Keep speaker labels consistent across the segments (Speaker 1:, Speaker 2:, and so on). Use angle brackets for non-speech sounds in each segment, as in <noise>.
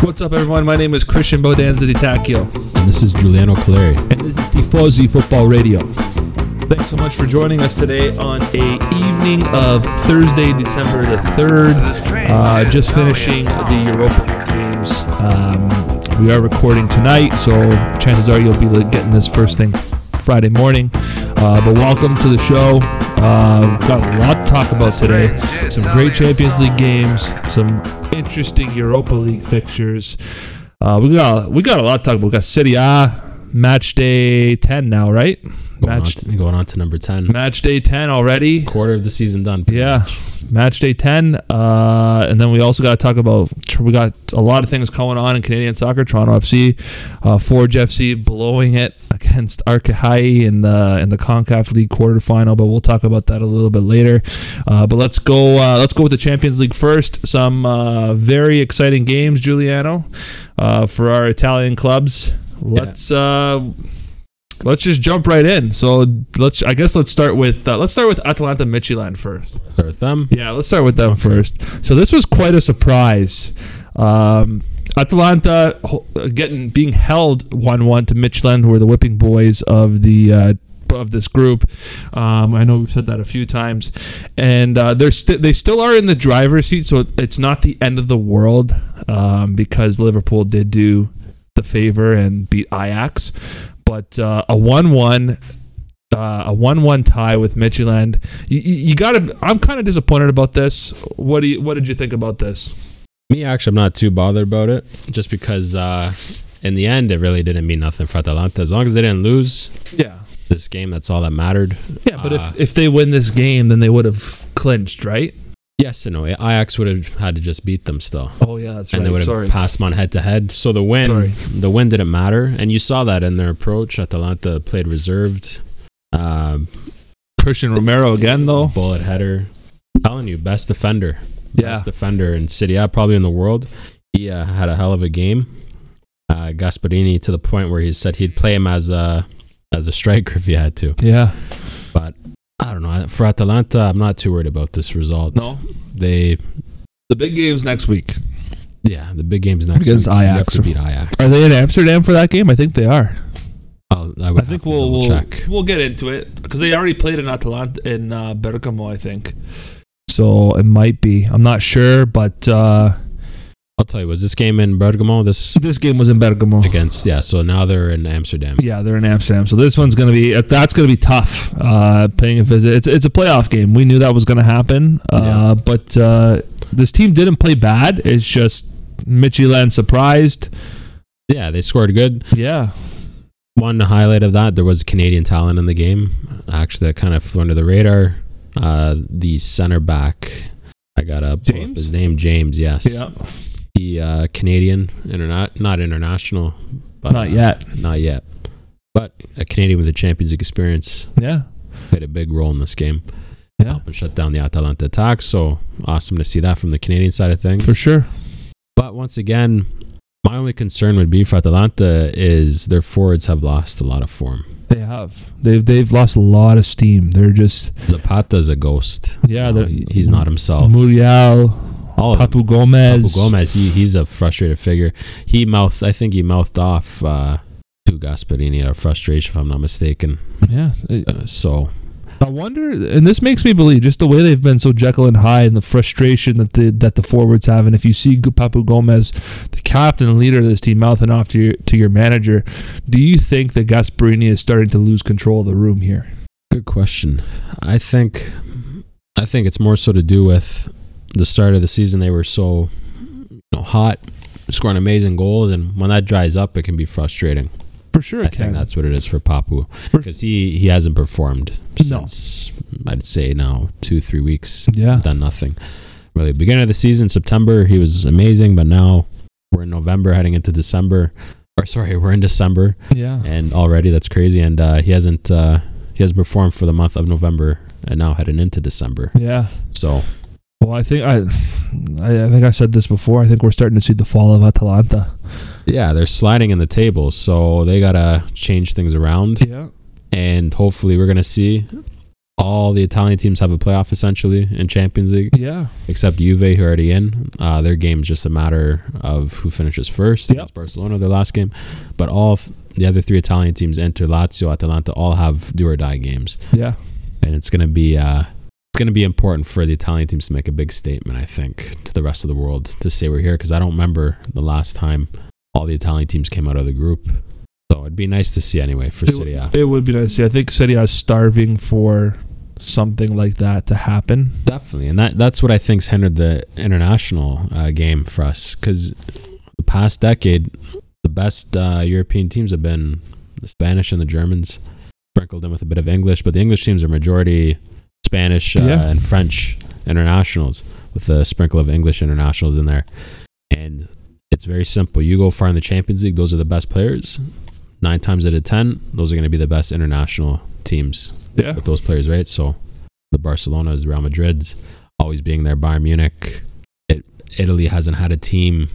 Speaker 1: What's up, everyone? My name is Christian Bodanza Di Tacchio,
Speaker 2: And this is Giuliano Caleri.
Speaker 1: and this is Tifosi Football Radio. Thanks so much for joining us today on a evening of Thursday, December the third. Uh, just finishing the Europa League games. Um, we are recording tonight, so chances are you'll be li- getting this first thing f- Friday morning. Uh, but welcome to the show. Uh, we've got a lot to talk about today. Some great Champions League games. Some interesting Europa League fixtures. Uh, we got we got a lot to talk about. We got City A match day ten now, right?
Speaker 2: Going on,
Speaker 1: Match
Speaker 2: to, going on to number 10.
Speaker 1: match day ten already.
Speaker 2: Quarter of the season done.
Speaker 1: Yeah, match day ten, uh, and then we also got to talk about we got a lot of things going on in Canadian soccer. Toronto FC, uh, Forge FC blowing it against Arkahai in the in the Concacaf League quarterfinal, but we'll talk about that a little bit later. Uh, but let's go uh, let's go with the Champions League first. Some uh, very exciting games, Giuliano, uh, for our Italian clubs. Let's. Uh, Let's just jump right in. So let's, I guess, let's start with uh, let's start with Atalanta Michilan first.
Speaker 2: Start with them.
Speaker 1: Yeah, let's start with them first. So this was quite a surprise. Um, Atalanta ho- uh, getting being held one one to Michelin, who are the whipping boys of the uh, of this group. Um, I know we've said that a few times, and uh, they're sti they still are in the driver's seat, so it's not the end of the world um, because Liverpool did do the favor and beat Ajax, but uh, a one one uh, a one-one tie with Michelin. You, you, you got to. I'm kind of disappointed about this. What do you, What did you think about this?
Speaker 2: Me, actually, I'm not too bothered about it just because uh, in the end, it really didn't mean nothing for Atalanta. As long as they didn't lose
Speaker 1: Yeah,
Speaker 2: this game, that's all that mattered.
Speaker 1: yeah. But
Speaker 2: Uh,
Speaker 1: if if they win this game, then they would have clinched, right?
Speaker 2: Yes and no. Ajax would have had to just beat them still.
Speaker 1: Oh yeah, that's
Speaker 2: and they
Speaker 1: right.
Speaker 2: would have
Speaker 1: Sorry.
Speaker 2: passed them on head to head. So the win,
Speaker 1: Sorry.
Speaker 2: the win didn't matter, and you saw that in their approach. Atalanta played reserved, uh,
Speaker 1: Christian Romero again, though.
Speaker 2: bullet header. Telling you, best defender,
Speaker 1: Yeah.
Speaker 2: best defender in City A, probably in the world. He uh, had a hell of a game. Uh, Gasparini to the point where he said he'd play him as a as a striker if he had to.
Speaker 1: Yeah.
Speaker 2: But I don't know. For Atalanta, I'm not too worried about this result.
Speaker 1: No.
Speaker 2: they
Speaker 1: The big game's next week.
Speaker 2: yeah, the big game's next
Speaker 1: Against
Speaker 2: week. You have
Speaker 1: Ajax.
Speaker 2: to beat Ajax.
Speaker 1: Are they in Amsterdam for that game? I think they are.
Speaker 2: I'll, I,
Speaker 1: I
Speaker 2: would
Speaker 1: think
Speaker 2: have to
Speaker 1: we'll
Speaker 2: double
Speaker 1: we'll,
Speaker 2: check.
Speaker 1: we'll get into it because they already played in Atalanta in uh, Bergamo, I think. So it might be. I'm not sure, but uh,
Speaker 2: I'll tell you, was this game in
Speaker 1: <sighs>
Speaker 2: Bergamo? This
Speaker 1: this game was in Bergamo.
Speaker 2: against yeah. So now they're in Amsterdam.
Speaker 1: Yeah, they're in Amsterdam, so this one's gonna be that's gonna be tough. Uh, paying a visit, it's it's a playoff game. We knew that was gonna happen, uh,
Speaker 2: Yeah.
Speaker 1: but uh, this team didn't play bad. It's just Michelin surprised.
Speaker 2: Yeah, they scored good.
Speaker 1: Yeah,
Speaker 2: One highlight of that, there was Canadian talent in the game. Actually, that kind of flew under the radar. Uh, the center back, I gotta pull up
Speaker 1: James?
Speaker 2: his name, James. Yes, the uh, Canadian, interna- not international, but
Speaker 1: not
Speaker 2: uh,
Speaker 1: yet.
Speaker 2: not yet. But a Canadian with a Champions League experience
Speaker 1: Yeah,
Speaker 2: played a big role in this game.
Speaker 1: yeah,
Speaker 2: Helping shut down the Atalanta attack. So awesome to see that from the Canadian side of things.
Speaker 1: for sure.
Speaker 2: But once again, my only concern would be for Atalanta is their forwards have lost a lot of form.
Speaker 1: They have they've they've lost a lot of steam. They're just
Speaker 2: Zapata's a ghost.
Speaker 1: yeah,
Speaker 2: Uh,
Speaker 1: they're,
Speaker 2: he's not himself.
Speaker 1: Muriel,
Speaker 2: All of them.
Speaker 1: Papu Gomez,
Speaker 2: Papu Gomez, he, he's a frustrated figure. He mouthed, I think he mouthed off uh, to Gasparini out of frustration, if I'm not mistaken.
Speaker 1: Yeah, it-
Speaker 2: Uh, so
Speaker 1: I wonder, and this makes me believe just the way they've been so Jekyll and Hyde, and the frustration that the that the forwards have. And if you see Gu- Papu Gomez, the captain and leader of this team, mouthing off to your to your manager, do you think that Gasparini is starting to lose control of the room here?
Speaker 2: Good question. I think I think it's more so to do with the start of the season. They were so you know, hot, scoring amazing goals, and when that dries up, it can be frustrating.
Speaker 1: For sure,
Speaker 2: I think that's what it is for Papu
Speaker 1: For-
Speaker 2: because he he hasn't performed
Speaker 1: No.
Speaker 2: since I'd say now two three weeks.
Speaker 1: yeah,
Speaker 2: He's done nothing really. Beginning of the season, September, he was amazing, but now we're in November, heading into December. Or sorry, we're in December,
Speaker 1: yeah.
Speaker 2: and already that's crazy. And uh, he hasn't uh, he hasn't performed for the month of November, and now heading into December.
Speaker 1: Yeah.
Speaker 2: So
Speaker 1: Well, I think I, I, I think I said this before. I think we're starting to see the fall of Atalanta.
Speaker 2: yeah, they're sliding in the table, so they gotta change things around,
Speaker 1: Yeah.
Speaker 2: and hopefully we're gonna see all the Italian teams have a playoff essentially in Champions League,
Speaker 1: Yeah.
Speaker 2: except Juve, who are already in. Uh, their game's just a matter of who finishes first.
Speaker 1: Yep.
Speaker 2: That's Barcelona, their last game. But all th- the other three Italian teams, Inter, Lazio, Atalanta, all have do or die games,
Speaker 1: Yeah.
Speaker 2: and it's gonna be. Uh, it's going to be important for the Italian teams to make a big statement, I think, to the rest of the world to say we're here because I don't remember the last time all the Italian teams came out of the group. So it'd be nice to see anyway for
Speaker 1: It-
Speaker 2: Serie A.
Speaker 1: It would be nice. to see. I think City is starving for something like that to happen.
Speaker 2: Definitely, and that that's what I think's hindered the international uh, game for us because the past decade, the best uh, European teams have been the Spanish and the Germans, sprinkled in with a bit of English, but the English teams are majority Spanish uh,
Speaker 1: Yeah.
Speaker 2: and French internationals with a sprinkle of English internationals in there, and it's very simple. You go far in the Champions League; those are the best players. Nine times out of ten, those are going to be the best international teams
Speaker 1: Yeah.
Speaker 2: with those players, right? So the Barcelonas, Real Madrid's always being there, Bayern Munich. It, Italy hasn't had a team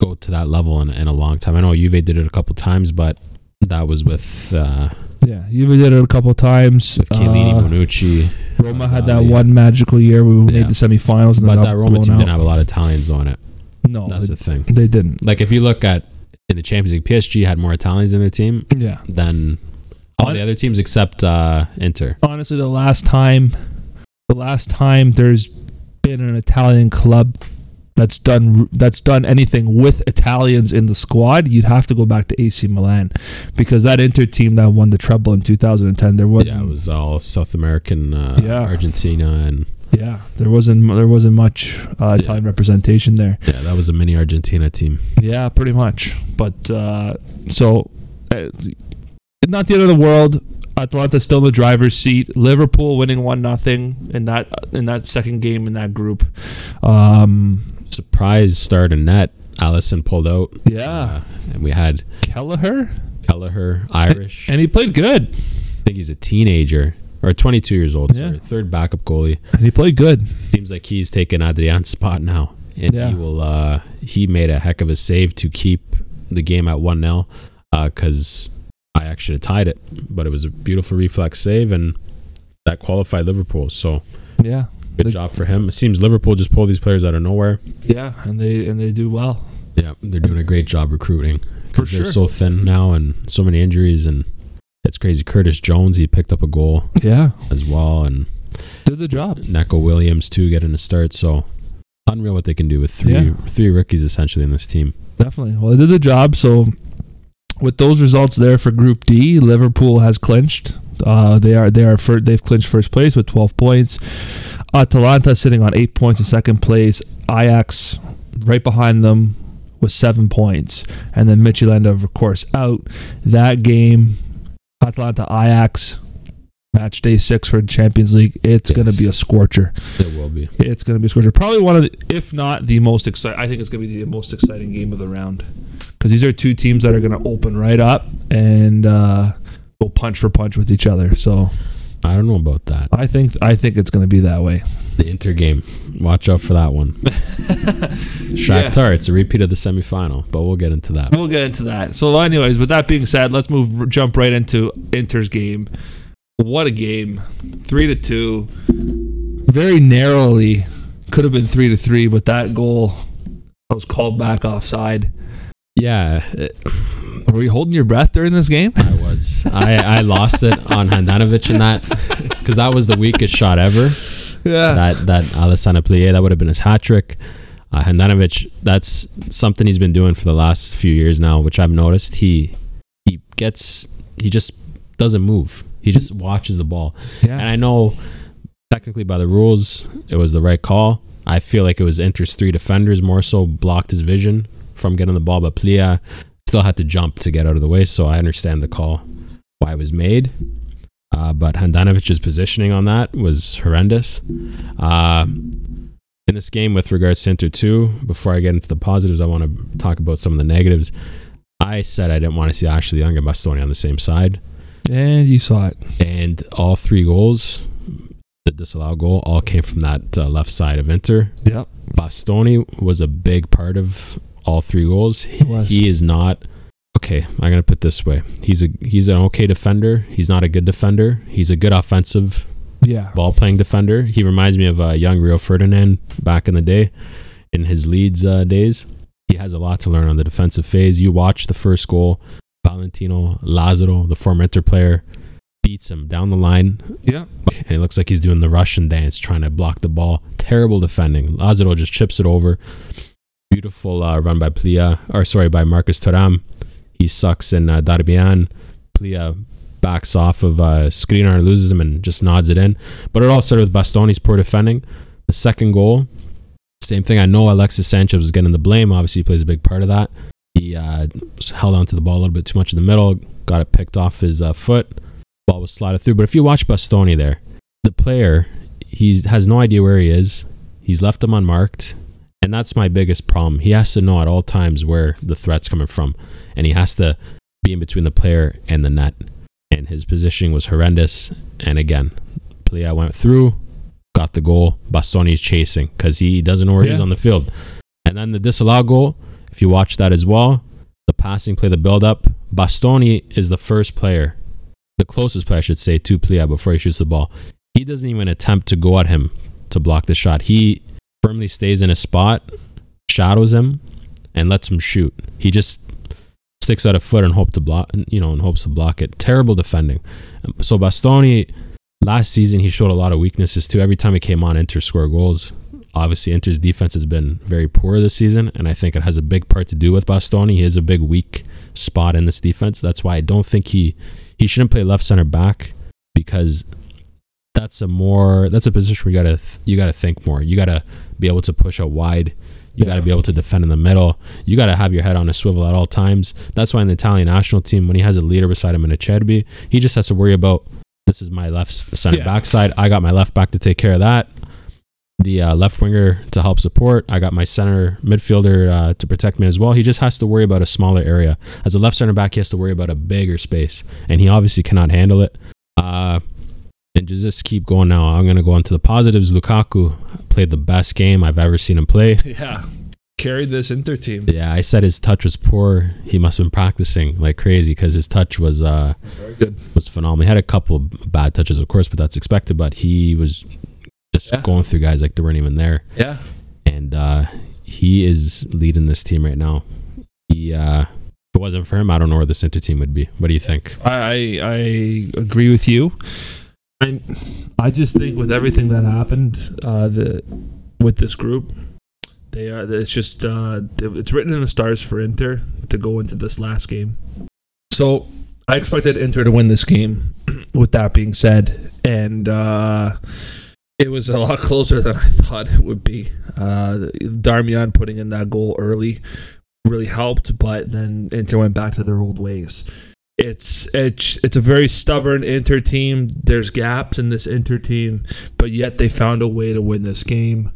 Speaker 2: go to that level in, in a long time. I know Juve did it a couple times, but that was with uh,
Speaker 1: Yeah. You did it a couple times.
Speaker 2: with Chiellini,
Speaker 1: Uh,
Speaker 2: Bonucci.
Speaker 1: Roma had that
Speaker 2: Gonzalez.
Speaker 1: one magical year where we
Speaker 2: Yeah.
Speaker 1: made the semifinals and then
Speaker 2: But
Speaker 1: got
Speaker 2: that Roma
Speaker 1: blown
Speaker 2: team
Speaker 1: out. Oh,
Speaker 2: didn't have a lot of Italians on it.
Speaker 1: No,
Speaker 2: That's
Speaker 1: they,
Speaker 2: the thing.
Speaker 1: they didn't.
Speaker 2: Like if you look at in the Champions League, PSG had more Italians in their team
Speaker 1: Yeah.
Speaker 2: than all the other teams except uh, Inter.
Speaker 1: honestly the last time the last time there's been an Italian club that's done that's done anything with Italians in the squad, you'd have to go back to AC Milan because that Inter team that won the treble in 2010 there wasn't
Speaker 2: Yeah, it was all South American, uh,
Speaker 1: Yeah.
Speaker 2: Argentina, and
Speaker 1: yeah, there wasn't there wasn't much uh, Italian representation there.
Speaker 2: yeah, that was a mini Argentina team.
Speaker 1: Yeah, pretty much. But uh, so, uh, not the end of the world. Atlanta still in the driver's seat. Liverpool winning one nothing in that in that second game in that group. Um,
Speaker 2: surprise start in net. Allison pulled out.
Speaker 1: yeah,
Speaker 2: Uh, and we had
Speaker 1: Kelleher,
Speaker 2: Kelleher, Irish.
Speaker 1: and he played good.
Speaker 2: I think he's a teenager or 22 years old.
Speaker 1: Yeah.
Speaker 2: Sorry, third backup goalie.
Speaker 1: And he played good.
Speaker 2: Seems like he's taken Adrian's <laughs> spot now. And
Speaker 1: Yeah.
Speaker 2: he will. Uh, he made a heck of a save to keep the game at 1 0 because I actually tied it. But it was a beautiful reflex save and that qualified Liverpool. So
Speaker 1: Yeah,
Speaker 2: good
Speaker 1: The-
Speaker 2: job for him. It seems Liverpool just pull these players out of nowhere.
Speaker 1: yeah, and they and they do well
Speaker 2: Yeah, they're doing a great job recruiting.
Speaker 1: for
Speaker 2: they're so thin now and so many injuries and it's crazy. Curtis Jones, he picked up a goal
Speaker 1: yeah,
Speaker 2: as well, and
Speaker 1: did the job.
Speaker 2: Neko Williams too getting a start. So unreal what they can do with three
Speaker 1: Yeah.
Speaker 2: three rookies essentially in this team.
Speaker 1: Definitely. Well, they did the job. So, with those results there for Group D, Liverpool has clinched. Uh, they are they are fir- they've clinched first place with 12 points. Atalanta sitting on eight points in second place. Ajax right behind them with seven points, and then Michelanda of course out. That game, Atalanta Ajax. Match day six for Champions League. It's
Speaker 2: Yes.
Speaker 1: going to be a scorcher.
Speaker 2: It will be.
Speaker 1: It's going to be a scorcher. Probably one of, the, if not the most exciting. I think it's going to be the most exciting game of the round because these are two teams that are going to open right up and uh, go punch for punch with each other. So
Speaker 2: I don't know about that.
Speaker 1: I think I think it's going to be that way.
Speaker 2: The Inter game. Watch out for that
Speaker 1: <laughs>
Speaker 2: one. Shakhtar, it's a repeat of the semifinal, but we'll get into that.
Speaker 1: We'll get into that. So, anyways, with that being said, let's move jump right into Inter's game. What a game! Three to two, very narrowly. Could have been three to three, but that goal I was called back offside.
Speaker 2: Yeah, it-
Speaker 1: Were you holding your breath during this game?
Speaker 2: I was. I, I lost it on Handanovic in that because that was the weakest shot ever.
Speaker 1: Yeah.
Speaker 2: that that Alessandro Plie, that would have been his hat trick. Uh, Handanovic, that's something he's been doing for the last few years now, which I've noticed. He he gets he just doesn't move. He just watches the ball. And
Speaker 1: Yeah.
Speaker 2: I know technically by the rules it was the right call. I feel like it was Inter's three defenders more so blocked his vision from getting the ball, but Plia still had to jump to get out of the way. So I understand the call why it was made. Uh, but Handanovic's positioning on that was horrendous. Uh, in this game, with regards to Inter 2, before I get into the positives, I want to talk about some of the negatives. I said I didn't want to see Ashley Young and Bastoni on the same side
Speaker 1: And you saw it.
Speaker 2: and all three goals, the disallowed goal, all came from that uh, left side of Inter.
Speaker 1: Yep.
Speaker 2: Bastoni was a big part of all three goals.
Speaker 1: He was.
Speaker 2: He is not okay. I'm gonna put it this way: he's a he's an okay defender. He's not a good defender. He's a good offensive
Speaker 1: Yeah.
Speaker 2: ball playing defender. He reminds me of uh, young Rio Ferdinand back in the day in his Leeds uh, days. He has a lot to learn on the defensive phase. You watch the first goal, Valentino Lazaro, the former Inter player, beats him down the line,
Speaker 1: Yeah.
Speaker 2: and it looks like he's doing the Russian dance, trying to block the ball. Terrible defending. Lazaro just chips it over. Beautiful uh, run by Plia, or sorry, by Marcus Thuram. He sucks in uh, Darmian. Plia backs off of uh, Skriniar, loses him, and just nods it in. But it all started with Bastoni's poor defending. The second goal, same thing. I know Alexis Sanchez was getting the blame. Obviously, he plays a big part of that. He uh, held onto the ball a little bit too much in the middle, got it picked off his uh, foot ball was slotted through. But if you watch Bastoni there, the player he has no idea where he is. He's left him unmarked, and that's my biggest problem. He has to know at all times where the threat's coming from, and he has to be in between the player and the net. And his positioning was horrendous. And again, Plea went through, got the goal. Bastoni's chasing because he doesn't know where he is
Speaker 1: Yeah.
Speaker 2: on the field. And then the disallow goal. If you watch that as well, the passing play, the build up. Bastoni is the first player the closest player, I should say, to Plea before he shoots the ball. He doesn't even attempt to go at him to block the shot. He firmly stays in his spot, shadows him, and lets him shoot. He just sticks out a foot and hope to block, you know, in hopes to block it. Terrible defending. So Bastoni, last season he showed a lot of weaknesses too. Every time he came on, Inter score goals. Obviously, Inter's defense has been very poor this season, and I think it has a big part to do with Bastoni. He is a big weak spot in this defense. That's why I don't think he he shouldn't play left center back because that's a more that's a position where you gotta th- you gotta think more. You gotta be able to push out wide. You gotta be able to defend in the middle. You gotta have your head on a swivel at all times. That's why in the Italian national team, when he has a leader beside him in a Cherby, he just has to worry about this is my left s- center
Speaker 1: Yeah.
Speaker 2: back side. I got my left back to take care of that. The uh, left winger to help support. I got my center midfielder uh, to protect me as well. He just has to worry about a smaller area. As a left center back, he has to worry about a bigger space, and he obviously cannot handle it. Uh, and just- just keep going now. I'm going to go on to the positives. Lukaku played the best game I've ever seen him play.
Speaker 1: Yeah. Carried this Inter team.
Speaker 2: Yeah, I said his touch was poor. He must have been practicing like crazy because his touch was uh,
Speaker 1: Very good.
Speaker 2: was phenomenal. He had a couple of bad touches, of course, but that's expected. But he was just
Speaker 1: Yeah.
Speaker 2: going through guys like they weren't even there,
Speaker 1: Yeah.
Speaker 2: and uh, he is leading this team right now. He, uh, if it wasn't for him, I don't know where this Inter team would be. What do you think?
Speaker 1: I I agree with you. I I just think with everything that happened, uh, the with this group, they are. It's just uh, it's written in the stars for Inter to go into this last game. So I expected Inter to win this game. <clears throat> with that being said, and uh, it was a lot <laughs> closer than I thought it would be. Uh, Darmian putting in that goal early really helped, but then Inter went back to their old ways it's it's it's a very stubborn Inter team. There's gaps in this Inter team, but yet they found a way to win this game.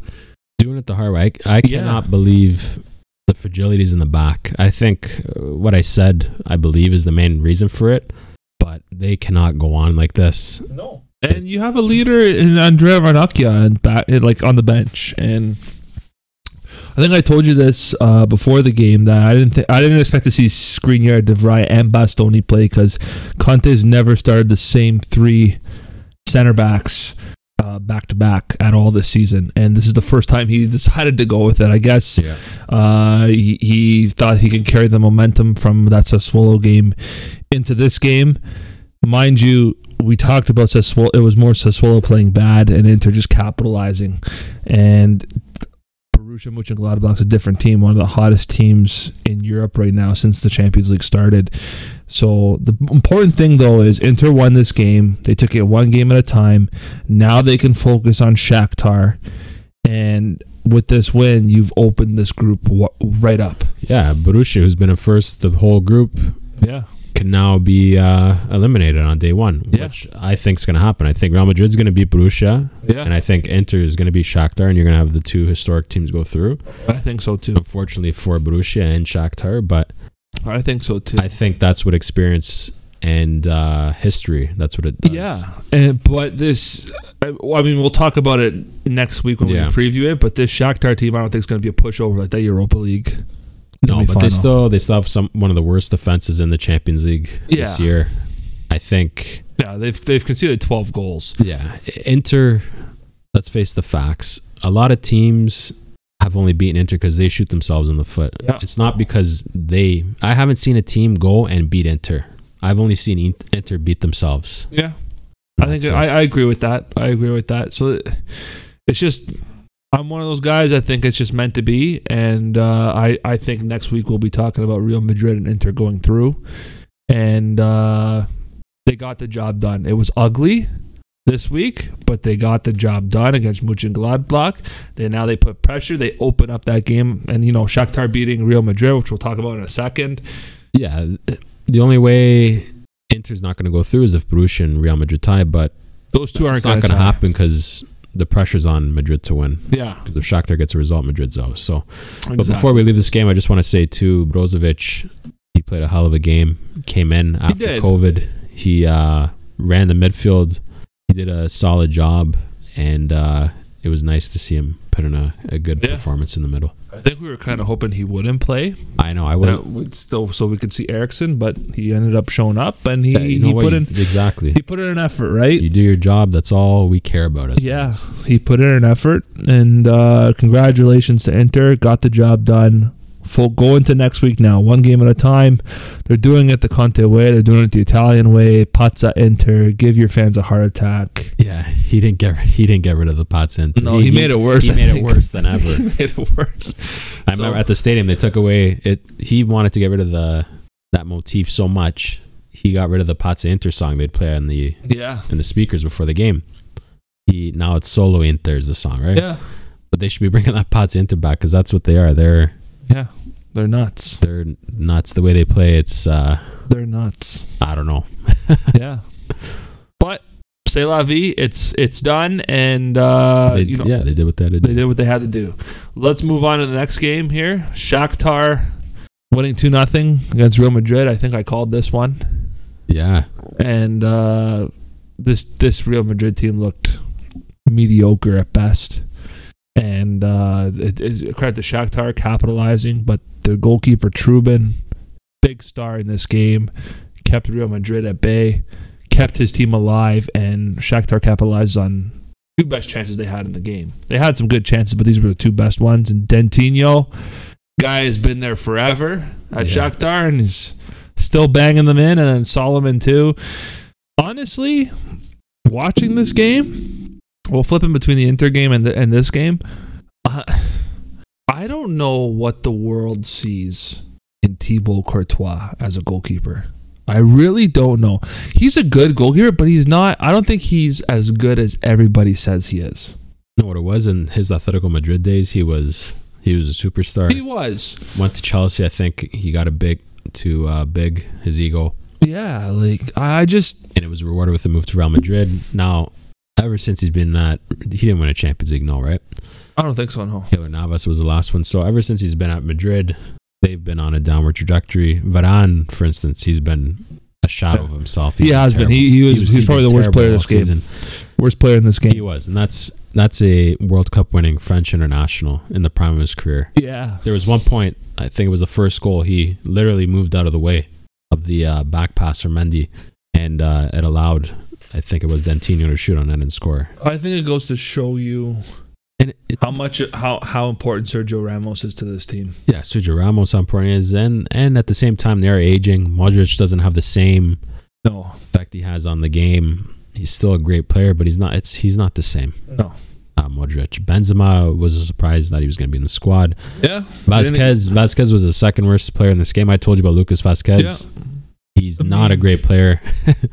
Speaker 2: doing it the hard way. I, I
Speaker 1: Yeah.
Speaker 2: cannot believe the fragilities in the back. I think uh, what I said, I believe, is the main reason for it. But they cannot go on like this.
Speaker 1: No, and you have a leader in Andrea Varnacchia and back like on the bench, and I think I told you this uh, before the game that I didn't th- I didn't expect to see Skriniar, De Vrij, and Bastoni play because Conte's never started the same three center backs uh, back to back at all this season, and this is the first time he decided to go with it. I guess
Speaker 2: Yeah.
Speaker 1: Uh, he, he thought he could carry the momentum from that Sassuolo game into this game. Mind you, we talked about Sassuolo. It was more Sassuolo playing bad and Inter just capitalizing. And Borussia Mönchengladbach's a different team, one of the hottest teams in Europe right now since the Champions League started. So the important thing though is Inter won this game. They took it one game at a time. Now they can focus on Shakhtar, and with this win, you've opened this group wa- right up.
Speaker 2: Yeah, Borussia, who's been in first the whole group,
Speaker 1: Yeah,
Speaker 2: can now be uh, eliminated on day one,
Speaker 1: Yeah.
Speaker 2: which I think is going to happen. I think Real Madrid's going to beat Borussia,
Speaker 1: yeah,
Speaker 2: and I think Inter is going to be Shakhtar, and you're going to have the two historic teams go through.
Speaker 1: I think so too.
Speaker 2: Unfortunately for Borussia and Shakhtar, but
Speaker 1: I think so too.
Speaker 2: I think that's what experience and uh, history. That's what it does.
Speaker 1: Yeah, and, but this, I, well, I mean, we'll talk about it next week when
Speaker 2: Yeah.
Speaker 1: we preview it. But this Shakhtar team, I don't think is going to be a pushover like that Europa League.
Speaker 2: No, but they
Speaker 1: semi-final.
Speaker 2: still they still have some one of the worst defenses in the Champions League this
Speaker 1: Yeah.
Speaker 2: year. I think
Speaker 1: Yeah, they've they've conceded 12 goals.
Speaker 2: Yeah, Inter. Let's face the facts. A lot of teams have only beaten Inter because they shoot themselves in the foot.
Speaker 1: Yeah.
Speaker 2: It's not because they. I haven't seen a team go and beat Inter. I've only seen In- Inter beat themselves.
Speaker 1: Yeah, I think
Speaker 2: That's it.
Speaker 1: I, I agree with that. I agree with that. So it- it's just I'm one of those guys. I think it's just meant to be, and uh, I I think next week we'll be talking about Real Madrid and Inter going through, and uh, they got the job done. It was ugly this week, but they got the job done against Mönchengladbach. They now they put pressure. They open up that game, and you know Shakhtar beating Real Madrid, which we'll talk about in a second.
Speaker 2: Yeah, the only way Inter's not going to go through is if Borussia and Real Madrid tie, but
Speaker 1: Those two aren't
Speaker 2: it's not
Speaker 1: going to
Speaker 2: to happen because the pressure's on Madrid to win.
Speaker 1: Yeah,
Speaker 2: Because if Shakhtar gets a result, Madrid's out. So, but
Speaker 1: exactly.
Speaker 2: before we leave this game, I just want to say too, Brozovic, he played a hell of a game. Came in after
Speaker 1: did.
Speaker 2: COVID. He uh, ran the midfield. He did a solid job, and uh, it was nice to see him put in a, a good
Speaker 1: Yeah.
Speaker 2: performance in the middle.
Speaker 1: I think we were kind of hoping he wouldn't play.
Speaker 2: I know. I would.
Speaker 1: That would still so we could see Erickson, but he ended up showing up and he,
Speaker 2: you know
Speaker 1: he
Speaker 2: what,
Speaker 1: put
Speaker 2: you-
Speaker 1: in
Speaker 2: exactly.
Speaker 1: he put in an effort, right?
Speaker 2: You do your job. That's all we care about. As
Speaker 1: Yeah,
Speaker 2: fans.
Speaker 1: he put in an effort, and uh, congratulations to Inter, got the job done. Full go into next week now, one game at a time. They're doing it the Conte way. They're doing it the Italian way. Pazza Inter, give your fans a heart attack.
Speaker 2: Yeah, he didn't get he didn't get rid of the pots in.
Speaker 1: No, he, made it worse.
Speaker 2: He
Speaker 1: I
Speaker 2: made it
Speaker 1: think.
Speaker 2: worse than ever.
Speaker 1: <laughs> He made it worse.
Speaker 2: I
Speaker 1: So-
Speaker 2: remember at the stadium they took away it. He wanted to get rid of the that motif so much he got rid of the Pazza Inter song they'd play on the
Speaker 1: Yeah,
Speaker 2: in the speakers before the game. He now it's solo Inter is the song, right?
Speaker 1: yeah,
Speaker 2: But they should be bringing that Pazza Inter back because that's what they are. They're
Speaker 1: yeah. They're nuts.
Speaker 2: they're nuts the way they play. It's uh
Speaker 1: They're nuts.
Speaker 2: I don't know.
Speaker 1: yeah. But say la vie, it's it's done, and uh,
Speaker 2: They-
Speaker 1: you know
Speaker 2: yeah, they did what they did.
Speaker 1: they did what they had to do. Let's move on to the next game here. Shakhtar winning two 0 against Real Madrid. I think I called this one,
Speaker 2: Yeah,
Speaker 1: and uh, this this Real Madrid team looked mediocre at best. And uh, it is credit to Shakhtar capitalizing, but their goalkeeper Trubin, big star in this game, kept Real Madrid at bay, kept his team alive, and Shakhtar capitalized on two best chances they had in the game. They had some good chances, but these were the two best ones. And Dentino, guy has been there forever at
Speaker 2: Yeah.
Speaker 1: Shakhtar, and he's still banging them in. And then Solomon too. Honestly, watching this game, well, flipping between the Inter game and the, and this game, uh, I don't know what the world sees in Thibaut Courtois as a goalkeeper. I really don't know. He's a good goalkeeper, but he's not. I don't think he's as good as everybody says he is.
Speaker 2: you know what it was in his Atletico Madrid days. He was he was a superstar.
Speaker 1: He was.
Speaker 2: went to Chelsea. I think he got a big too uh, big his ego,
Speaker 1: Yeah, like I just
Speaker 2: and it was rewarded with a move to Real Madrid. Now, ever since he's been at, he didn't win a Champions League, no, right?
Speaker 1: I don't think so. No.
Speaker 2: Taylor Navas was the last one. So ever since he's been at Madrid, they've been on a downward trajectory. Varane, for instance, he's been a shadow of himself.
Speaker 1: He has been. He- he was- he's probably
Speaker 2: been
Speaker 1: the worst
Speaker 2: terrible
Speaker 1: player
Speaker 2: all
Speaker 1: this game.
Speaker 2: season.
Speaker 1: Worst player in this
Speaker 2: He was, and that's that's a World Cup winning French international in the prime of his career.
Speaker 1: Yeah.
Speaker 2: There was one point, I think it was the first goal, he literally moved out of the way of the uh, back pass from Mendy, and uh, it allowed, I think it was Dentino to shoot on it and score.
Speaker 1: I think it goes to show you
Speaker 2: And it,
Speaker 1: how much how how important Sergio Ramos is to this team.
Speaker 2: yeah, Sergio Ramos on point is, and, and at the same time, they are aging. Modric doesn't have the same
Speaker 1: No.
Speaker 2: effect he has on the game. He's still a great player, but he's not. It's he's not the same.
Speaker 1: No.
Speaker 2: Uh, Modric, Benzema was a surprise that he was going to be in the squad.
Speaker 1: Yeah.
Speaker 2: Vasquez, Vasquez was the second worst player in this game. I told you about Lucas Vasquez.
Speaker 1: Yeah.
Speaker 2: He's
Speaker 1: I mean-
Speaker 2: not a great player, <laughs>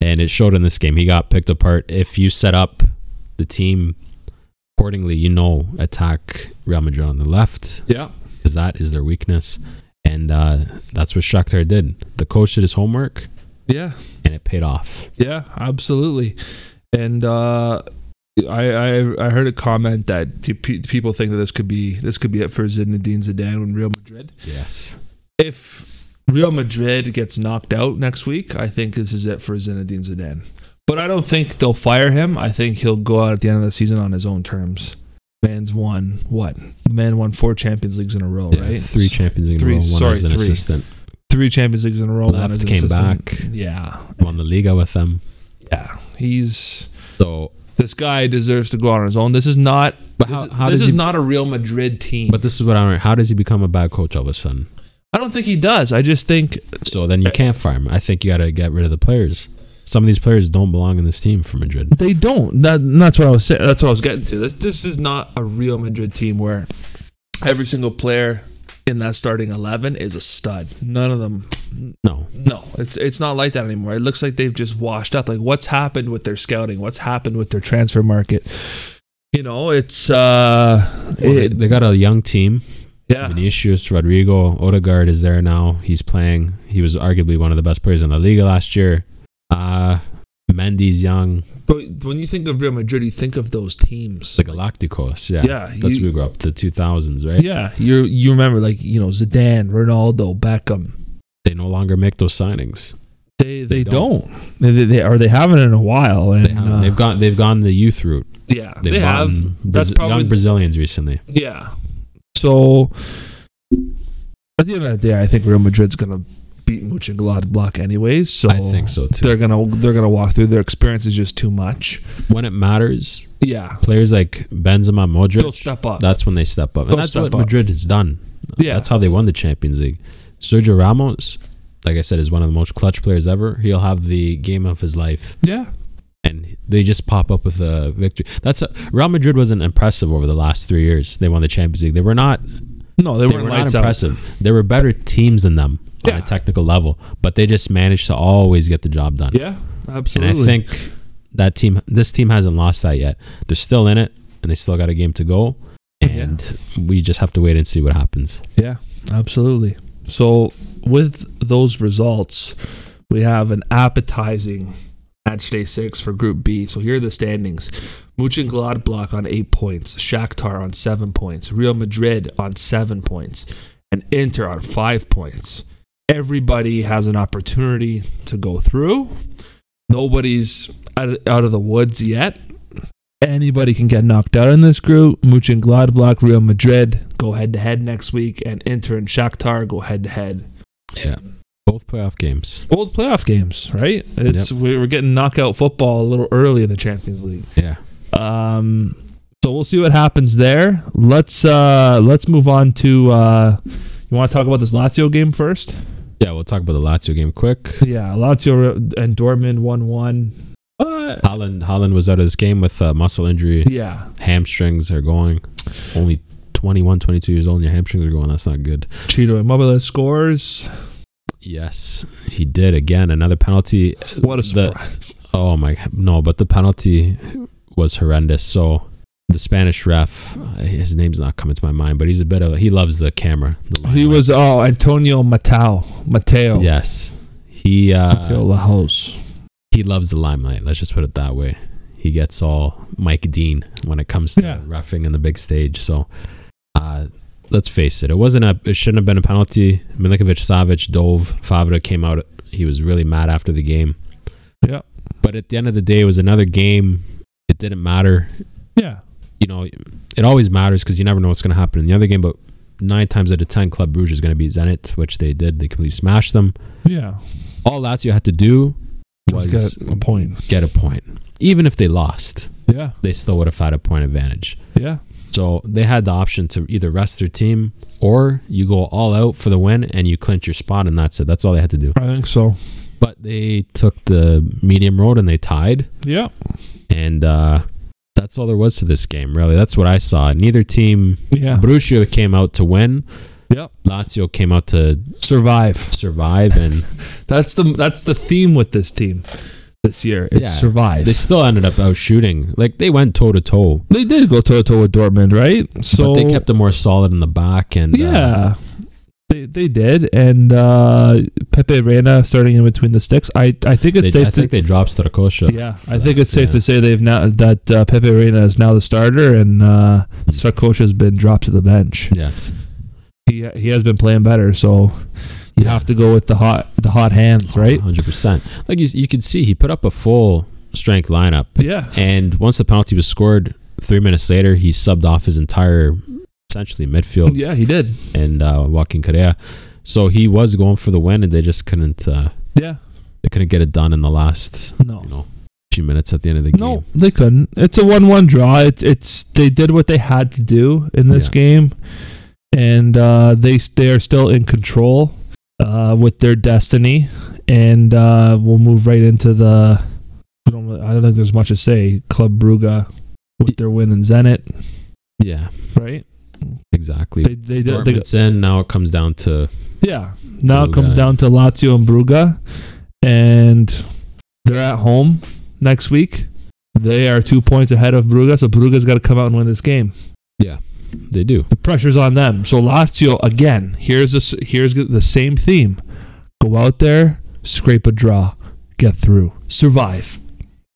Speaker 2: and it showed in this game. He got picked apart. If you set up the team accordingly, you know, attack Real Madrid on the left
Speaker 1: Yeah.
Speaker 2: because that is their weakness, and uh, that's what Shakhtar did. The coach did his homework,
Speaker 1: Yeah.
Speaker 2: and it paid off.
Speaker 1: Yeah, absolutely. And uh, I, I I heard a comment that t- pe- people think that this could be this could be it for Zinedine Zidane when Real Madrid.
Speaker 2: Yes,
Speaker 1: If Real Madrid gets knocked out next week, I think this is it for Zinedine Zidane. But I don't think they'll fire him. I think he'll go out at the end of the season on his own terms. Man's won what? The man won four Champions Leagues in a row,
Speaker 2: yeah,
Speaker 1: right?
Speaker 2: three Champions League in a
Speaker 1: Three-
Speaker 2: row, one
Speaker 1: sorry,
Speaker 2: as an
Speaker 1: three.
Speaker 2: assistant.
Speaker 1: three Champions Leagues in a row. one
Speaker 2: Left
Speaker 1: as an
Speaker 2: came
Speaker 1: assistant.
Speaker 2: back,
Speaker 1: Yeah,
Speaker 2: won the Liga with them.
Speaker 1: yeah, he's
Speaker 2: So,
Speaker 1: this guy deserves to go out on his own. This is not.
Speaker 2: But
Speaker 1: this
Speaker 2: how-
Speaker 1: is-
Speaker 2: how
Speaker 1: this
Speaker 2: does
Speaker 1: is
Speaker 2: he-
Speaker 1: not a Real Madrid team.
Speaker 2: but this is what I don't. How does he become a bad coach all of a sudden?
Speaker 1: I don't think he does. I just think
Speaker 2: So then you can't fire him. I think you got to get rid of the players. Some of these players don't belong in this team for Madrid.
Speaker 1: they don't. That, that's what I was saying. That's what I was getting to. This, this is not a Real Madrid team where every single player in that starting eleven is a stud. None of them
Speaker 2: No,
Speaker 1: No, it's it's not like that anymore. It looks like they've just washed up. Like what's happened with their scouting? What's happened with their transfer market? You know, it's uh,
Speaker 2: Well, they,
Speaker 1: it-
Speaker 2: they got a young team.
Speaker 1: yeah,
Speaker 2: Vinicius, Rodrigo, Odegaard is there now. He's playing. He was arguably one of the best players in La Liga last year. Uh, Mendy's young.
Speaker 1: but when you think of Real Madrid, you think of those teams.
Speaker 2: The Galacticos. Yeah.
Speaker 1: Yeah,
Speaker 2: That's
Speaker 1: you-
Speaker 2: where we grew up. The 2000s, right?
Speaker 1: Yeah, you you remember like you know Zidane, Ronaldo, Beckham.
Speaker 2: They no longer make those signings.
Speaker 1: They they,
Speaker 2: They
Speaker 1: don't.
Speaker 2: don't.
Speaker 1: They, they, they- or they haven't in a while. And
Speaker 2: They haven't,
Speaker 1: uh,
Speaker 2: they've gone. They've gone the youth route.
Speaker 1: yeah,
Speaker 2: They've
Speaker 1: they have.
Speaker 2: gotten
Speaker 1: that's
Speaker 2: Braz-
Speaker 1: probably-
Speaker 2: young Brazilians recently.
Speaker 1: Yeah. So at the end of the day, I think Real Madrid's gonna beat Mönchengladbach block anyways. So
Speaker 2: I think so too.
Speaker 1: they're gonna they're gonna walk through. Their experience is just too much.
Speaker 2: When it matters,
Speaker 1: Yeah,
Speaker 2: players like Benzema,
Speaker 1: they'll
Speaker 2: Modric,
Speaker 1: step up.
Speaker 2: that's when they step up,
Speaker 1: They'll
Speaker 2: and that's
Speaker 1: step
Speaker 2: what
Speaker 1: up.
Speaker 2: Madrid has done.
Speaker 1: yeah,
Speaker 2: That's how they won the Champions League. Sergio Ramos, like I said, is one of the most clutch players ever. He'll have the game of his life,
Speaker 1: yeah,
Speaker 2: and they just pop up with a victory. That's Real Madrid wasn't impressive over the last three years. They won the Champions League. They were not.
Speaker 1: no, they,
Speaker 2: They,
Speaker 1: weren't
Speaker 2: were not
Speaker 1: lights out.
Speaker 2: impressive. There were better teams than them on
Speaker 1: Yeah.
Speaker 2: a technical level, but they just managed to always get the job done.
Speaker 1: Yeah,
Speaker 2: and
Speaker 1: absolutely.
Speaker 2: I think that team, this team, hasn't lost that yet. They're still in it, and they still got a game to go. And we just have to wait and see what happens.
Speaker 1: yeah, absolutely. So with those results, we have an appetizing match day six for Group B. So here are the standings. Mönchengladbach on eight points, Shakhtar on seven points, Real Madrid on seven points, and Inter on five points. Everybody has an opportunity to go through. Nobody's out out of the woods yet. Anybody can get knocked out in this group. Mönchengladbach, Real Madrid go head to head next week, and Inter and Shakhtar go head to head
Speaker 2: Yeah, both playoff games.
Speaker 1: old playoff games, right? It's we we're getting knockout football a little early in the Champions League.
Speaker 2: Yeah.
Speaker 1: Um, so we'll see what happens there. Let's uh, let's move on to. Uh, you want to talk about this Lazio game
Speaker 2: <laughs>
Speaker 1: first?
Speaker 2: Yeah, we'll talk about the Lazio game quick.
Speaker 1: Yeah, Lazio and Dortmund one one. Uh,
Speaker 2: Holland Holland was out of this game with a muscle injury.
Speaker 1: yeah,
Speaker 2: Hamstrings are going. Only 21, 22 years old and your hamstrings are going. That's not good.
Speaker 1: Cheeto Immobile scores.
Speaker 2: Yes, he did again. Another penalty.
Speaker 1: What a
Speaker 2: The-
Speaker 1: surprise!
Speaker 2: Oh my no, but the penalty was horrendous. So the Spanish ref, uh, his name's not coming to my mind, but he's a bit of he loves the camera. The
Speaker 1: he
Speaker 2: limelight.
Speaker 1: was oh Antonio Mateo Mateo
Speaker 2: yes. He
Speaker 1: Mateo
Speaker 2: uh,
Speaker 1: Lahoz.
Speaker 2: he loves the limelight. Let's just put it that way. He gets all Mike Dean when it comes to
Speaker 1: Yeah.
Speaker 2: roughing in the big stage. So, uh, let's face it, it wasn't a, it shouldn't have been a penalty. Milinkovic, Savic, Dove, Favre came out. He was really mad after the game.
Speaker 1: Yeah.
Speaker 2: But at the end of the day, it was another game. It didn't matter.
Speaker 1: Yeah,
Speaker 2: You know, it always matters because you never know what's going to happen in the other game. But nine times out of ten, Club Brugge is going to beat Zenit, which they did. They completely smashed them.
Speaker 1: yeah.
Speaker 2: All Lazio had to do was
Speaker 1: Got a point.
Speaker 2: get a point. Even if they lost,
Speaker 1: Yeah,
Speaker 2: they still would have had a point advantage.
Speaker 1: yeah,
Speaker 2: So they had the option to either rest their team or you go all out for the win and you clinch your spot, and that's it. That's all they had to do.
Speaker 1: I think so.
Speaker 2: But they took the medium road and they tied,
Speaker 1: Yeah,
Speaker 2: and uh, that's all there was to this game, really. That's what I saw. Neither team,
Speaker 1: yeah,
Speaker 2: Brugio came out to win.
Speaker 1: Yep.
Speaker 2: Lazio came out to
Speaker 1: survive.
Speaker 2: survive, and
Speaker 1: That's the that's the theme with this team this year. It's
Speaker 2: Yeah.
Speaker 1: survive.
Speaker 2: they
Speaker 1: They,
Speaker 2: still ended up out shooting. Like they went toe to toe,
Speaker 1: did go toe to toe with Dortmund, right? So
Speaker 2: but they kept them more solid in the back. And uh,
Speaker 1: yeah. They, they did, and uh, Pepe Reina starting in between the sticks. I I think it's
Speaker 2: they,
Speaker 1: safe.
Speaker 2: I think they dropped Starakosha.
Speaker 1: to, yeah, I think it's safe
Speaker 2: uh, Yeah.
Speaker 1: to say they've now that uh, Pepe Reina is now the starter, and uh, Sarkozy has been dropped to the bench.
Speaker 2: Yes.
Speaker 1: He he has been playing better, so you have to go with the hot the hot hands, right?
Speaker 2: Hundred percent. Like you, you could see, he put up a full strength lineup,
Speaker 1: Yeah,
Speaker 2: and once the penalty was scored, three minutes later, he subbed off his entire, essentially midfield
Speaker 1: yeah, he did.
Speaker 2: and uh, Joaquin Correa. So he was going for the win, and they just couldn't. Uh,
Speaker 1: Yeah,
Speaker 2: they couldn't get it done in the last.
Speaker 1: no,
Speaker 2: You know, few minutes at the end of the game.
Speaker 1: No, they couldn't. It's a one-one draw. It's it's they did what they had to do in this
Speaker 2: Yeah.
Speaker 1: game, and uh, they they are still in control uh, with their destiny. And uh, we'll move right into the. I don't, really- I don't think there's much to say. Club Brugge with their win in Zenit,
Speaker 2: Yeah,
Speaker 1: right?
Speaker 2: exactly.
Speaker 1: They they did. They,
Speaker 2: Dortmund's in. Now it comes down to
Speaker 1: yeah. Now it comes down
Speaker 2: Brugge.
Speaker 1: to Lazio and Brugge, and they're at home next week. They are two points ahead of Brugge, so Brugge's got to come out and win this game.
Speaker 2: they do.
Speaker 1: the pressure's on them. So Lazio again. Here's this. Here's the same theme. Go out there, scrape a draw, get through, survive,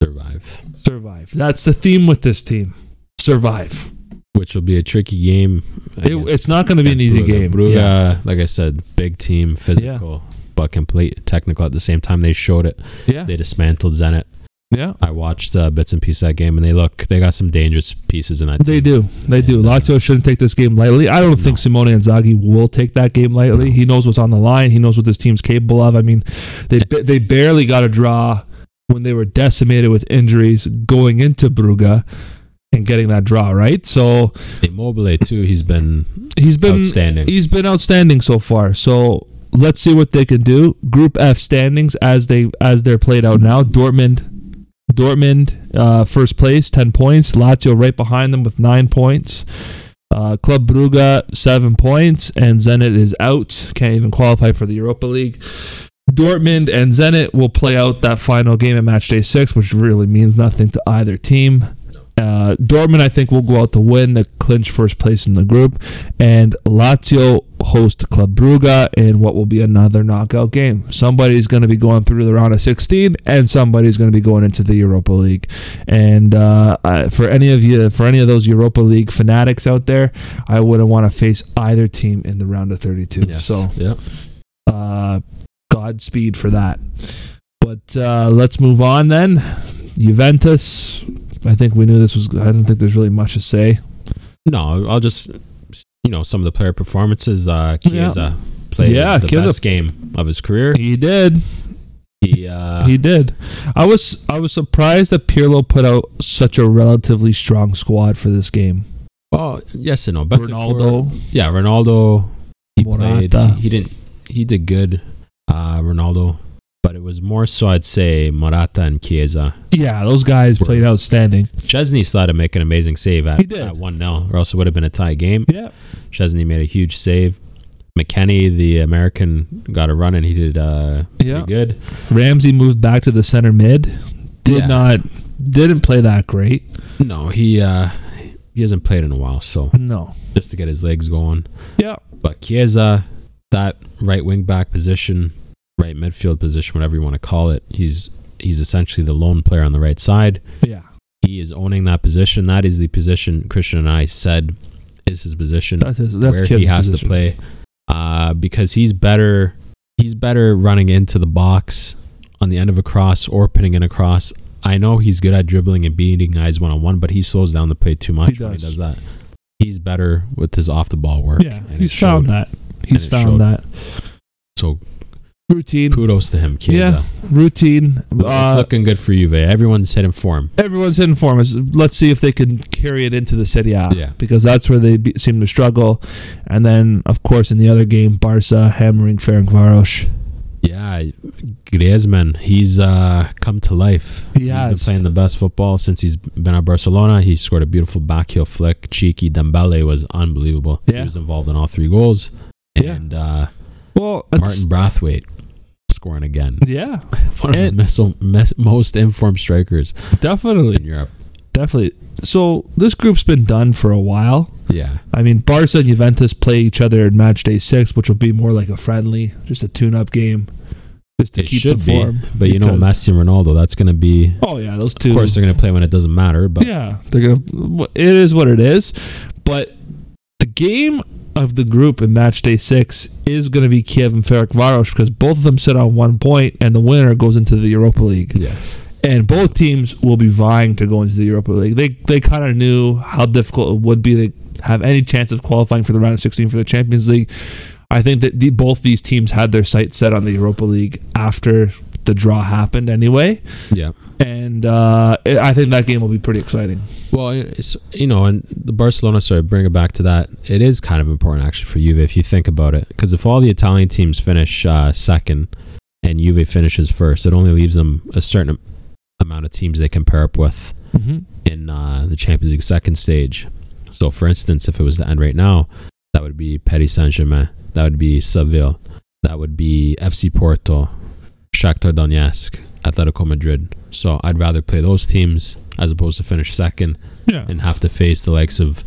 Speaker 2: survive,
Speaker 1: survive. That's the theme with this team. Survive.
Speaker 2: which will be a tricky game.
Speaker 1: It,
Speaker 2: against-
Speaker 1: it's not going to be an
Speaker 2: against
Speaker 1: easy
Speaker 2: Brugge.
Speaker 1: game.
Speaker 2: Brugge,
Speaker 1: Yeah.
Speaker 2: like I said, big team, physical, but complete technical at the same time. They showed it.
Speaker 1: Yeah.
Speaker 2: They dismantled Zenit.
Speaker 1: yeah.
Speaker 2: I watched uh, bits and pieces of that game, and they look they got some dangerous pieces in that.
Speaker 1: They do.
Speaker 2: team.
Speaker 1: They do.
Speaker 2: And, uh,
Speaker 1: Lazio shouldn't take this game lightly. I don't
Speaker 2: No.
Speaker 1: think Simone Inzaghi will take that game lightly.
Speaker 2: No.
Speaker 1: He knows what's on the line. He knows what this team's capable of. I mean, they ba- they barely got a draw when they were decimated with injuries going into Brugge and getting that draw, right? So
Speaker 2: Immobile too. He's been
Speaker 1: he's been
Speaker 2: outstanding.
Speaker 1: he's been outstanding so far. So let's see what they can do. Group F standings as they as they're played out now. Dortmund, Dortmund uh, first place, ten points. Lazio right behind them with nine points. Uh, Club Brugge seven points, and Zenit is out. Can't even qualify for the Europa League. Dortmund and Zenit will play out that final game at match day six, which really means nothing to either team. Uh, Dortmund, I think, will go out to win to clinch first place in the group, and Lazio host Club Brugge in what will be another knockout game. Somebody's going to be going through the round of 16, and somebody's going to be going into the Europa League. And uh, I- for any of you, for any of those Europa League fanatics out there, I wouldn't want to face either team in the round of 32.
Speaker 2: Yes.
Speaker 1: So
Speaker 2: Yep.
Speaker 1: uh, Godspeed for that. But uh, let's move on then. Juventus. I think we knew this was. I don't think there's really much to say.
Speaker 2: No, I'll just you know some of the player performances. Uh, Chiesa played
Speaker 1: Yeah,
Speaker 2: the
Speaker 1: Chiesa-
Speaker 2: best game of his career.
Speaker 1: He did.
Speaker 2: He uh,
Speaker 1: He did. I was. I was surprised that Pirlo put out such a relatively strong squad for this game.
Speaker 2: well, yes and no. Betancourt-
Speaker 1: Ronaldo.
Speaker 2: yeah, Ronaldo. He played.
Speaker 1: Morata.
Speaker 2: He, he didn't. He did good. Uh, Ronaldo, but it was more so. I'd say Morata and Chiesa.
Speaker 1: Yeah, those guys played outstanding.
Speaker 2: Chesney started making an amazing save
Speaker 1: He
Speaker 2: at,
Speaker 1: did.
Speaker 2: at one 0 or else it would have been a tie game.
Speaker 1: Yeah.
Speaker 2: Chesney made a huge save. McKenny, the American, got a run and he did uh,
Speaker 1: Yeah.
Speaker 2: pretty good.
Speaker 1: Ramsey moved back to the center mid. Did
Speaker 2: Yeah.
Speaker 1: not. Didn't play that great.
Speaker 2: No, he uh, he hasn't played in a while, so
Speaker 1: No.
Speaker 2: just to get his legs going.
Speaker 1: Yeah.
Speaker 2: But Chiesa, that right wing back position, right midfield position, whatever you want to call it, he's he's essentially the lone player on the right side.
Speaker 1: Yeah.
Speaker 2: He is owning that position. That is the position Christian and I said is his position.
Speaker 1: That's his, that's
Speaker 2: where
Speaker 1: Kidd's
Speaker 2: he has
Speaker 1: position.
Speaker 2: to play uh, because he's better he's better running into the box on the end of a cross or pinning in a cross. I know he's good at dribbling and beating guys one on one, but he slows down the play too much when he
Speaker 1: does.
Speaker 2: does that. He's better with his off the ball work.
Speaker 1: Yeah,
Speaker 2: and
Speaker 1: he's
Speaker 2: it showed.
Speaker 1: found that. He's
Speaker 2: it
Speaker 1: found
Speaker 2: showed.
Speaker 1: that
Speaker 2: So
Speaker 1: routine.
Speaker 2: kudos to him, Kiza.
Speaker 1: Yeah, routine.
Speaker 2: it's
Speaker 1: Uh,
Speaker 2: looking good for Juve. Everyone's hitting form.
Speaker 1: everyone's in form. It's- Let's see if they can carry it into the Serie A.
Speaker 2: Yeah.
Speaker 1: because that's where they be, seem to struggle. And then, of course, in the other game, Barca hammering Ferencvaros.
Speaker 2: Yeah, Griezmann, he's uh, come to life.
Speaker 1: He
Speaker 2: has been
Speaker 1: has.
Speaker 2: playing the best football since he's been at Barcelona. He scored a beautiful backheel flick. Cheeky Dembele was unbelievable.
Speaker 1: Yeah.
Speaker 2: He was involved in all three goals.
Speaker 1: Yeah.
Speaker 2: And uh,
Speaker 1: Well,
Speaker 2: Martin Brathwaite
Speaker 1: <laughs>
Speaker 2: scoring again.
Speaker 1: yeah,
Speaker 2: One of
Speaker 1: And-
Speaker 2: the meso- mes- most informed strikers in
Speaker 1: definitely,
Speaker 2: Europe.
Speaker 1: definitely. So this group's been done for a while.
Speaker 2: Yeah.
Speaker 1: I mean, Barca and Juventus play each other in match day six, which will be more like a friendly, just a tune-up game, just to
Speaker 2: It
Speaker 1: keep the
Speaker 2: should be.
Speaker 1: form.
Speaker 2: But you know,
Speaker 1: because-
Speaker 2: Messi and Ronaldo, that's going to be.
Speaker 1: Oh yeah, those two.
Speaker 2: Of course, they're going to play when it doesn't
Speaker 1: <laughs>
Speaker 2: matter. But
Speaker 1: yeah, they're gonna. It is what it is, but the game of the group in match day six is going to be Kiev and Ferencvaros because both of them sit on one point, and the winner goes into the Europa League.
Speaker 2: yes.
Speaker 1: And both teams will be vying to go into the Europa League. They they kind of knew how difficult it would be to have any chance of qualifying for the round of 16 for the Champions League. I think that the, both these teams had their sights set on the Europa League after the draw happened anyway.
Speaker 2: Yeah.
Speaker 1: And uh, it, I think that game will be pretty exciting.
Speaker 2: Well, it's you know, and the Barcelona. Sorry, bring it back to that. It is kind of important actually for Juve if you think about it, because if all the Italian teams finish uh, second and Juve finishes first, it only leaves them a certain amount of teams they can pair up with
Speaker 1: Mm-hmm.
Speaker 2: in uh, the Champions League second stage. So, for instance, if it was to end right now, that would be Paris Saint Germain, that would be Seville, that would be FC Porto, Shakhtar Donetsk, Atletico Madrid. So, I'd rather play those teams as opposed to finish second
Speaker 1: Yeah.
Speaker 2: and have to face the likes of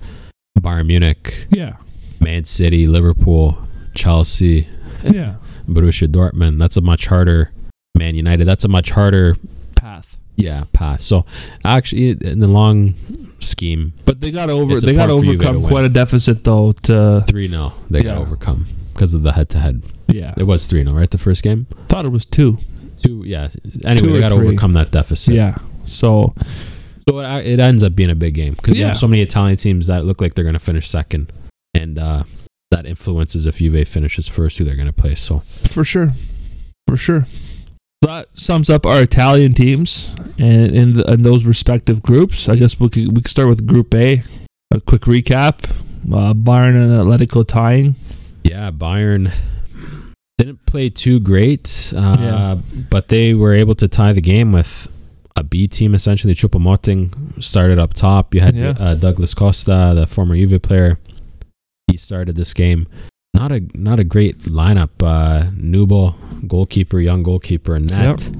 Speaker 2: Bayern Munich,
Speaker 1: Yeah.
Speaker 2: Man City, Liverpool, Chelsea,
Speaker 1: Yeah.
Speaker 2: Borussia Dortmund. That's a much harder Man United. That's a much harder
Speaker 1: Path.
Speaker 2: yeah path. So actually, in the long scheme,
Speaker 1: But they got over.
Speaker 2: It's a
Speaker 1: They got to
Speaker 2: part for Juve to
Speaker 1: overcome
Speaker 2: win.
Speaker 1: quite a deficit though. To
Speaker 2: three 0 they
Speaker 1: Yeah.
Speaker 2: got overcome because of the head to head.
Speaker 1: yeah,
Speaker 2: It was three 0 right? The first game.
Speaker 1: thought it was two.
Speaker 2: Two yeah. Anyway,
Speaker 1: Two or
Speaker 2: they got to
Speaker 1: three.
Speaker 2: overcome that deficit.
Speaker 1: Yeah. So
Speaker 2: So it, it ends up being a big game because you
Speaker 1: Yeah.
Speaker 2: have so many Italian teams that look like they're going to finish second, and uh, that influences if Juve finishes first who they're going to play. So.
Speaker 1: For sure. For sure. That sums up our Italian teams and in, the, in those respective groups. I guess we could, we could start with Group A. A quick recap uh, Bayern and Atletico tying.
Speaker 2: Yeah, Bayern didn't play too great, uh,
Speaker 1: Yeah.
Speaker 2: but they were able to tie the game with a B team essentially. Chupa Moting started up top. You had
Speaker 1: Yeah.
Speaker 2: uh, Douglas Costa, the former Juve player. He started this game. Not a not a great lineup. Uh, Nubel, goalkeeper, young goalkeeper, and
Speaker 1: Yep.
Speaker 2: net.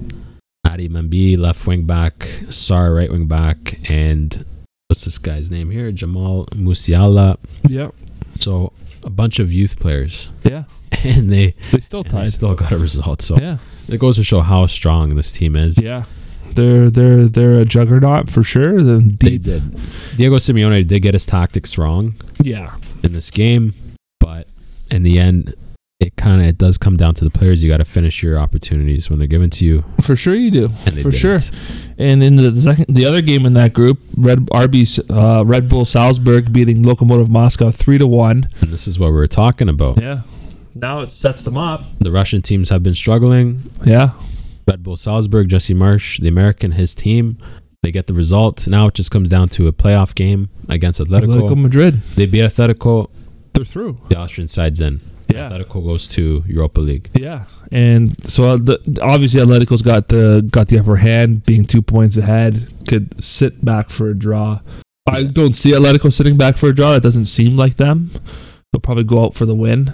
Speaker 2: Adi Mambi, left wing back. Sar, right wing back, and what's this guy's name here? Jamal Musiala.
Speaker 1: Yeah.
Speaker 2: So a bunch of youth players, <laughs>
Speaker 1: Yeah.
Speaker 2: and they
Speaker 1: They still
Speaker 2: and they
Speaker 1: tied.
Speaker 2: still got a result. So
Speaker 1: yeah.
Speaker 2: it goes to show how strong this team is.
Speaker 1: Yeah. They're they're they're a juggernaut for sure. They're
Speaker 2: They
Speaker 1: deep.
Speaker 2: did. Diego Simeone did get his tactics wrong
Speaker 1: Yeah.
Speaker 2: in this game, but in the end, it kind of it does come down to the players. You got to finish your opportunities when they're given to you,
Speaker 1: For sure you do.
Speaker 2: and they
Speaker 1: For sure.
Speaker 2: didn't.
Speaker 1: And in the second, the other game in that group, Red RB uh, Red Bull Salzburg beating Lokomotiv Moscow 3 to 1.
Speaker 2: And this is what we were talking about.
Speaker 1: Yeah. Now it sets them up.
Speaker 2: The Russian teams have been struggling.
Speaker 1: Yeah.
Speaker 2: Red Bull Salzburg, Jesse Marsh, the American, his team. They get the result. Now it just comes down to a playoff game against Atletico.
Speaker 1: Atletico Madrid.
Speaker 2: They beat Atletico.
Speaker 1: They're through.
Speaker 2: The Austrian side's in.
Speaker 1: Yeah.
Speaker 2: Atletico goes to Europa League.
Speaker 1: Yeah. And so uh, the, obviously Atletico's got the got the upper hand being 2 points ahead could sit back for a draw. I don't see Atletico sitting back for a draw. That doesn't seem like them. They'll probably go out for the win.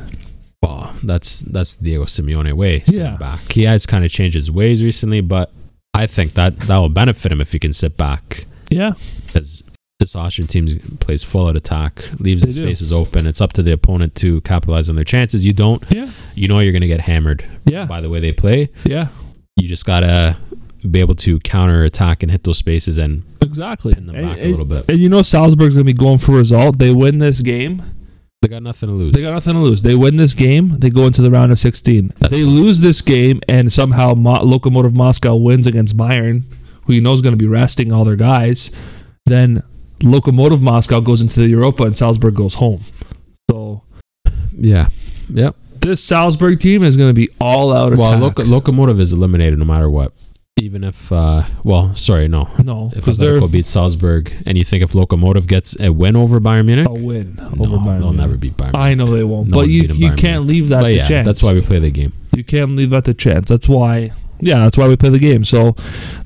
Speaker 2: Well, that's that's Diego Simeone way. sit
Speaker 1: Yeah.
Speaker 2: back. He has kind of changed his ways recently, but I think that that will benefit him if he can sit back
Speaker 1: Yeah.
Speaker 2: because this Austrian team plays full out attack, leaves
Speaker 1: They
Speaker 2: the
Speaker 1: do.
Speaker 2: spaces open. It's up to the opponent to capitalize on their chances. You don't,
Speaker 1: Yeah.
Speaker 2: you know, you're going to get hammered
Speaker 1: Yeah.
Speaker 2: by the way they play.
Speaker 1: Yeah.
Speaker 2: You just gotta be able to counter attack and hit those spaces and
Speaker 1: Exactly.
Speaker 2: pin them back a little bit.
Speaker 1: and you know Salzburg's going to be going for a result. They win this game.
Speaker 2: They got nothing to lose.
Speaker 1: They got nothing to lose. They win this game. They go into the round of 16.
Speaker 2: That's
Speaker 1: they
Speaker 2: fine.
Speaker 1: lose this game, and somehow Mo- Lokomotiv Moscow wins against Bayern, who you know is going to be resting all their guys. Then Lokomotiv Moscow goes into the Europa, and Salzburg goes home. So
Speaker 2: yeah, yep.
Speaker 1: this Salzburg team is going to be all out
Speaker 2: Well,
Speaker 1: attack.
Speaker 2: loco- locomotive is eliminated no matter what. Even if, uh, well, sorry, no,
Speaker 1: no,
Speaker 2: if
Speaker 1: because they're
Speaker 2: Atletico beats Salzburg, and you think if Lokomotive gets a win over Bayern Munich,
Speaker 1: a win
Speaker 2: no,
Speaker 1: over Bayern.
Speaker 2: they'll
Speaker 1: Munich.
Speaker 2: never beat Bayern. Munich.
Speaker 1: I know they won't,
Speaker 2: No
Speaker 1: but
Speaker 2: one's
Speaker 1: you,
Speaker 2: beating
Speaker 1: you
Speaker 2: Bayern
Speaker 1: can't leave that
Speaker 2: But
Speaker 1: to
Speaker 2: yeah,
Speaker 1: chance.
Speaker 2: that's why we play the game.
Speaker 1: You can't leave that to chance. That's why, yeah, that's why we play the game. So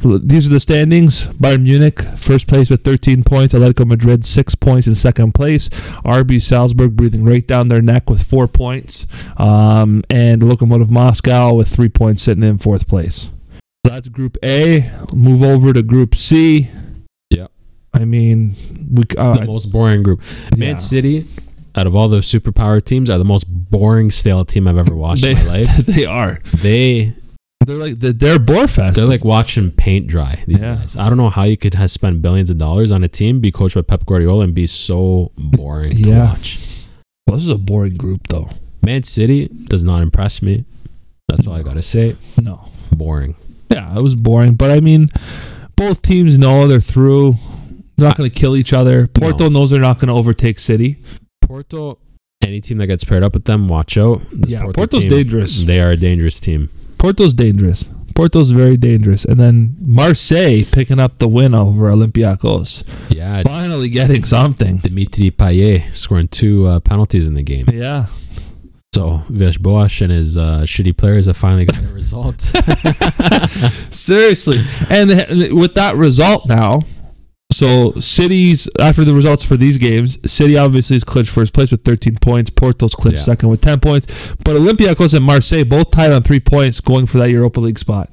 Speaker 1: l- these are the standings. Bayern Munich, first place with 13 points. Atletico Madrid, six points in second place. RB Salzburg breathing right down their neck with four points. Um, and Lokomotiv Moscow with three points sitting in fourth place. So that's Group A. Move over to Group C.
Speaker 2: Yeah.
Speaker 1: I mean, we. c- Uh,
Speaker 2: The most boring group. Man
Speaker 1: yeah.
Speaker 2: City, out of all the superpower teams, are the most boring, stale team I've ever watched in
Speaker 1: They-
Speaker 2: my
Speaker 1: <laughs>
Speaker 2: life.
Speaker 1: they are.
Speaker 2: They
Speaker 1: They're like they're, they're Borfest.
Speaker 2: they're like watching paint dry. These
Speaker 1: Yeah.
Speaker 2: guys. I don't know how you could have spent billions of dollars on a team, be coached by Pep Guardiola, and be so boring to
Speaker 1: Yeah.
Speaker 2: watch.
Speaker 1: well, this is a boring group though.
Speaker 2: Man City does not impress me. That's all I gotta say.
Speaker 1: No.
Speaker 2: Boring.
Speaker 1: Yeah, it was boring, but I mean, both teams know they're through. They're not going to kill each other. Porto knows they're not going to overtake City.
Speaker 2: Porto, any team that gets paired up with them, watch out. This
Speaker 1: Yeah, Porto's
Speaker 2: team,
Speaker 1: dangerous.
Speaker 2: They are a dangerous team.
Speaker 1: Porto's dangerous. Porto's very dangerous. And then Marseille picking up the win over Olympiacos.
Speaker 2: Yeah,
Speaker 1: Finally getting something.
Speaker 2: Dimitri Payet scoring two uh, penalties in the game.
Speaker 1: Yeah.
Speaker 2: So Veshbosch and his uh, shitty players have finally <laughs> got a result.
Speaker 1: <laughs> Seriously. And th- with that result now, so cities after the results for these games, City obviously is clinched first place with 13 points. Porto's clinched
Speaker 2: Yeah.
Speaker 1: second with 10 points. But Olympiacos and Marseille both tied on three points, going for that Europa League spot.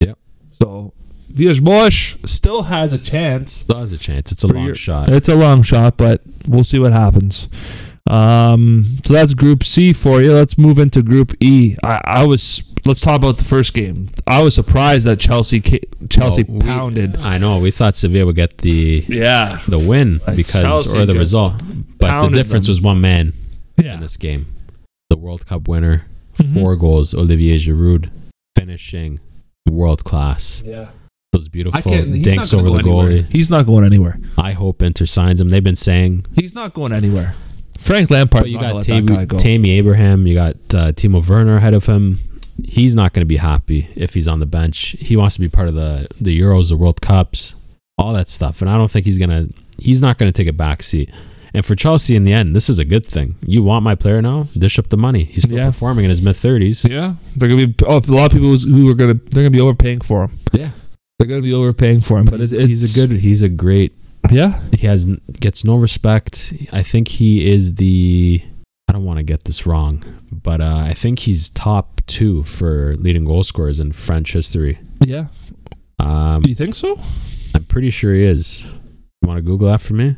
Speaker 2: Yep.
Speaker 1: So Village still has a chance.
Speaker 2: Still has a chance. It's a
Speaker 1: For
Speaker 2: long
Speaker 1: your-
Speaker 2: shot.
Speaker 1: It's a long shot, but we'll see what happens. Um, so that's Group C for you. Let's move into Group E. I, I was let's talk about the first game. I was surprised that Chelsea ca- Chelsea
Speaker 2: Well, we-
Speaker 1: pounded.
Speaker 2: I know. We thought Sevilla would get the
Speaker 1: Yeah,
Speaker 2: the win
Speaker 1: Like
Speaker 2: because
Speaker 1: Chelsea
Speaker 2: or the
Speaker 1: just
Speaker 2: result, but the
Speaker 1: pounded
Speaker 2: difference
Speaker 1: them.
Speaker 2: was one man in
Speaker 1: yeah.
Speaker 2: this game. The World Cup winner,
Speaker 1: Mhm.
Speaker 2: four goals. Olivier Giroud finishing world class.
Speaker 1: Yeah,
Speaker 2: Those beautiful dinks over the goalie.
Speaker 1: He's not going anywhere.
Speaker 2: I hope Inter signs him. They've been saying.
Speaker 1: He's not going anywhere. Frank Lampard.
Speaker 2: But you
Speaker 1: not gonna
Speaker 2: got
Speaker 1: let that guy
Speaker 2: Tammy,
Speaker 1: go.
Speaker 2: Tammy Abraham. You got uh, Timo Werner ahead of him. He's not going to be happy if he's on the bench. He wants to be part of the the Euros, the World Cups, all that stuff. And I don't think he's gonna. He's not going to take a back seat. And for Chelsea, in the end, this is a good thing. You want my player now? Dish up the money. He's still
Speaker 1: Yeah.
Speaker 2: performing in his mid thirties.
Speaker 1: yeah, they're gonna be oh, a lot of people who's- who are gonna they're gonna be overpaying for him.
Speaker 2: Yeah,
Speaker 1: They're gonna be overpaying for him.
Speaker 2: but
Speaker 1: But
Speaker 2: he's,
Speaker 1: it's,
Speaker 2: he's a good. He's a great
Speaker 1: yeah.
Speaker 2: he has gets no respect. I think he is the I don't want to get this wrong, but uh, I think he's top two for leading goal scorers in French history.
Speaker 1: Yeah,
Speaker 2: Um,
Speaker 1: do you think so?
Speaker 2: I'm pretty sure he is. You want to Google that for me?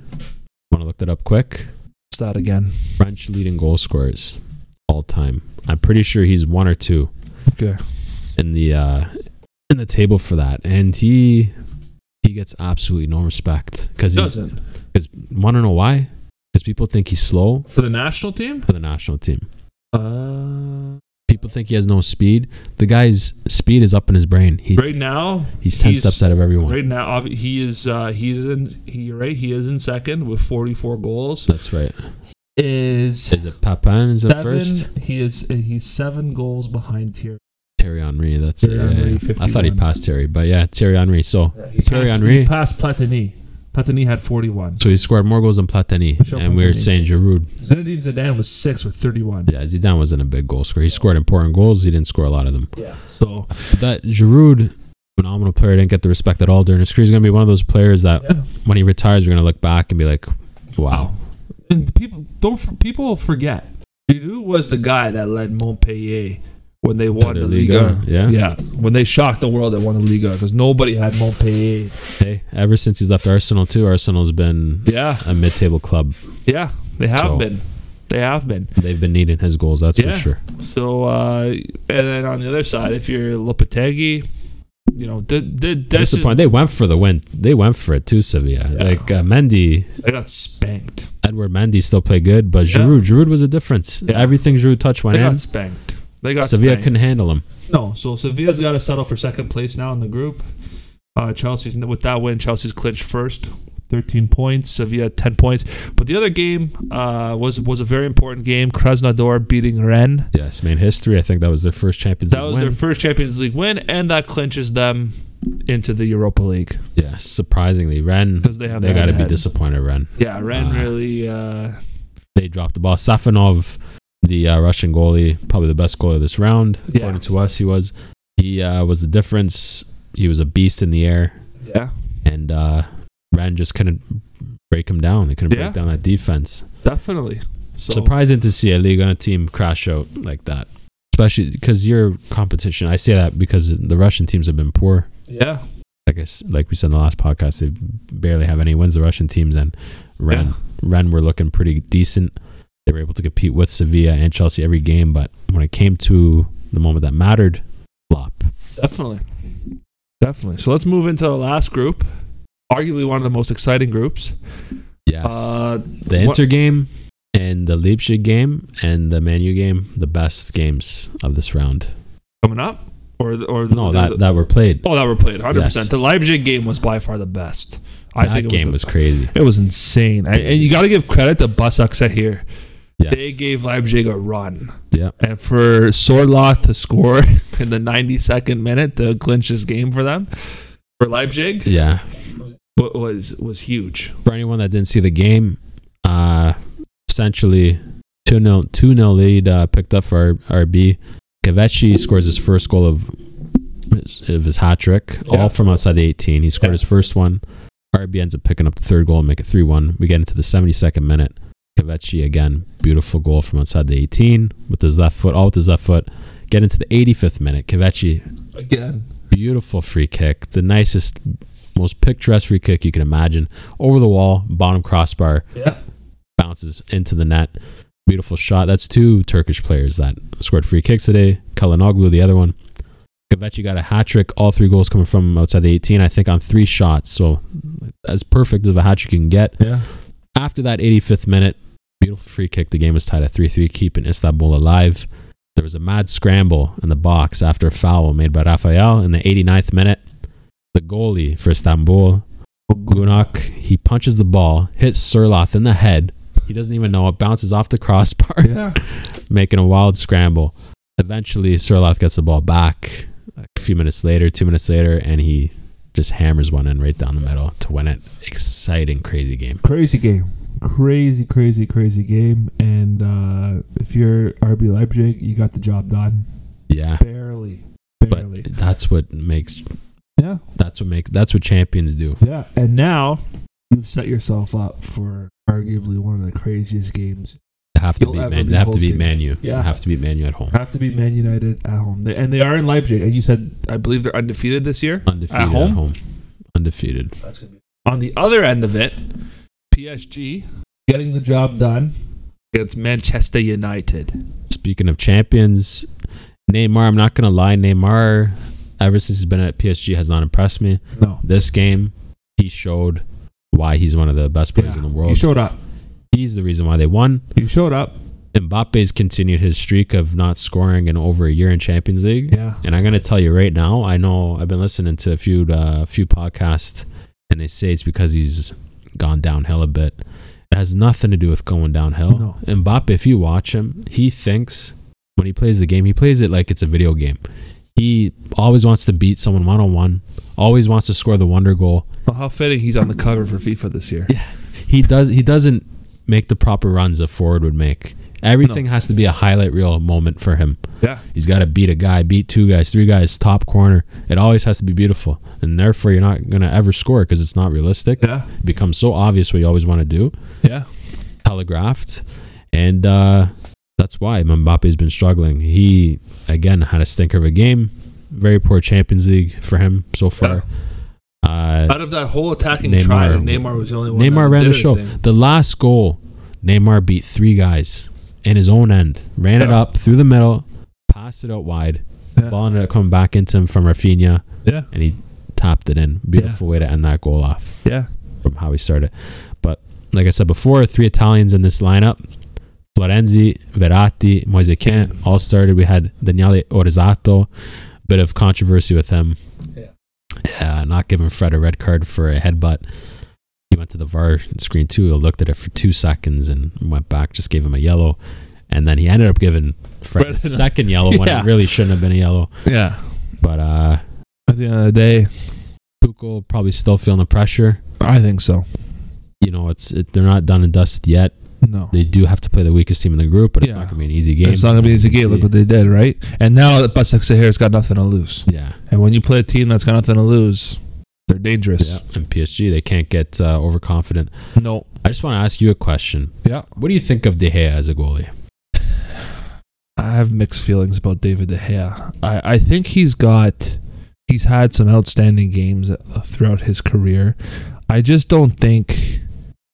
Speaker 2: Want to look that up quick?
Speaker 1: It's that again.
Speaker 2: French leading goal scorers all time. I'm pretty sure he's one or two
Speaker 1: Okay.
Speaker 2: in the uh, in the table for that, and he he gets absolutely no respect because he's want to know why? Because people think he's slow
Speaker 1: for the national team.
Speaker 2: for the national team.
Speaker 1: Uh,
Speaker 2: People think he has no speed. The guy's speed is up in his brain. He,
Speaker 1: right now,
Speaker 2: he's ten
Speaker 1: he's-
Speaker 2: steps ahead of everyone.
Speaker 1: right now, obvi- he is uh, he's in he you're right he is in second with 44 goals.
Speaker 2: That's right.
Speaker 1: Is
Speaker 2: Is it Papin is the
Speaker 1: seven.
Speaker 2: first?
Speaker 1: He is uh, he's seven goals behind Thierry.
Speaker 2: Terry Henry. That's
Speaker 1: Thierry
Speaker 2: yeah,
Speaker 1: Henry,
Speaker 2: yeah. I thought he
Speaker 1: 51.
Speaker 2: passed Terry, but yeah, Terry Henry. So
Speaker 1: He
Speaker 2: Thierry
Speaker 1: passed-
Speaker 2: Henry.
Speaker 1: He passed Platini. Platini had 41.
Speaker 2: so he scored more goals than Platini,
Speaker 1: Michel
Speaker 2: and we were
Speaker 1: Platini.
Speaker 2: saying Giroud.
Speaker 1: Zinedine Zidane was six with 31.
Speaker 2: Yeah, Zidane wasn't a big goal scorer. He scored important goals. He didn't score a lot of them.
Speaker 1: Yeah. So
Speaker 2: But that Giroud, phenomenal player, didn't get the respect at all during his career. He's gonna be one of those players that
Speaker 1: yeah.
Speaker 2: when he retires, we're gonna look back and be like, Uh, wow.
Speaker 1: And people don't f- people forget. Giroud was the guy that led Montpellier when they won
Speaker 2: their
Speaker 1: the
Speaker 2: Liga,
Speaker 1: Liga.
Speaker 2: yeah.
Speaker 1: yeah. When they shocked the world, they won the Liga because nobody had Montpellier.
Speaker 2: Hey, ever since he's left Arsenal too, Arsenal's been
Speaker 1: Yeah,
Speaker 2: a mid-table club.
Speaker 1: yeah, they have
Speaker 2: So-
Speaker 1: been, they have been.
Speaker 2: They've been needing his goals, that's
Speaker 1: Yeah.
Speaker 2: for sure.
Speaker 1: So, uh, and then on the other side, if you're Lopetegui, you know, did did this is,
Speaker 2: Disappointed. They went for the win. They went for it too, Sevilla.
Speaker 1: Yeah.
Speaker 2: Like uh, Mendy,
Speaker 1: I got spanked.
Speaker 2: Edward Mendy still played good, but
Speaker 1: Yeah.
Speaker 2: Giroud, Giroud was a difference.
Speaker 1: Yeah.
Speaker 2: Everything Giroud touched went
Speaker 1: They got
Speaker 2: in.
Speaker 1: spanked. They got
Speaker 2: Sevilla
Speaker 1: spanked.
Speaker 2: couldn't handle him.
Speaker 1: No, so Sevilla's got to settle for second place now in the group. Uh, Chelsea's with that win, Chelsea's clinched first, thirteen points. Sevilla ten points. But the other game uh, was was a very important game. Krasnodar beating Rennes.
Speaker 2: Yes, man. History. I think that was their first Champions
Speaker 1: That
Speaker 2: League
Speaker 1: was
Speaker 2: win.
Speaker 1: their first Champions League win, and that clinches them into the Europa League
Speaker 2: yeah,
Speaker 1: <laughs>
Speaker 2: surprisingly, Ren.
Speaker 1: because they have
Speaker 2: They got to be
Speaker 1: head-to-heads.
Speaker 2: disappointed, Ren.
Speaker 1: Yeah, Ren
Speaker 2: Uh,
Speaker 1: really. Uh,
Speaker 2: They dropped the ball. Safanov, the uh, Russian goalie, probably the best goalie of this round,
Speaker 1: Yeah.
Speaker 2: according to us. He was. He uh, was the difference. He was a beast in the air.
Speaker 1: yeah,
Speaker 2: and uh, Ren just couldn't break him down. They couldn't
Speaker 1: Yeah.
Speaker 2: break down that defense.
Speaker 1: definitely. So,
Speaker 2: Surprising to see a Liga team crash out like that, especially because your competition. I say that because the Russian teams have been poor.
Speaker 1: Yeah,
Speaker 2: Like I s like we said in the last podcast, they barely have any wins. The Russian teams and Ren,
Speaker 1: Yeah.
Speaker 2: Ren were looking pretty decent. They were able to compete with Sevilla and Chelsea every game, but when it came to the moment that mattered, flop.
Speaker 1: Definitely. Definitely. So let's move into the last group. Arguably one of the most exciting groups.
Speaker 2: Yes.
Speaker 1: Uh,
Speaker 2: The
Speaker 1: What-
Speaker 2: Inter game and the Leipzig game and the Man U game, the best games of this round.
Speaker 1: coming up? Or, the- or the-
Speaker 2: No,
Speaker 1: the-
Speaker 2: that that were played.
Speaker 1: oh, that were played 100%.
Speaker 2: Yes.
Speaker 1: The Leipzig game was by far the best. I
Speaker 2: that
Speaker 1: think it
Speaker 2: game
Speaker 1: was,
Speaker 2: was,
Speaker 1: the-
Speaker 2: crazy.
Speaker 1: It was insane. I, and you got to give credit to Busaksa here.
Speaker 2: Yes.
Speaker 1: They gave Leipzig a run.
Speaker 2: Yeah.
Speaker 1: And for Sorloth to score <laughs> in the 92nd minute to clinch this game for them, for Leipzig,
Speaker 2: yeah.
Speaker 1: wa- was was huge.
Speaker 2: For anyone that didn't see the game, uh, essentially 2 0 two nil lead uh, picked up for R- RB. Kavecchi scores his first goal of his, of his hat trick,
Speaker 1: Yeah.
Speaker 2: all from outside the 18. He scored
Speaker 1: Yeah.
Speaker 2: his first one. RB ends up picking up the third goal and make it 3 1. We get into the 72nd minute. Kavecchi again, beautiful goal from outside the 18 with his left foot, all with his left foot. Get into the 85th minute. Kavecchi
Speaker 1: Again.
Speaker 2: beautiful free kick, the nicest, most picturesque free kick you can imagine. Over the wall, bottom crossbar,
Speaker 1: Yeah.
Speaker 2: bounces into the net. Beautiful shot. That's two Turkish players that scored free kicks today. Kalanoglu, the other one. Gavetti got a hat trick. All three goals coming from outside the 18, I think, on three shots. So, as perfect of a hat trick you can get.
Speaker 1: Yeah.
Speaker 2: After that 85th minute, beautiful free kick. The game was tied at 3 3, keeping Istanbul alive. There was a mad scramble in the box after a foul made by Rafael in the 89th minute. The goalie for Istanbul,
Speaker 1: Oh,
Speaker 2: Gunak, he punches the ball, hits Surloth in the head. He doesn't even know it, bounces off the crossbar,
Speaker 1: Yeah.
Speaker 2: <laughs> making a wild scramble. Eventually, Surloth gets the ball back a few minutes later, two minutes later, and he just hammers one in right down the middle to win it. Exciting, crazy game.
Speaker 1: Crazy game. Crazy, crazy, crazy game. And uh, if you're RB Leipzig, you got the job done.
Speaker 2: Yeah.
Speaker 1: Barely. Barely.
Speaker 2: But that's what makes
Speaker 1: yeah.
Speaker 2: that's what makes that's what champions do.
Speaker 1: Yeah. And now you've set yourself up for arguably one of the craziest games.
Speaker 2: They have to
Speaker 1: You'll
Speaker 2: beat
Speaker 1: ever
Speaker 2: Man.
Speaker 1: be
Speaker 2: They have to beat
Speaker 1: hosting.
Speaker 2: Man U.
Speaker 1: Yeah.
Speaker 2: They have to beat Man U at home.
Speaker 1: Have to beat Man United at home. They, and they are in Leipzig. And you said, I believe they're undefeated this year.
Speaker 2: Undefeated at home.
Speaker 1: home?
Speaker 2: Undefeated.
Speaker 1: That's gonna be on the other end of it. PSG getting the job done against Manchester United.
Speaker 2: Speaking of champions, Neymar, I'm not gonna lie, Neymar ever since he's been at PSG has not impressed me.
Speaker 1: No,
Speaker 2: This game, he showed why he's one of the best players
Speaker 1: Yeah.
Speaker 2: in the
Speaker 1: you
Speaker 2: world.
Speaker 1: showed up.
Speaker 2: he's the reason why they won.
Speaker 1: You showed up.
Speaker 2: Mbappe's continued his streak of not scoring in over a year in Champions League.
Speaker 1: Yeah,
Speaker 2: And I'm gonna tell you right now. I know I've been listening to a few uh, few podcasts, and they say it's because he's gone downhill a bit. It has nothing to do with going downhill.
Speaker 1: No.
Speaker 2: Mbappe, if you watch him, he thinks when he plays the game, he plays it like it's a video game. He always wants to beat someone one on one. Always wants to score the wonder goal.
Speaker 1: well, how fitting he's on the cover for FIFA this year.
Speaker 2: He does. He doesn't make the proper runs a forward would make. Everything has to be a highlight reel moment for him.
Speaker 1: Yeah,
Speaker 2: He's got to beat a guy, beat two guys, three guys, top corner. It always has to be beautiful, and therefore you're not gonna ever score because it's not realistic.
Speaker 1: yeah,
Speaker 2: It becomes so obvious what you always want to do,
Speaker 1: yeah.
Speaker 2: telegraphed, and uh, that's why Mbappe has been struggling. He again had a stinker of a game, very poor Champions League for him so far. Uh,
Speaker 1: Out of that whole attacking
Speaker 2: Neymar-
Speaker 1: try, Neymar was the only one.
Speaker 2: Neymar
Speaker 1: that
Speaker 2: ran
Speaker 1: did
Speaker 2: the show.
Speaker 1: anything.
Speaker 2: The last goal, Neymar beat three guys in his own end, ran it
Speaker 1: Yeah.
Speaker 2: up through the middle, passed it out wide.
Speaker 1: Yeah.
Speaker 2: Ball ended up coming back into him from Rafinha,
Speaker 1: yeah,
Speaker 2: and he tapped it in. Beautiful way to end that goal off
Speaker 1: yeah,
Speaker 2: from how he started. But like I said before, three Italians in this lineup: Florenzi, Verratti, Moise Kean all started. We had Daniele Orzato, bit of controversy with him,
Speaker 1: Yeah.
Speaker 2: Uh, not giving Fred a red card for a headbutt. He went to the VAR screen too. Looked at it for two seconds and went back. Just gave him a yellow, and then he ended up giving
Speaker 1: <laughs>
Speaker 2: Fred a
Speaker 1: Fred-
Speaker 2: second yellow when
Speaker 1: Yeah.
Speaker 2: it really shouldn't have been a yellow.
Speaker 1: yeah.
Speaker 2: But uh
Speaker 1: At the end of the day,
Speaker 2: Tuchel probably still feeling the pressure.
Speaker 1: I think so.
Speaker 2: You know, it's it, they're not done and dusted yet.
Speaker 1: No,
Speaker 2: They do have to play the weakest team in the group, but it's
Speaker 1: Yeah.
Speaker 2: not gonna be an easy game.
Speaker 1: it's not gonna be easy game. Look what they did, right? And now Basak Sahir's got nothing to lose.
Speaker 2: yeah,
Speaker 1: And when you play a team that's got nothing to lose, they're dangerous.
Speaker 2: yeah. And PSG, they can't get uh, overconfident.
Speaker 1: No,
Speaker 2: I just want to ask you a question.
Speaker 1: yeah.
Speaker 2: What do you think of De Gea as a goalie?
Speaker 1: I have mixed feelings about David De Gea. I, I think he's got he's had some outstanding games uh, throughout his career. I just don't think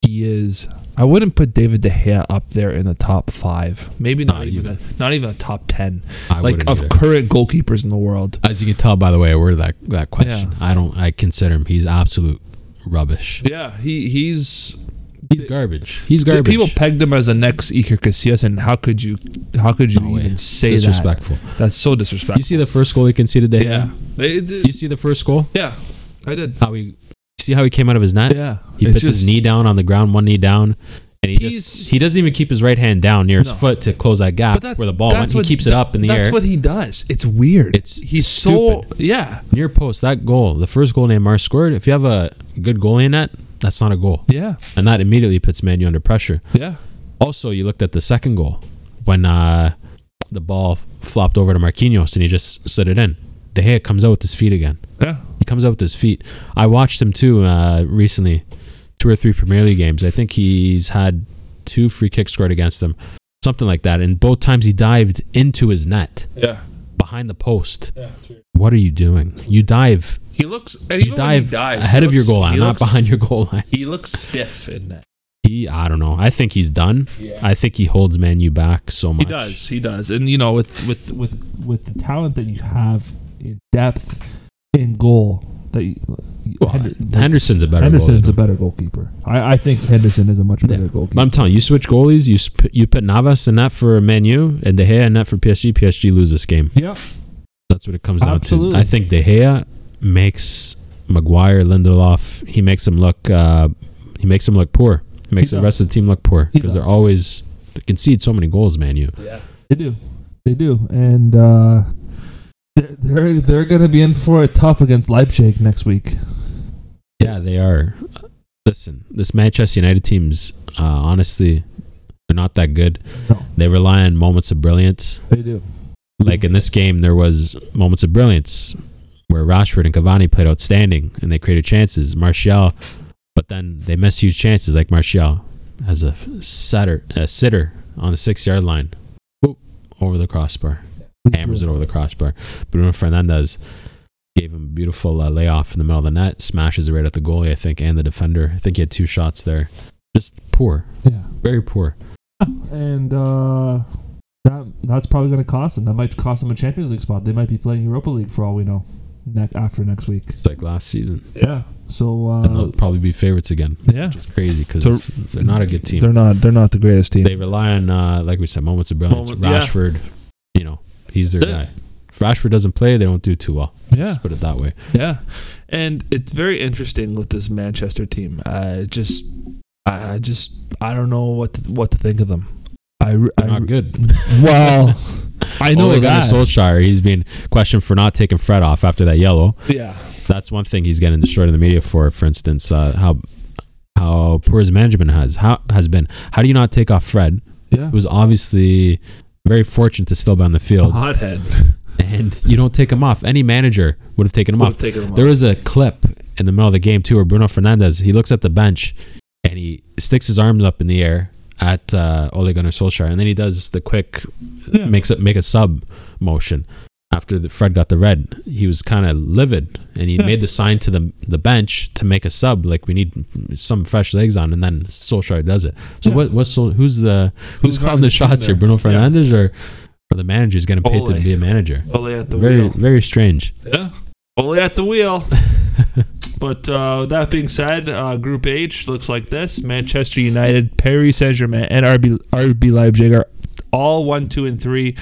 Speaker 1: he is. I wouldn't put David De Gea up there in the top five. Maybe not,
Speaker 2: Not
Speaker 1: even
Speaker 2: even.
Speaker 1: a, not even a top ten.
Speaker 2: I
Speaker 1: like
Speaker 2: wouldn't
Speaker 1: of
Speaker 2: either.
Speaker 1: current goalkeepers in the world.
Speaker 2: as you can tell by the way I worded that that question. I don't. I consider him. He's absolute rubbish.
Speaker 1: Yeah, he he's
Speaker 2: He's garbage. He's garbage.
Speaker 1: people pegged him as the next Iker Casillas, and how could you how could you
Speaker 2: No way.
Speaker 1: even say that?
Speaker 2: disrespectful.
Speaker 1: That's so disrespectful.
Speaker 2: You see the first goal he conceded. De Gea.
Speaker 1: yeah, They- they-
Speaker 2: You see the first goal.
Speaker 1: yeah, I did.
Speaker 2: How he see how he came out of his net.
Speaker 1: Yeah,
Speaker 2: He
Speaker 1: It's
Speaker 2: puts his
Speaker 1: just-
Speaker 2: knee down on the ground, one knee down, and he
Speaker 1: He's-
Speaker 2: just he doesn't even keep his right hand down near his
Speaker 1: No.
Speaker 2: foot to close that gap where the ball went. He keeps it up in the
Speaker 1: that's
Speaker 2: air.
Speaker 1: what he does. It's weird.
Speaker 2: It's
Speaker 1: he's so yeah
Speaker 2: near post. That goal, the first goal Neymar scored. If you have a good goalie in that, that's not a goal,
Speaker 1: yeah
Speaker 2: and that immediately puts Manu under pressure.
Speaker 1: yeah
Speaker 2: Also, you looked at the second goal when uh, the ball flopped over to Marquinhos and he just slid it in. De Gea comes out with his feet again.
Speaker 1: yeah.
Speaker 2: He comes out with his feet. I watched him too uh, recently, two or three Premier League games. I think he's had two free kicks scored against him, something like that. And both times he dived into his net
Speaker 1: Yeah.
Speaker 2: behind the post.
Speaker 1: Yeah.
Speaker 2: What are you doing? You dive.
Speaker 1: He looks. And
Speaker 2: You
Speaker 1: even when he
Speaker 2: dive
Speaker 1: dives,
Speaker 2: ahead
Speaker 1: he
Speaker 2: of your
Speaker 1: looks-
Speaker 2: goal line,
Speaker 1: he
Speaker 2: not
Speaker 1: looks-
Speaker 2: behind your goal line.
Speaker 1: He looks stiff in that.
Speaker 2: He, I don't know. I think he's done. I think he holds Man U back so much.
Speaker 1: He does. He does. And you know, with with with with the talent that you have in depth in goal, that you,
Speaker 2: Well, Henderson's a better
Speaker 1: Henderson's
Speaker 2: goalie.
Speaker 1: a better goalkeeper. I, I think Henderson is a much better
Speaker 2: Yeah. But
Speaker 1: goalkeeper.
Speaker 2: I'm telling you, you switch goalies. You sp- you put Navas in that for Man U, and De Gea in that for PSG. PSG lose this game.
Speaker 1: Yeah,
Speaker 2: That's what it comes down
Speaker 1: Absolutely.
Speaker 2: to. I think De Gea makes Maguire, Lindelof. He makes them look. Uh, he makes them look poor. He makes the
Speaker 1: does.
Speaker 2: rest of the team look poor
Speaker 1: He
Speaker 2: because they're
Speaker 1: does.
Speaker 2: always they concede so many goals. Man U.
Speaker 1: they do, they do, and uh, they're they're, they're going to be in for it tough against Leipzig next week.
Speaker 2: Yeah, they are. Listen, this Manchester United team's uh, honestly, they're not that good.
Speaker 1: No.
Speaker 2: They rely on moments of brilliance.
Speaker 1: They do.
Speaker 2: like in this game there was moments of brilliance where Rashford and Cavani played outstanding and they created chances. Martial, but then they missed huge chances. Like Martial has a sitter, a sitter on the six yard line, Boop, over the crossbar,
Speaker 1: They
Speaker 2: hammers
Speaker 1: do.
Speaker 2: it over the crossbar. Bruno Fernandez gave him a beautiful uh, layoff in the middle of the net, smashes it right at the goalie, I think, and the defender. I think he had two shots there. Just poor,
Speaker 1: Yeah,
Speaker 2: very poor.
Speaker 1: and uh, that that's probably going to cost them. That might cost them a Champions League spot. They might be playing Europa League for all we know. Ne- after next week.
Speaker 2: It's like last season,
Speaker 1: Yeah. So
Speaker 2: and
Speaker 1: uh,
Speaker 2: they'll probably be favorites again.
Speaker 1: yeah,
Speaker 2: It's crazy because
Speaker 1: So-
Speaker 2: they're not a good team.
Speaker 1: They're not. They're not the greatest team.
Speaker 2: they rely on uh, like we said moments of brilliance
Speaker 1: Moment- yeah.
Speaker 2: rashford you know he's their
Speaker 1: The-
Speaker 2: guy if rashford doesn't play they don't do too well
Speaker 1: yeah,
Speaker 2: let's put it that way
Speaker 1: yeah, and it's very interesting with this Manchester team. I just, I I just, I don't know what to, what to think of them. I, re- I
Speaker 2: they're not
Speaker 1: re- <laughs>
Speaker 2: good
Speaker 1: well,
Speaker 2: <laughs>
Speaker 1: I know
Speaker 2: Ole Gunnar
Speaker 1: that.
Speaker 2: Solskjaer, he's been questioned for not taking fred off after that yellow
Speaker 1: yeah,
Speaker 2: that's one thing he's getting destroyed in the media for for instance uh, how how poor his management has how has been how do you not take off fred
Speaker 1: yeah.
Speaker 2: who's obviously very fortunate to still be on the field
Speaker 1: hothead.
Speaker 2: and you don't take him off any manager would have taken him off
Speaker 1: Would've taken them
Speaker 2: There
Speaker 1: off.
Speaker 2: was a clip in the middle of the game too, where Bruno Fernandez he looks at the bench and he sticks his arms up in the air at uh, Ole Gunnar Solskjaer, and then he does the quick
Speaker 1: Yeah.
Speaker 2: makes it make a sub motion after the, Fred got the red. He was kind of livid, and he
Speaker 1: Yeah.
Speaker 2: made the sign to the the bench to make a sub, like we need some fresh legs on, and then Solskjaer does it. So
Speaker 1: Yeah.
Speaker 2: what? What's Sol, who's the who's,
Speaker 1: Who's
Speaker 2: calling
Speaker 1: running
Speaker 2: the
Speaker 1: the
Speaker 2: shots
Speaker 1: team
Speaker 2: here,
Speaker 1: there?
Speaker 2: Bruno Fernandez or or the manager is getting paid to
Speaker 1: Ole.
Speaker 2: be a manager?
Speaker 1: Ole at the
Speaker 2: Very
Speaker 1: wheel.
Speaker 2: very strange.
Speaker 1: Yeah, Ole at the
Speaker 2: <laughs>
Speaker 1: wheel. But uh, that being said, uh, Group H looks like this: Manchester United, Paris Saint Germain, and RB RB Leipzig are all one, two, and three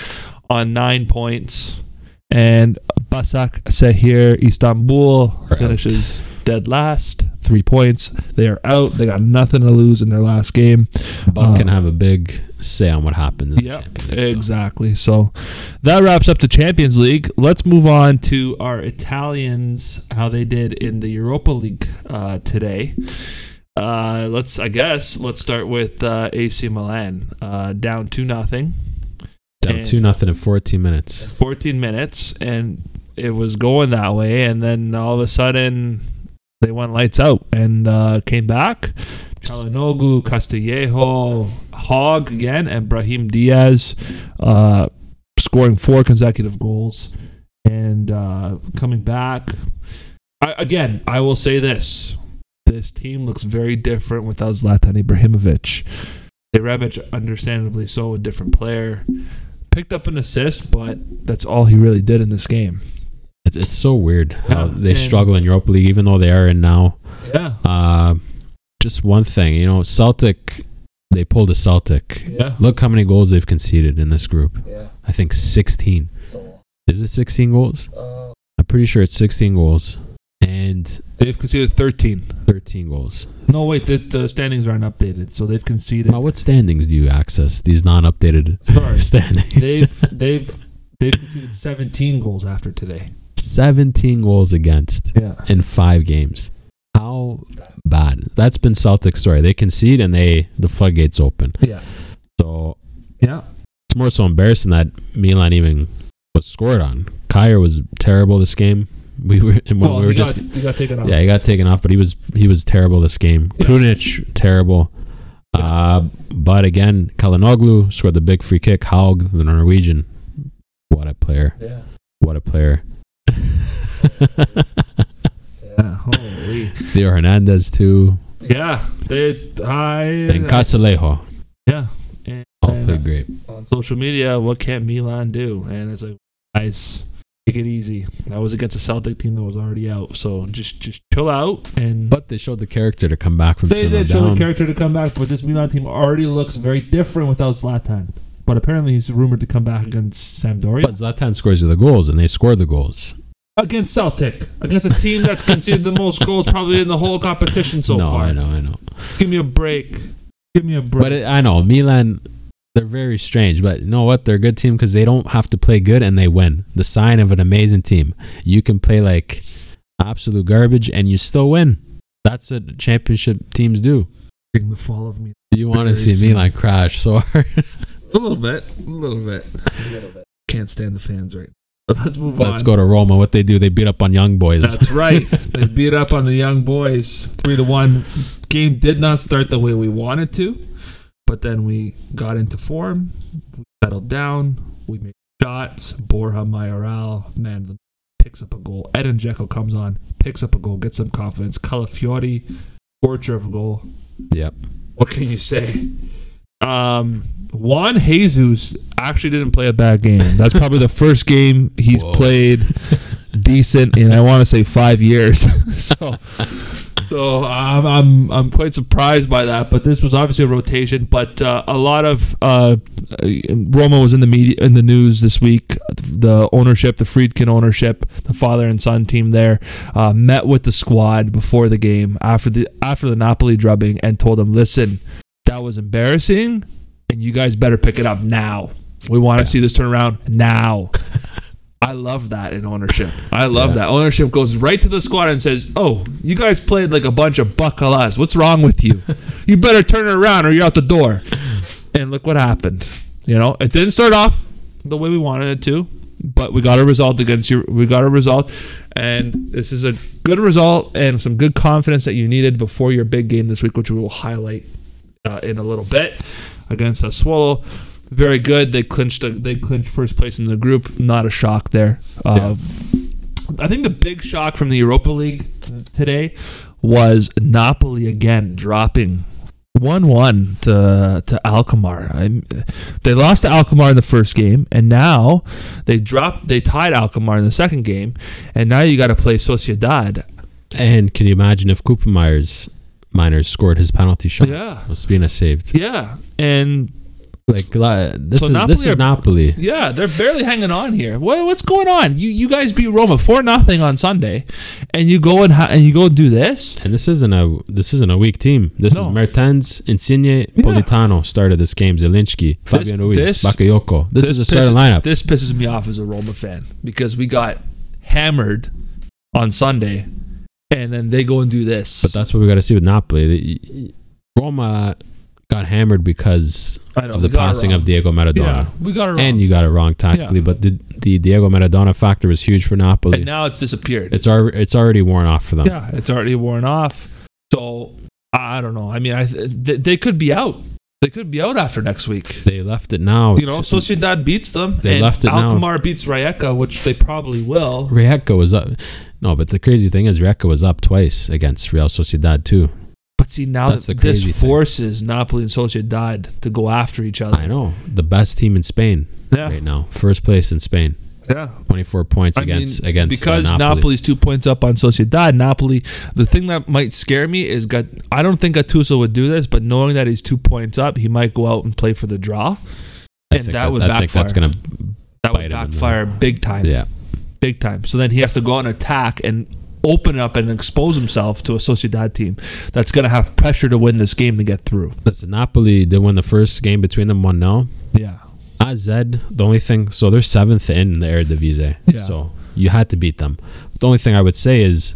Speaker 1: on nine points. And Basak Sehir Istanbul
Speaker 2: Are out.
Speaker 1: finishes dead last, three points. They are out. They got nothing to lose in their last game.
Speaker 2: Buck
Speaker 1: Uh,
Speaker 2: can have a big say on what happens in
Speaker 1: Yep,
Speaker 2: the Champions League. still.
Speaker 1: Exactly. So that wraps up the Champions League. Let's move on to our Italians, how they did in the Europa League uh, today. Uh, let's, I guess, let's start with uh, AC Milan uh, down two nothing,
Speaker 2: Down
Speaker 1: And-
Speaker 2: two nothing in 14 minutes.
Speaker 1: 14 minutes, and it was going that way, and then all of a sudden they went lights out and uh, came back. Chalanogu, Castillejo, Hogg again, and Brahim Diaz uh, scoring four consecutive goals and uh, coming back. I, again, I will say this. This team looks very different without Zlatan Ibrahimovic. Rebic, understandably so, a different player. Picked up an assist, but that's all he really did in this game.
Speaker 2: It, it's so weird how
Speaker 1: Yeah,
Speaker 2: they
Speaker 1: and-
Speaker 2: struggle in Europa League, even though they are in now.
Speaker 1: Yeah.
Speaker 2: Uh, just one thing, you know, Celtic, they pulled a Celtic.
Speaker 1: Yeah.
Speaker 2: Look how many goals they've conceded in this group.
Speaker 1: Yeah.
Speaker 2: I
Speaker 1: Uh,
Speaker 2: think 16. Is it 16 goals? I'm pretty sure it's 16 goals. and
Speaker 1: They've conceded 13.
Speaker 2: 13 goals.
Speaker 1: No, wait, the, the standings aren't updated, so they've conceded.
Speaker 2: Now, what standings do you access? These
Speaker 1: <laughs>
Speaker 2: non-updated <laughs>
Speaker 1: Sorry.
Speaker 2: standings.
Speaker 1: they've they've they've conceded 17 goals after today.
Speaker 2: 17 goals against
Speaker 1: Yeah.
Speaker 2: in five games. How bad? That's been Celtic's story. They concede and they the floodgates open.
Speaker 1: Yeah.
Speaker 2: So
Speaker 1: Yeah.
Speaker 2: it's more so embarrassing that Milan even was scored on. Kyer was terrible this game. <laughs> We were and when
Speaker 1: Well,
Speaker 2: we were
Speaker 1: you
Speaker 2: just
Speaker 1: got, you got taken off.
Speaker 2: yeah he got taken off, but he was he was terrible this game.
Speaker 1: Yeah.
Speaker 2: Krunic terrible. Uh, but again, Kalinoglu scored the big free kick. Haug, the Norwegian, what a player!
Speaker 1: Yeah.
Speaker 2: What a player! <laughs>
Speaker 1: Yeah. Holy.
Speaker 2: Theo Hernandez too.
Speaker 1: Yeah. They I
Speaker 2: And Casalejo
Speaker 1: yeah. And, uh,
Speaker 2: all played Oh, great.
Speaker 1: on social media, what can Milan do? And it's like, guys, take it easy. That was against a Celtic team that was already out, so just just chill out and.
Speaker 2: But they showed the character to come back from
Speaker 1: they
Speaker 2: 0
Speaker 1: did show the
Speaker 2: down.
Speaker 1: character to come back, but this Milan team already looks very different without Zlatan. But apparently, he's rumored to come back against Sampdoria.
Speaker 2: But Zlatan scores the goals, and they scored the goals.
Speaker 1: against Celtic, against a team
Speaker 2: <laughs>
Speaker 1: that's conceded the most goals probably in the whole competition so
Speaker 2: no,
Speaker 1: far.
Speaker 2: I know, I know.
Speaker 1: Give me a break. Give me a break.
Speaker 2: But it, I know Milan. They're very strange, but you know what? They're a good team because they don't have to play good and they win. The sign of an amazing team. You can play like absolute garbage and you still win. That's what championship teams do.
Speaker 1: the fall of me.
Speaker 2: You want
Speaker 1: Very
Speaker 2: to see
Speaker 1: simple.
Speaker 2: Milan crash so <laughs> hard.
Speaker 1: A little bit. A little
Speaker 2: <laughs>
Speaker 1: bit. A little bit. Can't stand the fans right now. Let's move
Speaker 2: Let's go to Roma. What they do? They beat up on young boys.
Speaker 1: That's right. they beat up on the young boys. Three to one. Game did not start the way we wanted to, but then we got into form. We settled down. We made shots. Borja Mayoral, man, the picks up a goal. Edin Dzeko comes on, picks up a goal, gets some confidence. Calafiori, torture of a goal.
Speaker 2: Yep.
Speaker 1: What can you say? Um, Juan Jesus actually didn't play a bad game. That's probably the first game he's
Speaker 2: Whoa. <laughs>
Speaker 1: played decent in I want to say five years. <laughs> so, so I'm, I'm I'm quite surprised by that. But this was obviously a rotation. But uh, a lot of uh, Roma was in the media in the news this week. The ownership, the Friedkin ownership, the father and son team there uh, met with the squad before the game after the after the Napoli drubbing and told them, listen, that was embarrassing, and you guys better pick it up now. We want to see this turn around now. I love that in ownership. I love
Speaker 2: Yeah.
Speaker 1: that. Ownership goes right to the squad and says, Oh, you guys played like a bunch of buckalas. What's wrong with you? you better turn it around or you're out the door. And look what happened. You know, it didn't start off the way we wanted it to, but we got a result against you. We got a result. And this is a good result and some good confidence that you needed before your big game this week, which we will highlight uh, in a little bit against Sassuolo. Very good. They clinched. They clinched first place in the group. Not a shock there. Uh, I think the big shock from the Europa League today was Napoli again dropping one one to to Alkmaar. i they lost to Alkmaar in the first game, and now they dropped. They tied Alkmaar in the second game, and now you got to play Sociedad.
Speaker 2: And can you imagine if Cooper Myers Miners scored his penalty shot?
Speaker 1: Yeah,
Speaker 2: Ospina saved.
Speaker 1: yeah, and
Speaker 2: Like la- this
Speaker 1: So
Speaker 2: is
Speaker 1: Napoli
Speaker 2: this is
Speaker 1: are-
Speaker 2: Napoli.
Speaker 1: Yeah, they're barely hanging on here. What, what's going on? You you guys beat Roma four nothing on Sunday, and you go and ha- and you go do this.
Speaker 2: And this isn't a this isn't a weak team. This
Speaker 1: No.
Speaker 2: is Mertens, Insigne, Politano started this game. Zelinski, Fabian Ruiz,
Speaker 1: this-
Speaker 2: Bakayoko. This, is a starting
Speaker 1: pisses-
Speaker 2: lineup.
Speaker 1: This pisses me off as a Roma fan because we got hammered on Sunday, and then they go and do this.
Speaker 2: but that's what we got to see with Napoli. The- Roma got hammered because
Speaker 1: I know, we
Speaker 2: of the
Speaker 1: got it
Speaker 2: passing
Speaker 1: wrong.
Speaker 2: of Diego
Speaker 1: yeah,
Speaker 2: Maradona,
Speaker 1: we got it wrong.
Speaker 2: and
Speaker 1: And,
Speaker 2: you got it wrong tactically. But the, the Diego Maradona factor was huge for Napoli.
Speaker 1: now it's disappeared.
Speaker 2: it's alre it's already worn off for them.
Speaker 1: yeah, it's already worn off. So I don't know. I mean, I th- they, they could be out. They could be out after next week.
Speaker 2: They left it now.
Speaker 1: You know, Sociedad beats them.
Speaker 2: They
Speaker 1: and
Speaker 2: left it now.
Speaker 1: Alkmaar beats Rijeka, which they probably will.
Speaker 2: Rijeka was up. No, but the crazy thing is Rijeka was up twice against Real Sociedad too.
Speaker 1: But see, now
Speaker 2: That's
Speaker 1: that
Speaker 2: the crazy
Speaker 1: this
Speaker 2: thing.
Speaker 1: forces Napoli and Sociedad to go after each other.
Speaker 2: I know the best team in Spain
Speaker 1: Yeah.
Speaker 2: right now, first place in Spain,
Speaker 1: Yeah.
Speaker 2: twenty four points
Speaker 1: I mean,
Speaker 2: against against
Speaker 1: because
Speaker 2: uh, Napoli.
Speaker 1: Napoli's two points up on Sociedad, Napoli. The thing that might scare me is got. I don't think Gattuso would do this, but knowing that he's two points up, he might go out and play for the draw.
Speaker 2: I
Speaker 1: and
Speaker 2: think
Speaker 1: that would
Speaker 2: I think that's
Speaker 1: backfire.
Speaker 2: gonna
Speaker 1: That would
Speaker 2: Bite him in the-
Speaker 1: backfire big time.
Speaker 2: yeah.
Speaker 1: big time. So then he has to go out and attack, and open up and expose himself to a Sociedad team that's going to have pressure to win this game to get through.
Speaker 2: Listen, Napoli did win the first game between them one 0
Speaker 1: Yeah.
Speaker 2: AZ, the only thing, so they're seventh in the Eredivisie.
Speaker 1: Yeah.
Speaker 2: So you had to beat them. The only thing I would say is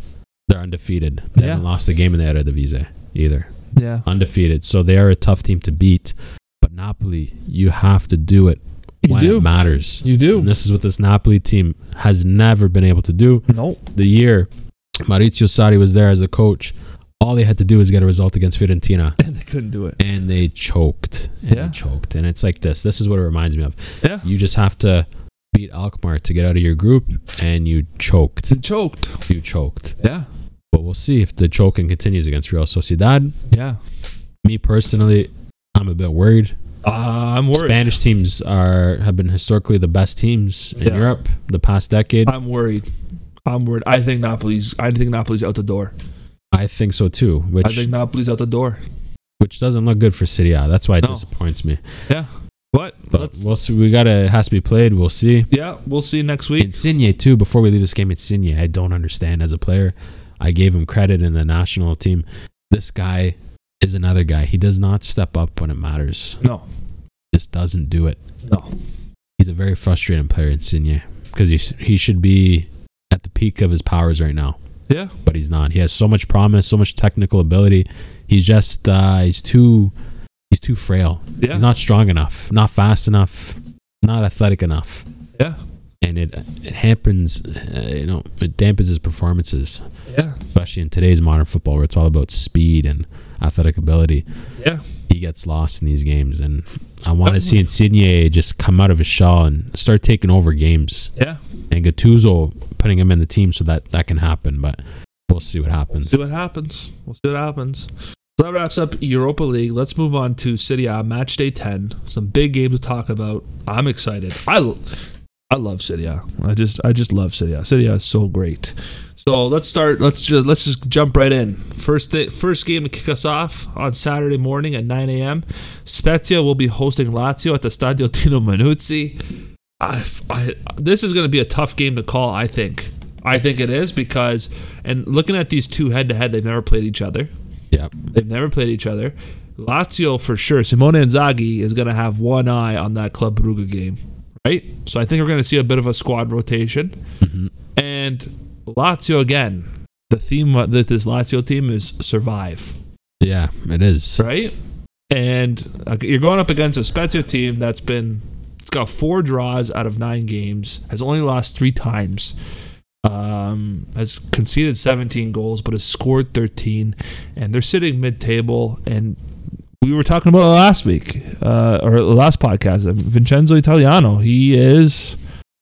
Speaker 2: they're undefeated. They
Speaker 1: Yeah.
Speaker 2: haven't lost a game in the Eredivisie either.
Speaker 1: Yeah.
Speaker 2: Undefeated. So they are a tough team to beat. But Napoli, you have to do it
Speaker 1: You
Speaker 2: when it
Speaker 1: do.
Speaker 2: matters.
Speaker 1: You do.
Speaker 2: And this is what this Napoli team has never been able to do.
Speaker 1: No. <laughs>
Speaker 2: The year Maurizio Sarri was there as the coach, all they had to do was get a result against Fiorentina.
Speaker 1: And they couldn't do it.
Speaker 2: And they choked. And
Speaker 1: Yeah.
Speaker 2: they choked. And it's like this. This is what it reminds me of.
Speaker 1: Yeah.
Speaker 2: You just have to beat Alkmaar to get out of your group, and you choked.
Speaker 1: They choked.
Speaker 2: You choked.
Speaker 1: Yeah.
Speaker 2: But we'll see if the choking continues against Real Sociedad.
Speaker 1: Yeah.
Speaker 2: Me personally, I'm a bit worried.
Speaker 1: Uh, I'm worried.
Speaker 2: Spanish teams are have been historically the best teams in
Speaker 1: Yeah.
Speaker 2: Europe the past decade.
Speaker 1: I'm worried. I'm worried. I think Napoli's. I think Napoli's out the door.
Speaker 2: I think so too, which
Speaker 1: I think Napoli's out the door.
Speaker 2: which doesn't look good for City. That's why it
Speaker 1: No.
Speaker 2: disappoints me.
Speaker 1: But
Speaker 2: But
Speaker 1: let's.
Speaker 2: we'll see. We gotta it has to be played. We'll see.
Speaker 1: Yeah, we'll see next week.
Speaker 2: Insigne too. Before we leave this game, Insigne, I don't understand as a player. I gave him credit in the national team. This guy is another guy. He does not step up when it matters.
Speaker 1: No.
Speaker 2: Just doesn't do it.
Speaker 1: No.
Speaker 2: He's a very frustrating player, Insigne, because he sh- he should be at the peak of his powers right now,
Speaker 1: Yeah.
Speaker 2: but he's not. He has so much promise, so much technical ability. He's just uh, he's too he's too frail.
Speaker 1: Yeah.
Speaker 2: He's not strong enough, not fast enough, not athletic enough.
Speaker 1: Yeah.
Speaker 2: And it it hampers, uh, you know, it dampens his performances,
Speaker 1: yeah.
Speaker 2: especially in today's modern football where it's all about speed and athletic ability.
Speaker 1: Yeah.
Speaker 2: He gets lost in these games, and I want to see
Speaker 1: Definitely.
Speaker 2: Insigne just come out of his shell and start taking over games,
Speaker 1: Yeah.
Speaker 2: and Gattuso putting him in the team so that that can happen. But we'll see what happens.
Speaker 1: See what happens. We'll see what happens. So that wraps up Europa League. Let's move on to City A match day ten. Some big games to talk about. I'm excited. I l- I love City A. I just I just love City A. City A is so great. So let's start. Let's just let's just jump right in. First thi- first game to kick us off on Saturday morning at 9 a.m. Spezia will be hosting Lazio at the Stadio Tino Manuzzi. I, I, this is going to be a tough game to call. I think. I think it is because, and looking at these two head to head, they've never played each other.
Speaker 2: Yep.
Speaker 1: They've never played each other. Lazio for sure. Simone Inzaghi is going to have one eye on that Club Brugge game, right? So I think we're going to see a bit of a squad rotation.
Speaker 2: Mhm.
Speaker 1: And Lazio again. The theme of this this Lazio team is survive,
Speaker 2: Yeah, it is.
Speaker 1: right? And uh, you're going up against a Spezia team that's been it's got four draws out of nine games, has only lost three times, um, has conceded 17 goals, but has scored 13, and they're sitting mid-table. And we were talking about it last week uh, or last podcast, uh, Vincenzo Italiano. He is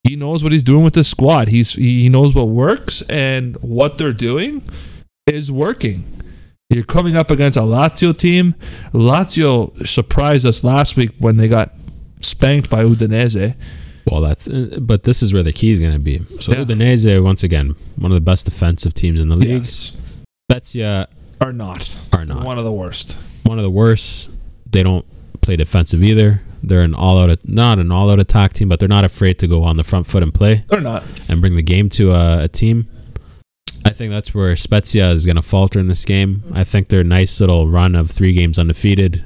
Speaker 1: he knows what he's doing with this squad. He's he knows what works and what they're doing is working. You're coming up against a Lazio team. Lazio surprised us last week when they got spanked by Udinese.
Speaker 2: Well, that's uh, but this is where the key is going to be. So
Speaker 1: Yeah.
Speaker 2: Udinese, once again, one of the best defensive teams in the league.
Speaker 1: Yes.
Speaker 2: Spezia
Speaker 1: Are not.
Speaker 2: are not one.
Speaker 1: One of the worst.
Speaker 2: of the worst. They don't play defensive either. They're an all-out, not an all-out attack team, but they're not afraid to go on the front foot and play
Speaker 1: They're not.
Speaker 2: and bring the game to a, a team. I think that's where Spezia is going to falter in this game. I think their nice little run of three games undefeated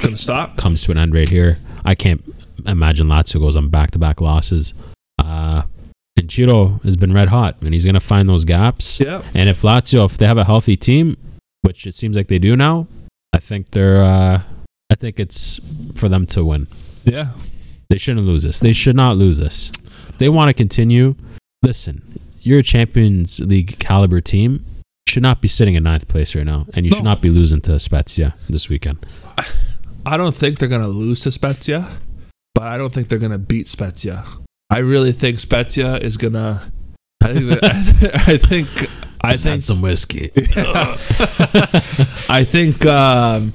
Speaker 1: Gonna stop.
Speaker 2: comes to an end right here. I can't imagine Lazio goes on back to back losses. Uh, and Chiro has been red hot, and he's going to find those gaps.
Speaker 1: Yeah.
Speaker 2: And if Lazio, if they have a healthy team, which it seems like they do now, I think they're, uh, I think it's for them to win.
Speaker 1: Yeah.
Speaker 2: They shouldn't lose this. They should not lose this. If they want to continue, listen, you're a Champions League caliber team. You Should not be sitting in ninth place right now, and you
Speaker 1: No.
Speaker 2: should not be losing to Spezia this weekend.
Speaker 1: I don't think they're gonna lose to Spezia, but I don't think they're gonna beat Spezia. I really think Spezia is gonna. I think. <laughs> That, I think. I think. <laughs>
Speaker 2: some whiskey. <laughs>
Speaker 1: I think. Um,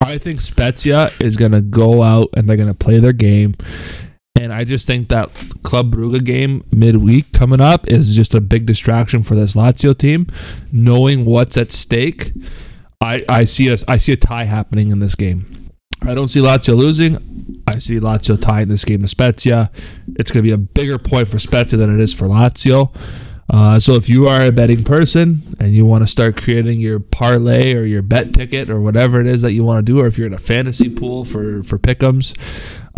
Speaker 1: I think Spezia is gonna go out and they're gonna play their game, and I just think that Club Brugge game midweek coming up is just a big distraction for this Lazio team, knowing what's at stake. I, I see us I see a tie happening in this game. I don't see Lazio losing. I see Lazio tying this game to Spezia. It's going to be a bigger point for Spezia than it is for Lazio. Uh, so if you are a betting person and you want to start creating your parlay or your bet ticket or whatever it is that you want to do, or if you're in a fantasy pool for for pickums,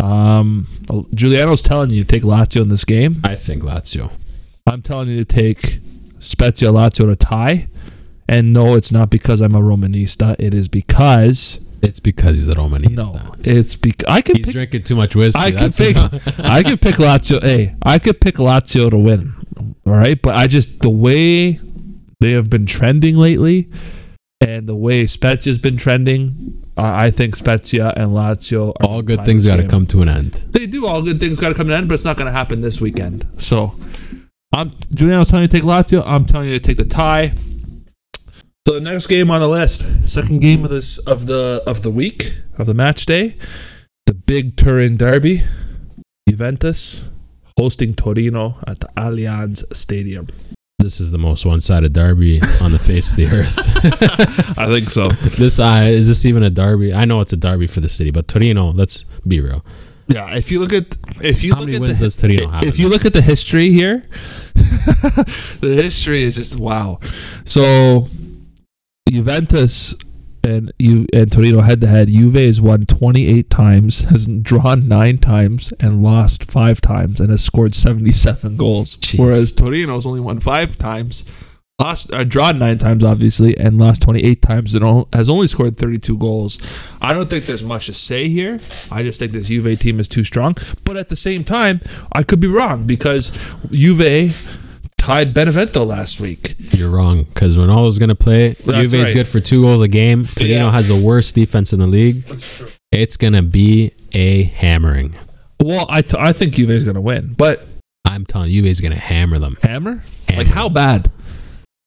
Speaker 1: um, Giuliano's telling you to take Lazio in this game.
Speaker 2: I think Lazio.
Speaker 1: I'm telling you to take Spezia Lazio to tie. And no, it's not because I'm a Romanista. It is because
Speaker 2: It's because he's a
Speaker 1: no,
Speaker 2: Romanista.
Speaker 1: it's because I could
Speaker 2: He's
Speaker 1: pick,
Speaker 2: drinking too much whiskey.
Speaker 1: I could
Speaker 2: That's
Speaker 1: pick I could pick Lazio. Hey, I could pick Lazio to win. All right, but I just the way they have been trending lately, and the way Spezia's been trending, I I think Spezia and Lazio are
Speaker 2: <laughs> all good
Speaker 1: tied
Speaker 2: things
Speaker 1: this
Speaker 2: got to
Speaker 1: game.
Speaker 2: come to an end.
Speaker 1: They do all good things got to come to an end, but it's not going to happen this weekend. So, I'm Giuliano's telling you to take Lazio. I'm telling you to take the tie. So the next game on the list, second game of this of the of the week of the match day, the big Turin derby, Juventus hosting Torino at the Allianz Stadium.
Speaker 2: This is the most one-sided derby on the face of the earth.
Speaker 1: <laughs>
Speaker 2: <laughs>
Speaker 1: I think so.
Speaker 2: this I is this even a derby? I know it's a derby for the city, but Torino. Let's be real.
Speaker 1: Yeah, if you look at if you
Speaker 2: How
Speaker 1: look
Speaker 2: many
Speaker 1: at
Speaker 2: wins
Speaker 1: the,
Speaker 2: does Torino have?
Speaker 1: if you look at the history here, <laughs> the history is just wow. So Juventus and you and Torino head to head. Juve has won 28 times, has drawn nine times, and lost five times, and has scored 77 goals.
Speaker 2: Jeez.
Speaker 1: Whereas Torino's only won five times, lost uh, drawn nine times, obviously, and lost 28 times, and on- has only scored 32 goals. I don't think there's much to say here. I just think this Juve team is too strong. But at the same time, I could be wrong because Juve tied Benevento last week.
Speaker 2: You're wrong because Ronaldo's going to play.
Speaker 1: That's
Speaker 2: Juve is
Speaker 1: right.
Speaker 2: good for two goals a game. Torino
Speaker 1: Yeah.
Speaker 2: has the worst defense in the league.
Speaker 1: That's true.
Speaker 2: It's going to be a hammering.
Speaker 1: Well, I, t- I think Juve is going to win, but
Speaker 2: I'm telling you, Juve's going to hammer them.
Speaker 1: hammer?
Speaker 2: Hammer
Speaker 1: Like how bad?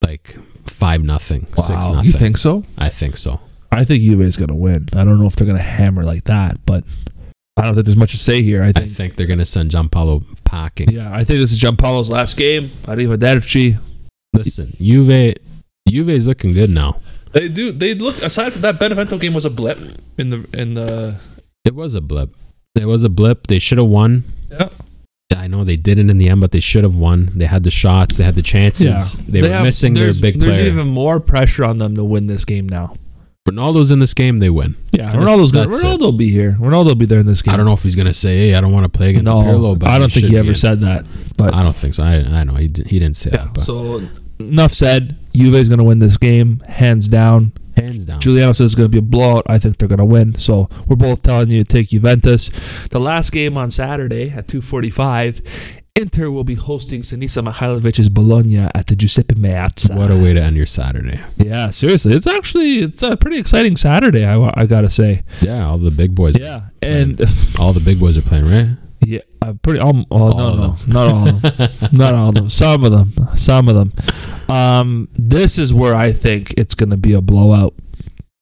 Speaker 2: Like five nothing, six
Speaker 1: you
Speaker 2: nothing.
Speaker 1: think so?
Speaker 2: I think so.
Speaker 1: I think Juve is going to win. I don't know if they're going to hammer like that, but I don't think there's much to say here. I
Speaker 2: I
Speaker 1: think.
Speaker 2: think they're going to send Gianpaolo packing.
Speaker 1: yeah, I think this is Gianpaolo's last game. Arrivederci.
Speaker 2: Listen, Juve, Juve's looking good now.
Speaker 1: They do. They look. Aside from that, Benevento game was a blip in the in the.
Speaker 2: It was a blip. It was a blip. They should have won.
Speaker 1: Yeah.
Speaker 2: I know they didn't in the end, but they should have won. They had the shots. They had the chances.
Speaker 1: Yeah.
Speaker 2: They, were
Speaker 1: have-
Speaker 2: missing their
Speaker 1: there's-
Speaker 2: big
Speaker 1: There's
Speaker 2: player.
Speaker 1: even more pressure on them to win this game now.
Speaker 2: Ronaldo's in this game. They win.
Speaker 1: Yeah,
Speaker 2: And
Speaker 1: Ronaldo's gonna,
Speaker 2: that's-
Speaker 1: Ronaldo
Speaker 2: that's
Speaker 1: will be here. Ronaldo will be there in this game.
Speaker 2: I don't know if he's gonna say, "Hey, I don't want to play against
Speaker 1: No,
Speaker 2: Pirlo." But
Speaker 1: I don't think he
Speaker 2: should be
Speaker 1: ever
Speaker 2: in.
Speaker 1: said that. But
Speaker 2: I don't think so. I, I know he, di- he didn't say that. But
Speaker 1: so enough said. Juve's going to win this game hands down.
Speaker 2: hands down,
Speaker 1: Giuliano says it's going to be a blowout. I think they're going to win. So we're both telling you to take Juventus. The last game on Saturday at 2:45, Inter will be hosting Sinisa Mihailovic's Bologna at the Giuseppe Meazza.
Speaker 2: what a way to end your Saturday.
Speaker 1: Yeah, seriously, it's actually it's a pretty exciting Saturday. I, wa- I gotta say.
Speaker 2: Yeah, all the big boys.
Speaker 1: Yeah, and
Speaker 2: all the big boys are playing, right?
Speaker 1: yeah, uh, pretty. Um, oh,
Speaker 2: All
Speaker 1: no,
Speaker 2: of
Speaker 1: no, not all of them.
Speaker 2: <laughs>
Speaker 1: Not all of them. Some of them. Some of them. Um, this is where I think it's gonna be a blowout.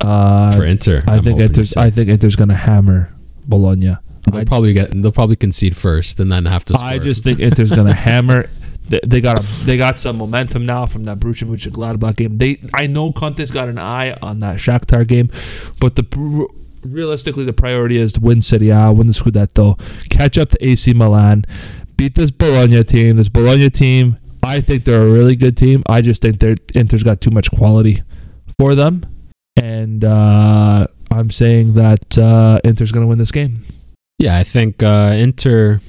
Speaker 1: Uh,
Speaker 2: For Inter,
Speaker 1: I
Speaker 2: I'm
Speaker 1: think
Speaker 2: hoping you
Speaker 1: Inter's.
Speaker 2: say.
Speaker 1: I think Inter's gonna hammer Bologna.
Speaker 2: they'll
Speaker 1: I,
Speaker 2: probably get. They'll probably concede first, and then have to. Score.
Speaker 1: I just think Inter's gonna hammer. They, they got a, they got some momentum now from that Borussia Mönchengladbach game. They I know Conte's got an eye on that Shakhtar game, but the pr- realistically the priority is to win Serie A, win the Scudetto, catch up to AC Milan, beat this Bologna team. This Bologna team, I think they're a really good team. I just think their Inter's got too much quality for them, and uh, I'm saying that uh, Inter's gonna win this game.
Speaker 2: <laughs> Yeah, I think uh, Inter.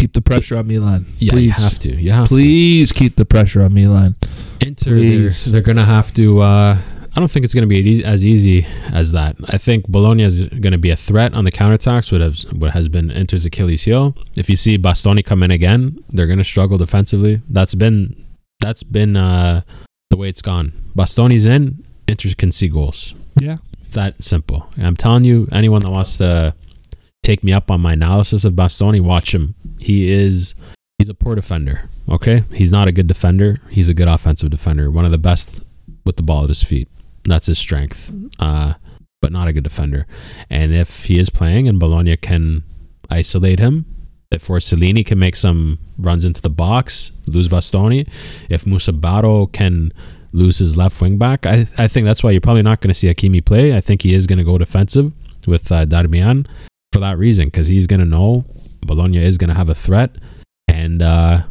Speaker 1: Keep the pressure on Milan,
Speaker 2: Yeah,
Speaker 1: please.
Speaker 2: you have to. You have
Speaker 1: Please keep the pressure on Milan.
Speaker 2: to. Inter. They're,
Speaker 1: please.
Speaker 2: they're gonna have to. Uh, I don't think it's gonna be as easy- as easy as that. I think Bologna is gonna be a threat on the counterattacks, what has what has been Inter's Achilles heel. If you see Bastoni come in again, they're gonna struggle defensively. That's been that's been uh, the way it's gone. Bastoni's in. Inter can see goals.
Speaker 1: Yeah.
Speaker 2: It's that simple. And I'm telling you, anyone that wants to take me up on my analysis of Bastoni, watch him. He is he's a poor defender. Okay, he's not a good defender. He's a good offensive defender. One of the best with the ball at his feet. That's his strength. Uh, but not a good defender. And if he is playing and Bologna can isolate him, if Orsolini can make some runs into the box, lose Bastoni, if Musabato can lose his left wing back, I, I think that's why you're probably not going to see Hakimi play. I think he is going to go defensive with uh, Darmian for that reason, because he's going to know Bologna is going to have a threat. And uh,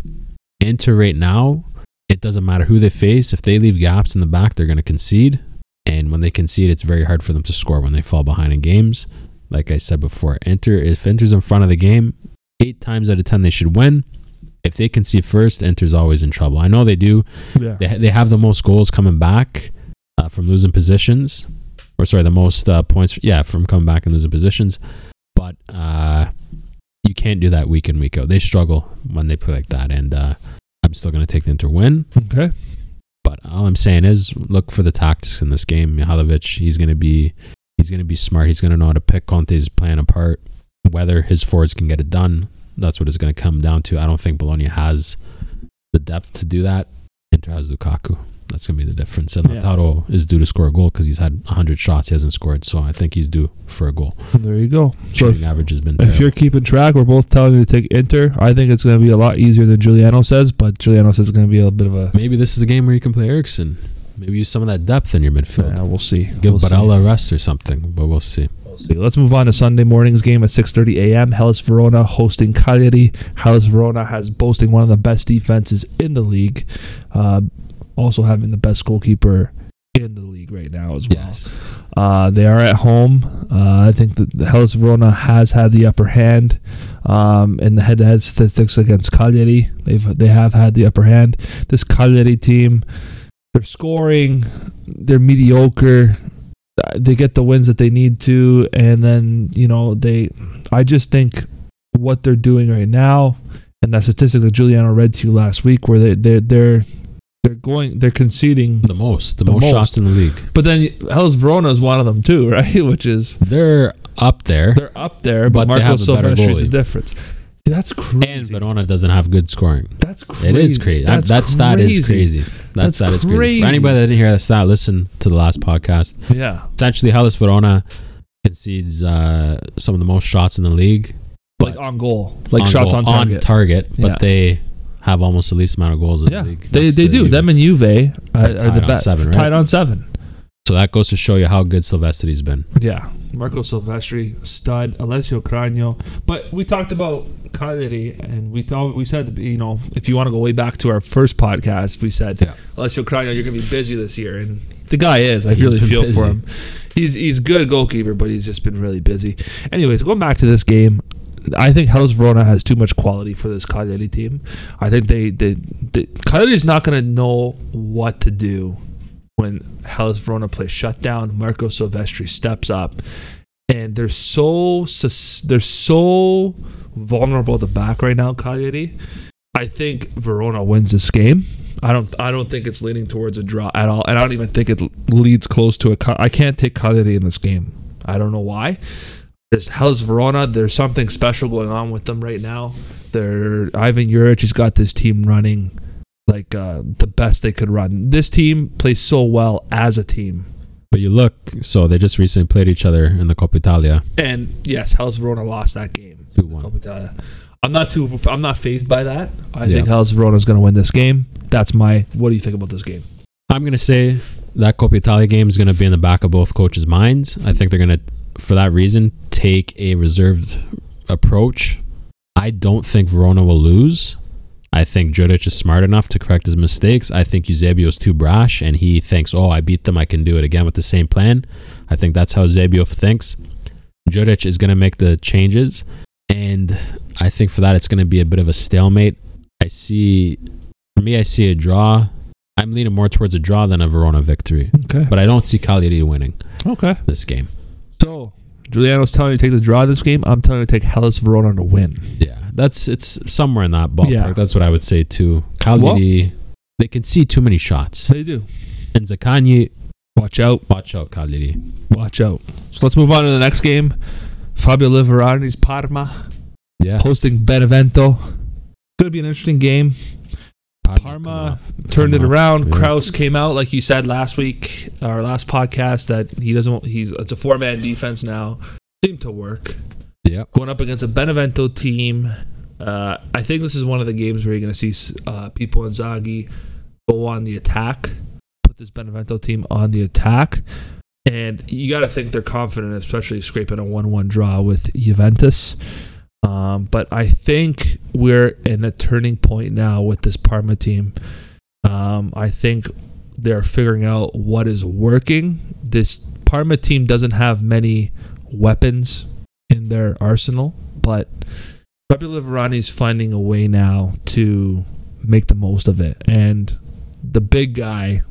Speaker 2: Inter right now, it, it doesn't matter who they face. If they leave gaps in the back, they're going to concede. And when they concede, it's very hard for them to score when they fall behind in games. Like I said before, enter if enters in front of the game, eight times out of ten they should win. If they concede first, enters always in trouble. I know they do.
Speaker 1: Yeah.
Speaker 2: They ha- they have the most goals coming back uh, from losing positions, or sorry, the most uh, points. Yeah, from coming back and losing positions. But uh, you can't do that week in week out. They struggle when they play like that, and uh, I'm still going to take the Inter win.
Speaker 1: Okay.
Speaker 2: But all I'm saying is, look for the tactics in this game. Mihalovic, he's going to be he's going to be smart. He's going to know how to pick Conte's plan apart. Whether his forwards can get it done, that's what it's going to come down to. I don't think Bologna has the depth to do that. Inter has Lukaku. That's going to be the difference. And
Speaker 1: Yeah.
Speaker 2: Lautaro is due to score a goal because he's had 100 shots. He hasn't scored, so I think he's due for a goal.
Speaker 1: <laughs> There you go. So
Speaker 2: Shooting
Speaker 1: if-
Speaker 2: average has been.
Speaker 1: If
Speaker 2: terrible.
Speaker 1: you're keeping track, we're both telling you to take Inter. I think it's going to be a lot easier than Giuliano says, but Giuliano says it's going to be a bit of a.
Speaker 2: Maybe this is a game where you can play Erickson. Maybe use some of that depth in your midfield.
Speaker 1: Yeah, we'll see.
Speaker 2: Give
Speaker 1: We'll see.
Speaker 2: Barella a rest or something, but we'll see.
Speaker 1: See, Let's move on to Sunday morning's game at 6:30 a.m. Hellas Verona hosting Cagliari. Hellas Verona has boasting one of the best defenses in the league, uh, also having the best goalkeeper in the league right now as well.
Speaker 2: Yes.
Speaker 1: Uh, they are at home. Uh, I think that the Hellas Verona has had the upper hand um, in the head-to-head statistics against Cagliari. They've they have had the upper hand. This Cagliari team, they're scoring, they're mediocre. Uh, They get the wins that they need to, and then you know they. I just think what they're doing right now, and that statistic that Giuliano read to you last week, where they they they're they're going they're conceding
Speaker 2: The most, the,
Speaker 1: The
Speaker 2: most,
Speaker 1: most.
Speaker 2: shots in the league.
Speaker 1: but then Hellas Verona is one of them too, <laughs> right? Which is
Speaker 2: They're up there,
Speaker 1: they're up there, but,
Speaker 2: But they
Speaker 1: Marco
Speaker 2: have a better
Speaker 1: Silva is the
Speaker 2: goalie.
Speaker 1: difference. That's
Speaker 2: and
Speaker 1: crazy.
Speaker 2: Verona doesn't have good scoring.
Speaker 1: That's crazy.
Speaker 2: It is crazy. That,
Speaker 1: That's
Speaker 2: that stat is crazy. That
Speaker 1: That's
Speaker 2: stat is crazy.
Speaker 1: crazy.
Speaker 2: For anybody that didn't hear that stat, listen to the last podcast.
Speaker 1: Yeah.
Speaker 2: It's actually Hellas Verona concedes uh, some of the most shots in the league,
Speaker 1: Like on goal, like shots
Speaker 2: goal-
Speaker 1: on target.
Speaker 2: but
Speaker 1: Yeah.
Speaker 2: they have almost the least amount of goals in
Speaker 1: yeah,
Speaker 2: the league.
Speaker 1: they
Speaker 2: next
Speaker 1: they
Speaker 2: to
Speaker 1: do.
Speaker 2: Juve.
Speaker 1: Them and Juve are, are the
Speaker 2: on
Speaker 1: best.
Speaker 2: seven, right?
Speaker 1: Tied on seven.
Speaker 2: So that goes to show you how good Silvestri's been.
Speaker 1: Yeah. Marco Silvestri, stud, Alessio Cragno. But we talked about Cagliari, and we thought we said you know if you want to go way back to our first podcast, we said
Speaker 2: Yeah.
Speaker 1: Alessio Cragno, you're gonna be busy this year, and the guy is. I
Speaker 2: He's
Speaker 1: really
Speaker 2: been
Speaker 1: feel
Speaker 2: busy.
Speaker 1: for him. He's he's good goalkeeper, but he's just been really busy. Anyways, going back to this game, I think Hellas Verona has too much quality for this Cagliari team. I think they they, they Cagliari's not going to know what to do when Hellas Verona plays shutdown. Marco Silvestri steps up, and they're so sus- they're so vulnerable at the back right now. Cagliari, I think Verona wins this game. I don't. I don't think it's leaning towards a draw at all, and I don't even think it leads close to a. Ca- I can't take Cagliari in this game. I don't know why. There's Hellas Verona. There's something special going on with them right now. They're Ivan Juric has got this team running like uh, the best they could run. This team plays so well as a team.
Speaker 2: But you look, so they just recently played each other in the Coppa Italia.
Speaker 1: And yes, Hellas Verona lost that game.
Speaker 2: 2 1.
Speaker 1: I'll tell ya. I'm not too. I'm not phased by that. I
Speaker 2: Yeah.
Speaker 1: think Hellas Verona's going to win this game. That's my. What do you think about this game?
Speaker 2: I'm gonna say that Coppa Italia game is gonna be in the back of both coaches' minds. I think they're gonna, for that reason, take a reserved approach. I don't think Verona will lose. I think Jodic is smart enough to correct his mistakes. I think Eusebio is too brash and he thinks, oh, I beat them. I can do it again with the same plan. I think that's how Eusebio thinks. Jodic is going to make the changes. And I think for that, it's going to be a bit of a stalemate. I see, for me, I see a draw. I'm leaning more towards a draw than a Verona victory.
Speaker 1: Okay.
Speaker 2: But I don't see Cagliari winning
Speaker 1: Okay.
Speaker 2: this game.
Speaker 1: So Giuliano's telling you to take the draw this game. I'm telling you to take Hellas Verona to win.
Speaker 2: Yeah, that's it's somewhere in that ballpark.
Speaker 1: Yeah.
Speaker 2: That's what I would say too. Cagliari, they can see too many shots.
Speaker 1: They do.
Speaker 2: And Zakani,
Speaker 1: Watch out.
Speaker 2: watch out, Cagliari.
Speaker 1: Watch out. So let's move on to the next game. Fabio Liverani's Parma
Speaker 2: Yeah,
Speaker 1: hosting Benevento. Going to be an interesting game. Parma turned it around.
Speaker 2: yeah.
Speaker 1: Kraus came out like you said last week, our last podcast, that he doesn't. He's it's a four man defense now. Seemed to work.
Speaker 2: Yep.
Speaker 1: going up against a Benevento team. Uh, I think this is one of the games where you're going to see uh, people and Zaghi go on the attack, put this Benevento team on the attack. And you got to think they're confident, especially scraping a 1 1 draw with Juventus. Um, but I think we're in a turning point now with this Parma team. Uh, Um, I think they're figuring out what is working. This Parma team doesn't have many weapons in their arsenal, but Pepe Liverani is finding a way now to make the most of it. And the big guy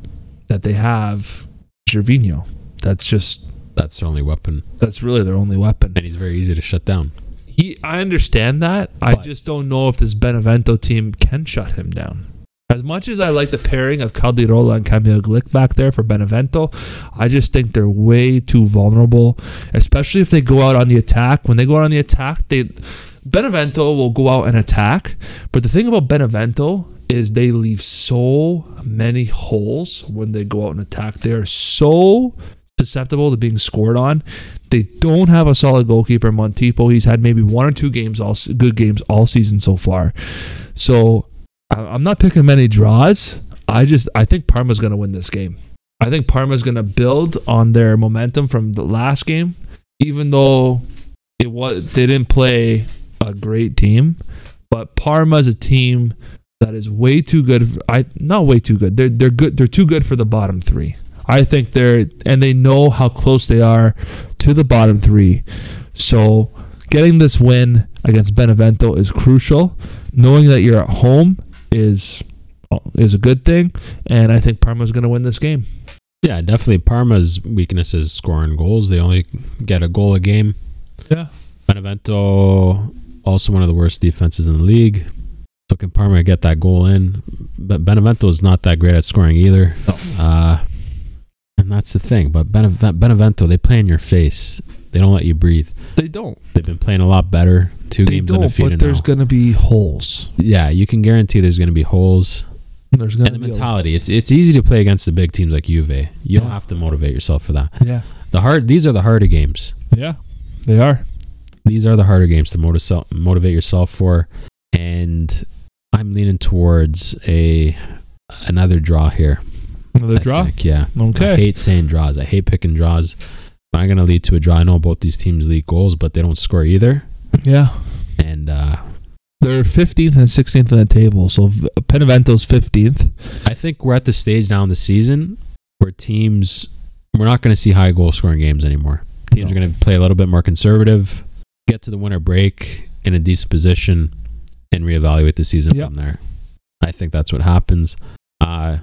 Speaker 1: that they have, Gervinho, that's just
Speaker 2: That's their only weapon,
Speaker 1: that's really their only weapon.
Speaker 2: and he's very easy to shut down.
Speaker 1: He, I understand that. I
Speaker 2: But-
Speaker 1: just don't know if this Benevento team can shut him down. As much as I like the pairing of Caldirola and Camille Glick back there for Benevento, I just think they're way too vulnerable, especially if they go out on the attack. When they go out on the attack, they Benevento will go out and attack. But the thing about Benevento is they leave so many holes when they go out and attack. They are so susceptible to being scored on. They don't have a solid goalkeeper. Montipo, he's had maybe one or two games, all good games all season so far. So I- I'm not picking many draws. I just I think Parma's going to win this game. I think Parma's going to build on their momentum from the last game, even though it was they didn't play a great team. But Parma's a team that is way too good. f- I not way too good. They're they're good. They're too good for the bottom three. I think they're and they know how close they are to the bottom three. So getting this win against Benevento is crucial. Knowing that you're at home is uh, is a good thing, and I think Parma's going to win this game.
Speaker 2: Yeah, definitely. Parma's weakness is scoring goals. They only get a goal a game.
Speaker 1: Yeah.
Speaker 2: Benevento, also one of the worst defenses in the league. So can Parma get that goal in? But Benevento is not that great at scoring either.
Speaker 1: No.
Speaker 2: Uh, and that's the thing. But Benev- Benevento, they play in your face. They don't let you breathe.
Speaker 1: They don't.
Speaker 2: They've been playing a lot better. Two
Speaker 1: They
Speaker 2: games
Speaker 1: don't. But
Speaker 2: undefeated now.
Speaker 1: there's going to be holes.
Speaker 2: yeah, you can guarantee there's going to be holes.
Speaker 1: There's going
Speaker 2: And
Speaker 1: to
Speaker 2: the
Speaker 1: be a-
Speaker 2: mentality. It's it's easy to play against the big teams like Juve. You don't
Speaker 1: Yeah.
Speaker 2: have to motivate yourself for that.
Speaker 1: Yeah.
Speaker 2: The hard. These are the harder games.
Speaker 1: Yeah. They are.
Speaker 2: these are the harder games to motiv- motivate yourself for and i'm leaning towards a another draw here
Speaker 1: Another
Speaker 2: I
Speaker 1: draw.
Speaker 2: think, yeah i
Speaker 1: Okay.
Speaker 2: hate saying draws i hate picking draws i'm going to lead to a draw i know both these teams lead goals but they don't score either
Speaker 1: Yeah.
Speaker 2: and uh,
Speaker 1: They're 15th and 16th on the table. So v- Benevento's 15th.
Speaker 2: i think we're at the stage now in the season where teams we're not going to see high goal scoring games anymore teams are going to play a little bit more conservative get to the winter break in a decent position and reevaluate the season
Speaker 1: Yeah.
Speaker 2: from there i think that's what happens uh,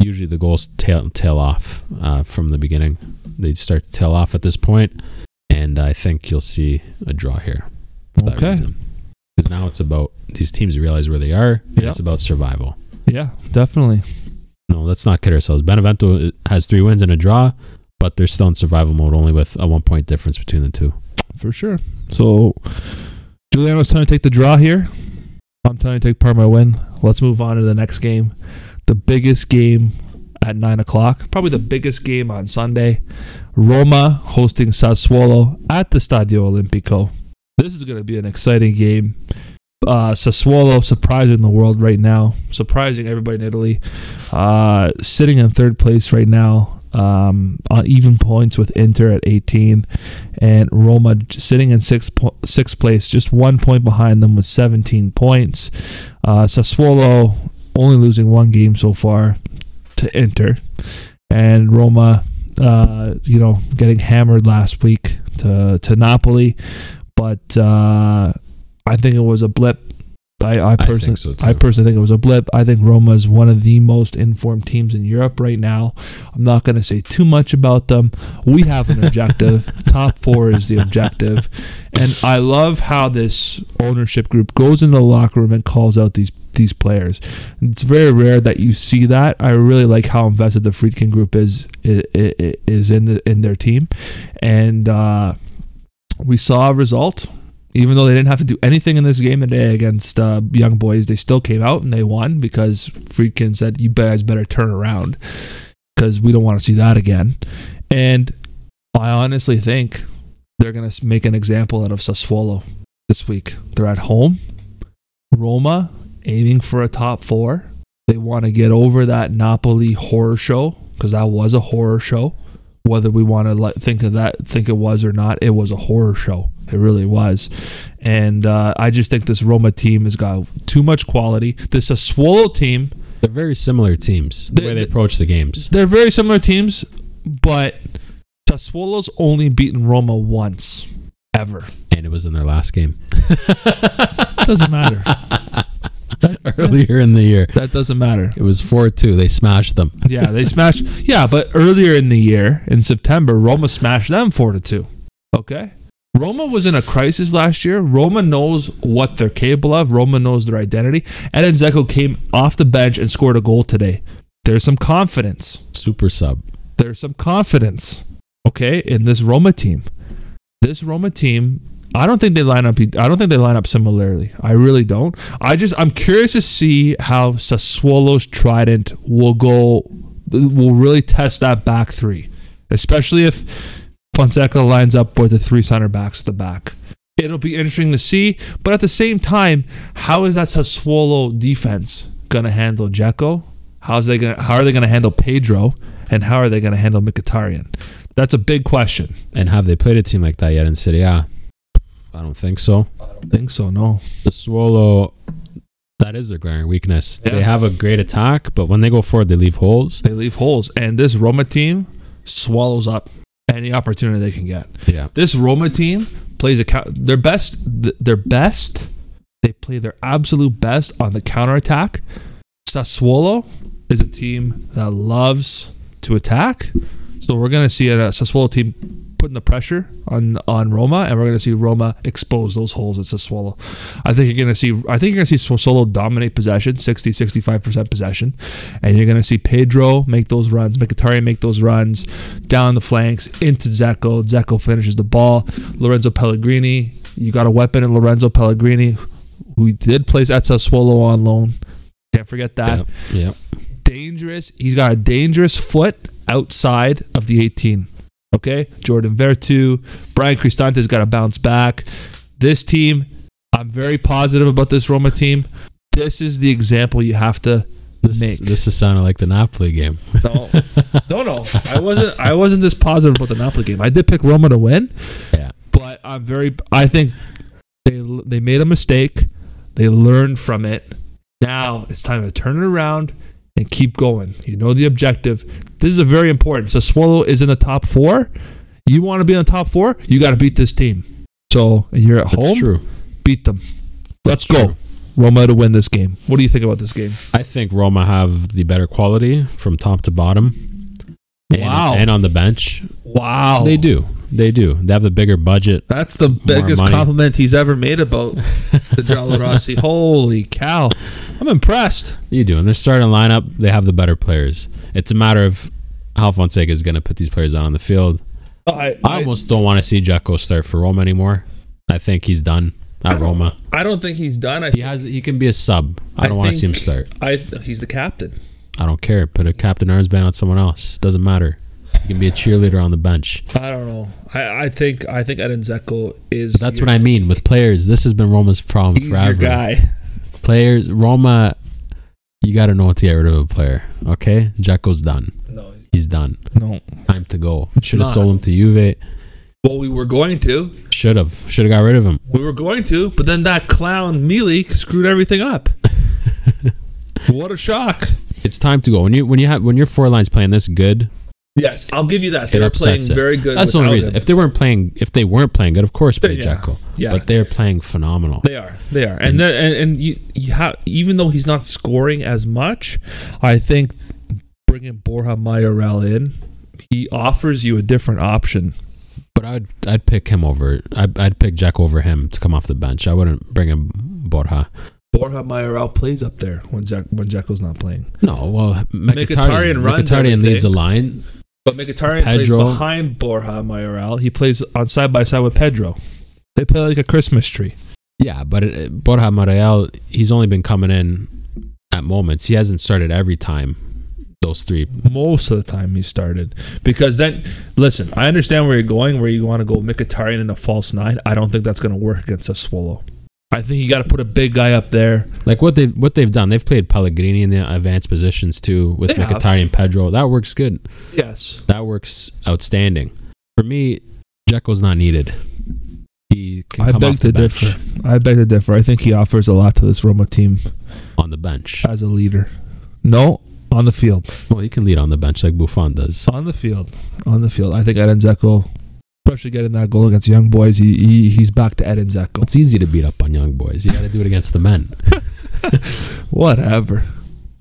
Speaker 2: usually the goals tail, tail off uh, from the beginning they start to tail off at this point and i think you'll see a draw here
Speaker 1: Okay.
Speaker 2: because now it's about these teams realize where they are and
Speaker 1: Yeah.
Speaker 2: it's about survival
Speaker 1: Yeah, definitely.
Speaker 2: no let's not kid ourselves benevento uh, has three wins and a draw but they're still in survival mode only with a one point difference between the two
Speaker 1: For sure. So Giuliano's trying to take the draw here. I'm trying to take Parma win. Let's move on to the next game. The biggest game at nine o'clock. Probably the biggest game on Sunday. Roma hosting Sassuolo at the Stadio Olimpico. This is going to be an exciting game. Uh, Sassuolo surprising the world right now, surprising everybody in Italy. Uh, sitting in third place right now, um, on even points with Inter at 18 and Roma j- sitting in sixth po- sixth place, just one point behind them with 17 points. Uh, Sassuolo only losing one game so far to Inter, and Roma, uh, you know, getting hammered last week to to Napoli, but uh, I think it was a blip. I, I
Speaker 2: think
Speaker 1: personally
Speaker 2: so
Speaker 1: I
Speaker 2: too.
Speaker 1: personally think it was a blip. I think Roma is one of the most informed teams in Europe right now. I'm not going to say too much about them. We have
Speaker 2: <laughs>
Speaker 1: an objective. Top four is the objective. And I love how this ownership group goes into the locker room and calls out these these players. It's very rare that you see that. I really like how invested the Friedkin group is is, is in the in their team, and uh, we saw a result. Even though they didn't have to do anything in this game today against uh, Young Boys, they still came out and they won because Friedkin said, "You guys better turn around because we don't want to see that again." And I honestly think they're going to make an example out of Sassuolo this week. They're at home. Roma aiming for a top four. They want to get over that Napoli horror show because that was a horror show. Whether we want to let, think of that, think it was or not, it was a horror show. It really was. And uh, I just think this Roma team has got too much quality. This Sassuolo team
Speaker 2: They're very similar teams. The
Speaker 1: They-
Speaker 2: way they
Speaker 1: they-
Speaker 2: approach the games.
Speaker 1: They're very similar teams, but Sassuolo's only beaten Roma once ever.
Speaker 2: And it was in their last game.
Speaker 1: <laughs> Doesn't matter.
Speaker 2: <laughs> Earlier in the year.
Speaker 1: That doesn't matter.
Speaker 2: It was 4 2. They smashed them.
Speaker 1: Yeah, they smashed. Yeah, but earlier in the year, in September, Roma smashed them four to two. Okay, Roma was in a crisis last year. Roma knows what they're capable of. Roma knows their identity. And Zeko came off the bench and scored a goal today. There's some confidence.
Speaker 2: Super sub.
Speaker 1: There's some confidence. Okay, in this Roma team, this Roma team. I don't think they line up. I don't think they line up similarly. I really don't. I just I'm curious to see how Sassuolo's trident will go. Will really test that back three, especially if Fonseca lines up with the three center backs at the back. It'll be interesting to see. But at the same time, how is that Sassuolo defense gonna handle Jacko? How's they gonna How are they gonna handle Pedro? And how are they gonna handle Mkhitaryan? That's a big question.
Speaker 2: And have they played a team like that yet in Serie A? I don't think so.
Speaker 1: I don't think so. No.
Speaker 2: The Swallow, that is their glaring weakness.
Speaker 1: Yeah.
Speaker 2: They have a great attack, but when they go forward, they leave holes.
Speaker 1: They leave holes, and this Roma team swallows up any opportunity they can get.
Speaker 2: Yeah.
Speaker 1: This Roma team plays a cou- their best. th- Their best. They play their absolute best on the counterattack. Sassuolo is a team that loves to attack, so we're gonna see a Sassuolo team putting the pressure on on Roma, and we're gonna see Roma expose those holes at Sassuolo. I think you're gonna see. I think you're gonna see Sassuolo dominate possession, 60, 65 percent possession, and you're gonna see Pedro make those runs, Mkhitaryan make those runs down the flanks into Zecco. Zecco finishes the ball. Lorenzo Pellegrini, you got a weapon in Lorenzo Pellegrini, who he did place at Sassuolo on loan. Can't forget that
Speaker 2: Yep. Yep.
Speaker 1: dangerous. He's got a dangerous foot outside of the 18. Okay, Jordan Vertu, Brian Cristante's got to bounce back. This team, I'm very positive about this Roma team. This is the example you have to.
Speaker 2: This,
Speaker 1: Nick. Oh.
Speaker 2: this is sounding like the Napoli game.
Speaker 1: <laughs>
Speaker 2: <laughs>
Speaker 1: No, no, no. I wasn't. I wasn't this positive about the Napoli game. I did pick Roma to win,
Speaker 2: Yeah.
Speaker 1: but I'm very. I think they they made a mistake. They learned from it. Now it's time to turn it around and keep going. You know the objective. This is a very important. So Swallow is in the top four. You want to be in the top four? You got to beat this team. So and you're at
Speaker 2: That's
Speaker 1: home.
Speaker 2: true.
Speaker 1: Beat them. Let's
Speaker 2: That's
Speaker 1: go.
Speaker 2: true.
Speaker 1: Roma to win this game. What do you think about this game?
Speaker 2: I think Roma have the better quality from top to bottom. And,
Speaker 1: Wow. Oh.
Speaker 2: And on the bench.
Speaker 1: Wow,
Speaker 2: They do. They do. They have the bigger budget.
Speaker 1: That's the biggest
Speaker 2: money.
Speaker 1: compliment he's ever made about the
Speaker 2: <laughs>
Speaker 1: Giallo Rossi. Holy cow. I'm impressed.
Speaker 2: You do. And their starting lineup, they have the better players. It's a matter of how Fonseca is going to put these players out on the field.
Speaker 1: I,
Speaker 2: I almost don't want to see Jacko start for Roma anymore. I think he's done
Speaker 1: <coughs>
Speaker 2: at Roma.
Speaker 1: I don't think he's done. I,
Speaker 2: He has he can be a sub. I
Speaker 1: I
Speaker 2: don't want to see him
Speaker 1: think-
Speaker 2: start.
Speaker 1: I he's the captain.
Speaker 2: I don't care. Put a captain armband on someone else. Doesn't matter. He can be a cheerleader on the bench.
Speaker 1: I don't know. I, I think I think Edin Zeko is
Speaker 2: But that's
Speaker 1: your,
Speaker 2: what I mean with players. This has been Roma's problem
Speaker 1: he's your
Speaker 2: forever.
Speaker 1: guy.
Speaker 2: Players, Roma, you got to know what to get rid of a player. Okay, Jacko's done.
Speaker 1: No, he's,
Speaker 2: He's done.
Speaker 1: no.
Speaker 2: Time to go. Should have
Speaker 1: not.
Speaker 2: sold him to Juve.
Speaker 1: Well, we were going to.
Speaker 2: Should have. Should have got rid of him.
Speaker 1: We were going to, but then that clown Mealy screwed everything
Speaker 2: <laughs>
Speaker 1: up. what a shock.
Speaker 2: It's time to go. When you when you have when your four lines playing this good,
Speaker 1: Yes, I'll give you that.
Speaker 2: It
Speaker 1: They were playing
Speaker 2: upsets it.
Speaker 1: very good.
Speaker 2: That's the only
Speaker 1: without
Speaker 2: reason.
Speaker 1: him.
Speaker 2: If they weren't playing, if they weren't playing good, of course, play
Speaker 1: Yeah.
Speaker 2: Jekyll.
Speaker 1: Yeah.
Speaker 2: But they're playing phenomenal.
Speaker 1: They are. They are. And then, and, and you, you have, even though he's not scoring as much, I think bringing Borja Mayoral in, he offers you a different option.
Speaker 2: but I'd I'd pick him over. I'd, I'd pick Jack over him to come off the bench. I wouldn't bring him Borja.
Speaker 1: Borja Mayoral plays up there when Jack when Jacko's not playing.
Speaker 2: No, well, Mkhitaryan,
Speaker 1: Mkhitaryan runs
Speaker 2: Mkhitaryan leads the
Speaker 1: everything.
Speaker 2: line.
Speaker 1: But Mkhitaryan plays
Speaker 2: Pedro.
Speaker 1: behind Borja Mayoral. He plays on side by side with Pedro. They play like a Christmas tree.
Speaker 2: Yeah, but it, it- Borja Mariel, he's only been coming in at moments. He hasn't started every time. Those three.
Speaker 1: Most of the time he started. Because then listen, I understand where you're going, where you want to go Mkhitaryan in a false nine. I don't think that's gonna work against a swallow. I think you gotta put a big guy up there.
Speaker 2: Like what they what they've done, they've played Pellegrini in the advanced positions too with
Speaker 1: They have.
Speaker 2: Mkhitaryan, Pedro. That works good.
Speaker 1: Yes.
Speaker 2: that works outstanding. For me, Jekyll's not needed. He can
Speaker 1: I
Speaker 2: come
Speaker 1: beg
Speaker 2: off the
Speaker 1: to
Speaker 2: bench
Speaker 1: differ. I beg to differ. I think he offers a lot to this Roma team
Speaker 2: on the bench.
Speaker 1: as a leader. No, on the field.
Speaker 2: Well, he can lead on the bench like Buffon does.
Speaker 1: On the field. On the field. I think Edin Dzeko, especially getting that goal against Young Boys, he, he he's back to Edin Dzeko.
Speaker 2: It's easy to beat up on young boys. You got to do it against the men.
Speaker 1: <laughs> Whatever.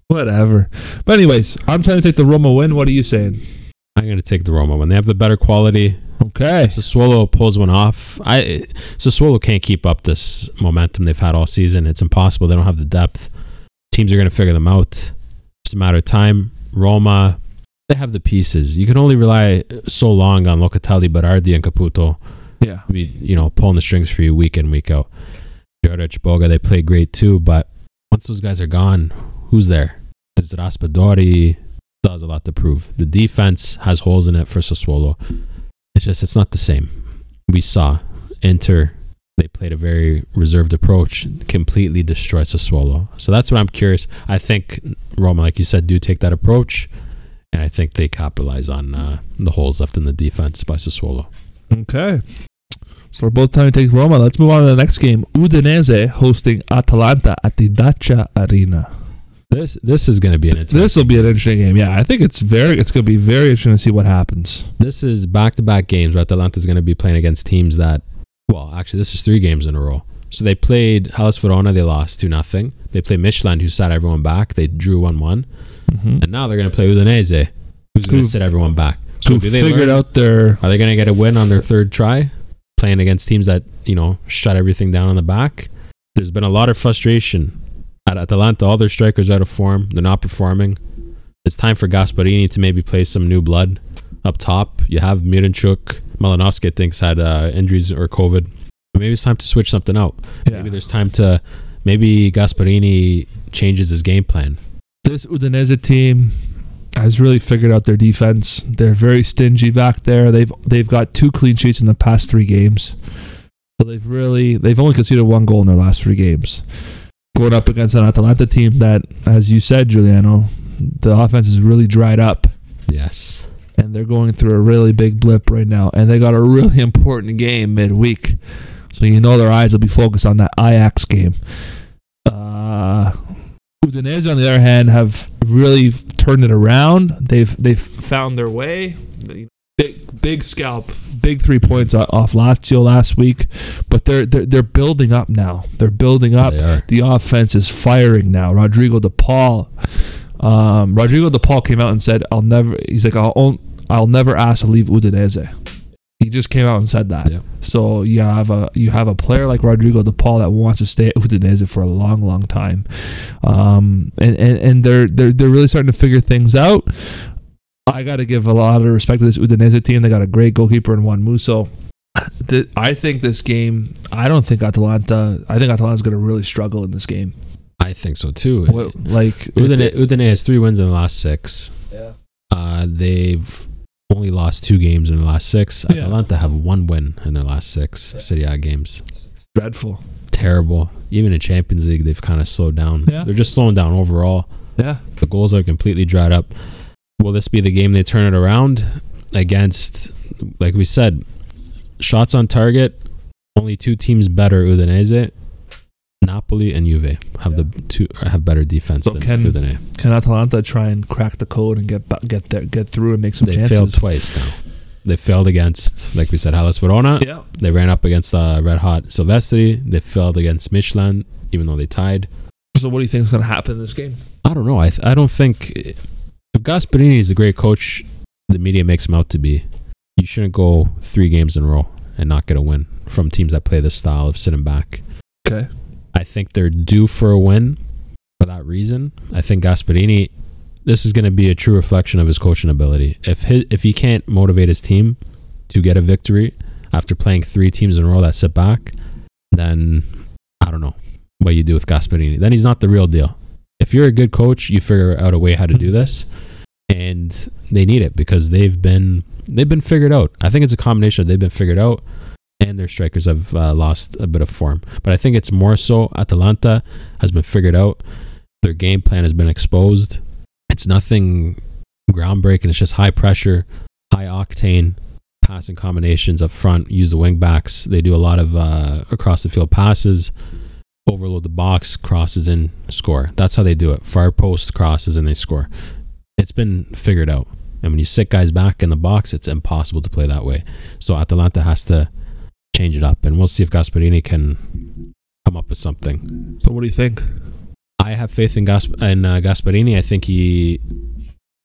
Speaker 1: Whatever. But anyways, I'm trying to take the Roma win. What are you saying?
Speaker 2: I'm going to take the Roma when they have the better quality.
Speaker 1: Okay.
Speaker 2: Sassuolo pulls one off. I Sassuolo can't keep up this momentum they've had all season. It's impossible. They don't have the depth. Teams are going to figure them out. It's a matter of time. Roma, they have the pieces. You can only rely so long on Locatelli, Berardi, and Caputo.
Speaker 1: Yeah.
Speaker 2: Be you know pulling the strings for you week in week out. Jordic, Boga, they play great too, but once those guys are gone, who's there? Because Raspadori still has a lot to prove. The defense has holes in it for Sassuolo. It's just it's not the same. We saw Inter. They played a very reserved approach, completely destroyed Sassuolo. So that's what I'm curious. I think Roma, like you said, do take that approach, and I think they capitalize on uh, the holes left in the defense by Sassuolo.
Speaker 1: Okay. So we're both trying to take Roma. Let's move on to the next game. Udinese hosting Atalanta at the Dacia Arena.
Speaker 2: This this is going to be an interesting.
Speaker 1: This will be an interesting game. Yeah, I think it's very. It's going to be very interesting to see what happens.
Speaker 2: This is back to back games where Atalanta's going to be playing against teams that, well, actually, this is three games in a row. So they played Hellas Verona, they lost 2 nothing. They played Michelin, who sat everyone back, they drew 1 1.
Speaker 1: Mm-hmm.
Speaker 2: And now they're going to play Udinese, who's going
Speaker 1: Who've-
Speaker 2: to sit everyone back. So
Speaker 1: So
Speaker 2: do they
Speaker 1: figured
Speaker 2: learn?
Speaker 1: out their
Speaker 2: Are they going to get a win on their third try? Playing against teams that, you know, shut everything down on the back? There's been a lot of frustration at Atalanta. All their strikers are out of form, they're not performing. It's time for Gasparini to maybe play some new blood up top. You have Mirinchuk. Malinowski, I think, had uh, injuries or COVID. Maybe it's time to switch something out. Maybe
Speaker 1: yeah.
Speaker 2: there's time to. Maybe Gasparini changes his game plan.
Speaker 1: this Udinese team has really figured out their defense. They're very stingy back there. They've they've got two clean sheets in the past three games. So they've really they've only conceded one goal in their last three games. Going up against an Atalanta team that, as you said, Giuliano, the offense is really dried up.
Speaker 2: Yes.
Speaker 1: and they're going through a really big blip right now, and they got a really <laughs> important game midweek, so you know their eyes will be focused on that Ajax game. Uh, Udinese, on the other hand, have really turned it around. They've they've found their way. They- Big big scalp, big three points o- off Lazio last week, but they're they're, they're building up now. They're building up.
Speaker 2: They are.
Speaker 1: The offense is firing now. Rodrigo De Paul, um, Rodrigo De Paul came out and said, "I'll never." He's like, "I'll on, I'll never ask to leave Udinese." He just came out and said that.
Speaker 2: Yeah.
Speaker 1: So you have a you have a player like Rodrigo De Paul that wants to stay at Udinese for a long, long time, um, and, and and they're they're they're really starting to figure things out. I got to give a lot of respect to this Udinese team. They got a great goalkeeper in Juan Musso. Th- I think this game. I don't think Atalanta. I think Atalanta's going to really struggle in this game.
Speaker 2: I think so too.
Speaker 1: What, like
Speaker 2: Udine, Udine has three wins in the last six.
Speaker 1: Yeah.
Speaker 2: Uh, they've only lost two games in the last six.
Speaker 1: Yeah.
Speaker 2: Atalanta have one win in their last six Serie A games.
Speaker 1: dreadful.
Speaker 2: Terrible. Even in Champions League, they've kind of slowed down.
Speaker 1: Yeah.
Speaker 2: They're just slowing down overall.
Speaker 1: Yeah.
Speaker 2: The goals are completely dried up. Will this be the game they turn it around against? Like we said, shots on target. Only two teams better Udinese, Napoli and Juve have the two have better defense
Speaker 1: But
Speaker 2: than
Speaker 1: can-
Speaker 2: Udinese.
Speaker 1: Can Atalanta try and crack the code and get ba- get there, get through and make some
Speaker 2: they
Speaker 1: chances?
Speaker 2: failed twice now. They failed against, like we said, Hellas Verona.
Speaker 1: Yeah.
Speaker 2: They ran up against uh, Red Hot Silvestri. They failed against Michelin, even though they tied.
Speaker 1: So what do you think is going to happen in this game?
Speaker 2: I don't know. I, th- I don't think if Gasparini is a great coach, the media makes him out to be. You shouldn't go three games in a row and not get a win from teams that play this style of sitting back.
Speaker 1: Okay.
Speaker 2: I think they're due for a win for that reason. I think Gasparini, this is going to be a true reflection of his coaching ability. If his, if he can't motivate his team to get a victory after playing three teams in a row that sit back, then I don't know what you do with Gasparini. Then he's not the real deal. If you're a good coach, you figure out a way how to do this, and they need it because they've been they've been figured out. I think it's a combination of they've been figured out and their strikers have uh, lost a bit of form. But I think it's more so Atalanta has been figured out. Their game plan has been exposed. It's nothing groundbreaking. It's just high pressure, high octane passing combinations up front. Use the wing backs. They do a lot of uh, across the field passes. overload the box, crosses in, score. That's how they do it. Far post crosses and they score. It's been figured out. And when you sit guys back in the box, it's impossible to play that way. So Atalanta has to change it up, and we'll see if Gasparini can come up with something.
Speaker 1: So what do you think?
Speaker 2: I have faith in Gas in uh, Gasparini. I think he,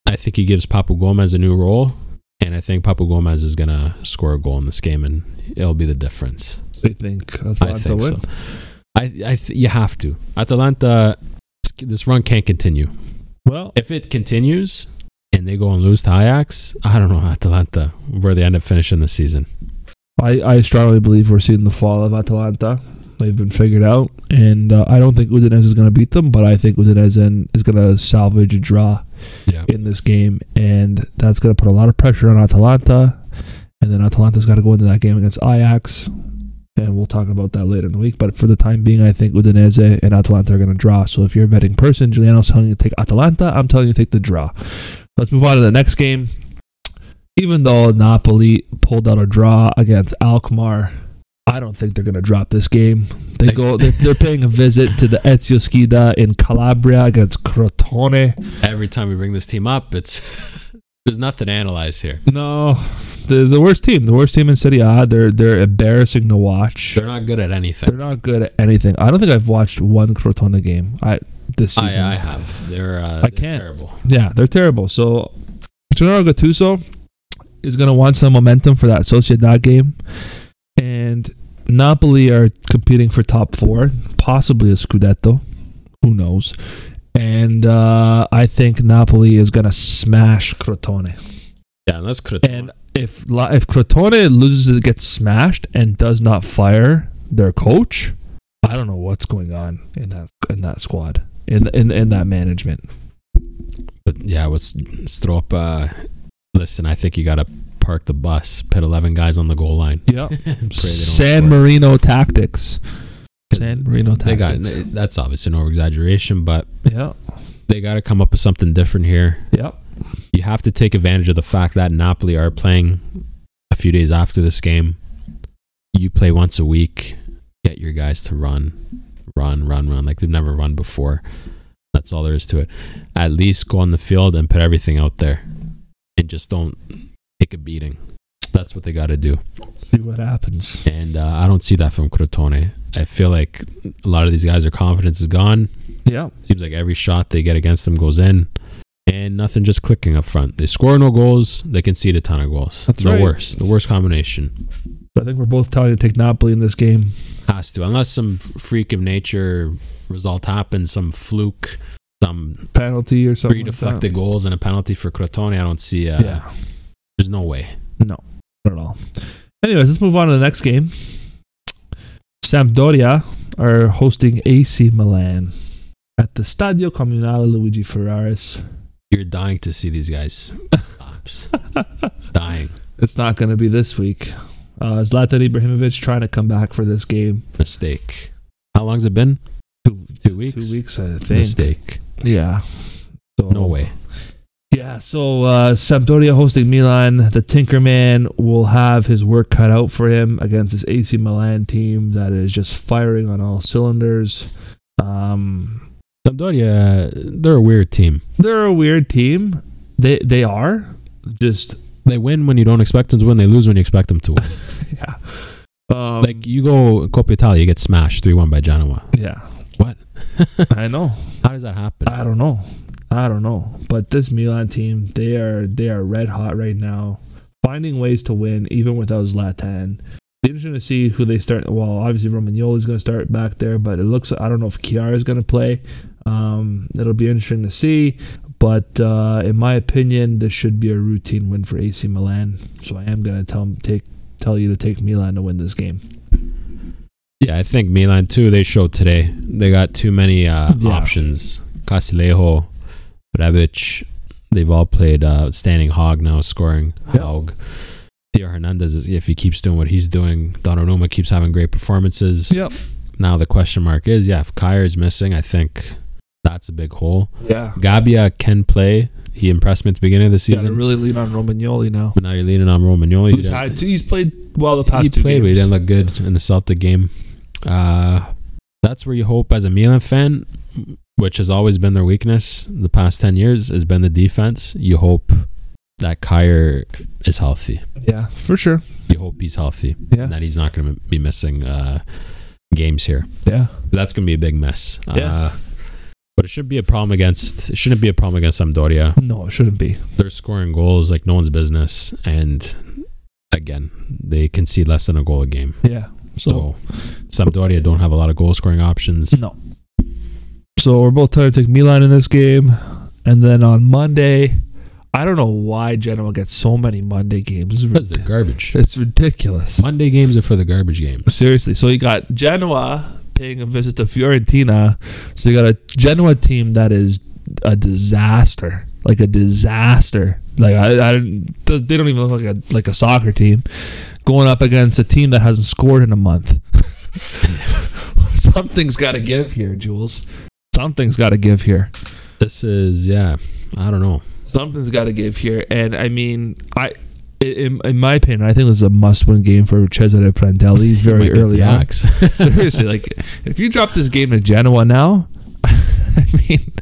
Speaker 2: I think he gives Papu Gomez a new role, and I think Papu Gomez is gonna score a goal in this game, and it'll be the difference.
Speaker 1: I think Atalanta
Speaker 2: I think
Speaker 1: win.
Speaker 2: so. I, I th- you have to. Atalanta, this run can't continue.
Speaker 1: Well,
Speaker 2: If it continues and they go and lose to Ajax, I don't know Atalanta where they end up finishing the season.
Speaker 1: I, I strongly believe we're seeing the fall of Atalanta. They've been figured out, and uh, I don't think Udinese is going to beat them, but I think Udinese in- is going to salvage a draw
Speaker 2: Yeah.
Speaker 1: in this game, and that's going to put a lot of pressure on Atalanta. And then Atalanta's got to go into that game against Ajax, and we'll talk about that later in the week. But for the time being, I think Udinese and Atalanta are going to draw. So if you're a betting person, Giuliano's telling you to take Atalanta. I'm telling you to take the draw. Let's move on to the next game. Even though Napoli pulled out a draw against Alkmaar, I don't think they're going to drop this game. They go. They're, they're paying a visit to the Ezio Schida in Calabria against Crotone.
Speaker 2: Every time we bring this team up, it's <laughs> there's nothing to analyze here.
Speaker 1: No, the the worst team, the worst team in City A. They're they're embarrassing to watch.
Speaker 2: They're not good at anything.
Speaker 1: They're not good at anything. I don't think I've watched one Crotone game. I this
Speaker 2: I,
Speaker 1: season.
Speaker 2: I have. They're, uh,
Speaker 1: I
Speaker 2: they're
Speaker 1: can't.
Speaker 2: terrible.
Speaker 1: Yeah, they're terrible. So Gennaro Gattuso is going to want some momentum for that Sociedad game, and Napoli are competing for top four, possibly a Scudetto. Who knows? And uh, I think Napoli is going to smash Crotone.
Speaker 2: Yeah, and that's Crotone.
Speaker 1: And if La- if Crotone loses, gets smashed, and does not fire their coach, I don't know what's going on in that in that squad in in, in that management.
Speaker 2: But yeah, what's Strop? Uh, listen, I think you got to park the bus, put 11 guys on the goal line.
Speaker 1: Yeah,
Speaker 2: <laughs> Pray they don't
Speaker 1: San
Speaker 2: score.
Speaker 1: Marino tactics.
Speaker 2: 'Cause
Speaker 1: San Marino
Speaker 2: They got,
Speaker 1: tactics.
Speaker 2: that's obviously no exaggeration, but
Speaker 1: Yeah,
Speaker 2: they got to come up with something different here.
Speaker 1: yeah.
Speaker 2: You have to take advantage of the fact that Napoli are playing a few days after this game. You play once a week, get your guys to run, run, run, run like they've never run before. That's all there is to it. At least go on the field and put everything out there and just don't take a beating. That's what they got to do.
Speaker 1: See what happens.
Speaker 2: And uh, I don't see that from Crotone. I feel like a lot of these guys, their confidence is gone.
Speaker 1: Yeah,
Speaker 2: Seems like every shot they get against them goes in, and nothing just clicking up front. They score no goals. They concede a ton of goals.
Speaker 1: That's
Speaker 2: the
Speaker 1: right.
Speaker 2: worst. The worst combination
Speaker 1: I think we're both telling you to take Napoli in this game.
Speaker 2: has to, unless some freak of nature result happens, some fluke, some
Speaker 1: Penalty or something.
Speaker 2: three
Speaker 1: like
Speaker 2: deflected goals and a penalty for Crotone. I don't see. Uh,
Speaker 1: that. Yeah,
Speaker 2: There's no way.
Speaker 1: not at all. Anyways, let's move on to the next game. Sampdoria are hosting AC Milan at the Stadio Comunale Luigi Ferraris. <laughs>
Speaker 2: You're dying to see these guys. Tops. dying.
Speaker 1: It's not going to be this week. Uh, Zlatan Ibrahimovic trying to come back for this game.
Speaker 2: Mistake. How long's it been?
Speaker 1: Two,
Speaker 2: Two weeks.
Speaker 1: Two weeks, I think.
Speaker 2: Mistake.
Speaker 1: Yeah. So-
Speaker 2: No way.
Speaker 1: Yeah, so uh, Sampdoria hosting Milan. The Tinkerman will have his work cut out for him against this AC Milan team that is just firing on all cylinders. Um,
Speaker 2: Sampdoria, they're a weird team.
Speaker 1: they're a weird team. They they are just
Speaker 2: They win when you don't expect them to win. They lose when you expect them to win.
Speaker 1: yeah. Um,
Speaker 2: like you go Coppa Italia, you get smashed three one by Genoa.
Speaker 1: yeah.
Speaker 2: What? <laughs>
Speaker 1: I know.
Speaker 2: How does that happen?
Speaker 1: I don't know. I don't know. But this Milan team, they are they are red hot right now, finding ways to win even without Zlatan. Be interesting to see who they start. Well, obviously Romagnoli is going to start back there, but it looks I don't know if Chiara is going to play. Um, it'll be interesting to see. But uh, in my opinion, this should be a routine win for AC Milan. So I am going to tell take tell you to take Milan to win this game.
Speaker 2: yeah, I think Milan too. They showed today they got too many uh,
Speaker 1: Yeah.
Speaker 2: options. Casilejo, Rebic, they've all played uh, standing hog now, scoring
Speaker 1: Yeah.
Speaker 2: hog. Theo Hernandez, is- if he keeps doing what he's doing, Donnarumma keeps having great performances.
Speaker 1: Yep.
Speaker 2: Now the question mark is, yeah, if Kyer is missing, I think that's a big hole.
Speaker 1: Yeah.
Speaker 2: Gabia can play. He impressed me at the beginning of the
Speaker 1: Yeah, they
Speaker 2: season.
Speaker 1: really lean on Romagnoli now.
Speaker 2: But now you're leaning on Romagnoli.
Speaker 1: Who's had two, he's played well the past
Speaker 2: he
Speaker 1: two
Speaker 2: played, but he
Speaker 1: games.
Speaker 2: didn't look good in the Celtic game. Uh, that's where you hope as a Milan fan, which has always been their weakness the past 10 years, has been the defense. You hope that Kyer is healthy.
Speaker 1: Yeah, for sure.
Speaker 2: You hope he's healthy
Speaker 1: Yeah,
Speaker 2: and that he's not going to be missing uh, games here.
Speaker 1: yeah.
Speaker 2: That's going to be a big mess.
Speaker 1: Yeah.
Speaker 2: Uh, but it should be a problem against. It shouldn't be a problem against Sampdoria.
Speaker 1: No, it shouldn't be.
Speaker 2: They're scoring goals like no one's business, and again, they concede less than a goal a game.
Speaker 1: Yeah. So,
Speaker 2: So Sampdoria don't have a lot of goal scoring
Speaker 1: <laughs>
Speaker 2: options.
Speaker 1: no. So we're both tired to take Milan in this game, and then on Monday, I don't know why Genoa gets so many Monday games. It's
Speaker 2: Because
Speaker 1: rid-
Speaker 2: they're garbage.
Speaker 1: It's ridiculous.
Speaker 2: Monday games are for the garbage game.
Speaker 1: Seriously. So you got Genoa paying a visit to Fiorentina. So you got a Genoa team that is a disaster, like a disaster. Like I, I don't- does- they don't even look like a like a soccer team going up against a team that hasn't scored in a month. <laughs> Something's got to give here, Jules. Something's got to give here.
Speaker 2: This is yeah. I don't know.
Speaker 1: Something's got to give here, and I mean, I. In, in my opinion, I think this is a must-win game for Cesare Prandelli very
Speaker 2: Might get
Speaker 1: early
Speaker 2: the
Speaker 1: on. <laughs>
Speaker 2: axe.
Speaker 1: Seriously, like if you drop this game to Genoa now, <laughs> I mean,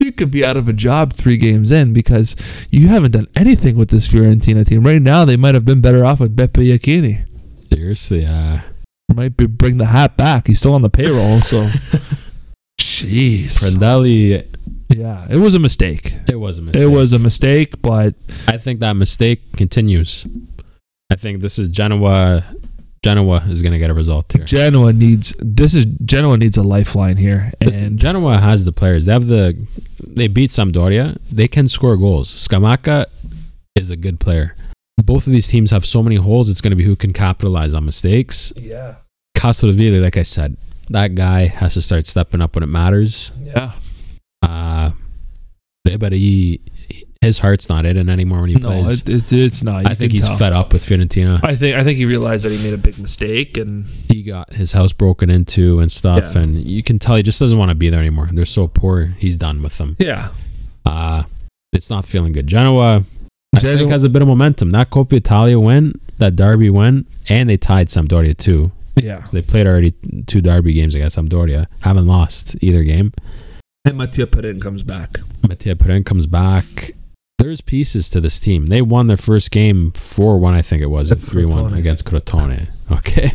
Speaker 1: you could be out of a job three games in because you haven't done anything with this Fiorentina team. Right now, they might have been better off with Beppe Iacchini.
Speaker 2: Seriously, uh,
Speaker 1: Might be bring the hat back. He's still on the payroll, so <laughs> jeez.
Speaker 2: Prandelli.
Speaker 1: yeah, it was a mistake.
Speaker 2: It was a mistake.
Speaker 1: It was a mistake, but
Speaker 2: I think that mistake continues. I think this is Genoa. Genoa is going to get a result here.
Speaker 1: Genoa needs this is Genoa needs a lifeline here,
Speaker 2: Listen,
Speaker 1: and
Speaker 2: Genoa has the players. They have the. They beat Sampdoria. They can score goals. Scamacca is a good player. Both of these teams have so many holes. It's going to be who can capitalize on mistakes.
Speaker 1: yeah,
Speaker 2: Castrovilli, like I said, that guy has to start stepping up when it matters.
Speaker 1: yeah,
Speaker 2: Uh, but he, his heart's not in it anymore when he
Speaker 1: no,
Speaker 2: plays.
Speaker 1: it, it's it's not.
Speaker 2: I
Speaker 1: You can
Speaker 2: think he's
Speaker 1: tell.
Speaker 2: fed up with Fiorentina.
Speaker 1: I think I think he realized that he made a big mistake, and
Speaker 2: he got his house broken into and stuff,
Speaker 1: Yeah.
Speaker 2: and you can tell he just doesn't want to be there anymore. They're so poor. He's done with them.
Speaker 1: yeah,
Speaker 2: Uh, it's not feeling good. Genoa, I
Speaker 1: Genoa-
Speaker 2: think, has a bit of momentum. That Coppa Italia win, that Derby win, and they tied Sampdoria too.
Speaker 1: yeah.
Speaker 2: They played already two Derby games against Sampdoria. Haven't lost either game.
Speaker 1: And Mattia Perin comes <laughs> back.
Speaker 2: Mattia Perin comes back. There's pieces to this team. They won their first game 4 1, I think it was,
Speaker 1: That's
Speaker 2: 3 1
Speaker 1: Crotone.
Speaker 2: against Crotone.
Speaker 1: <laughs>
Speaker 2: Okay.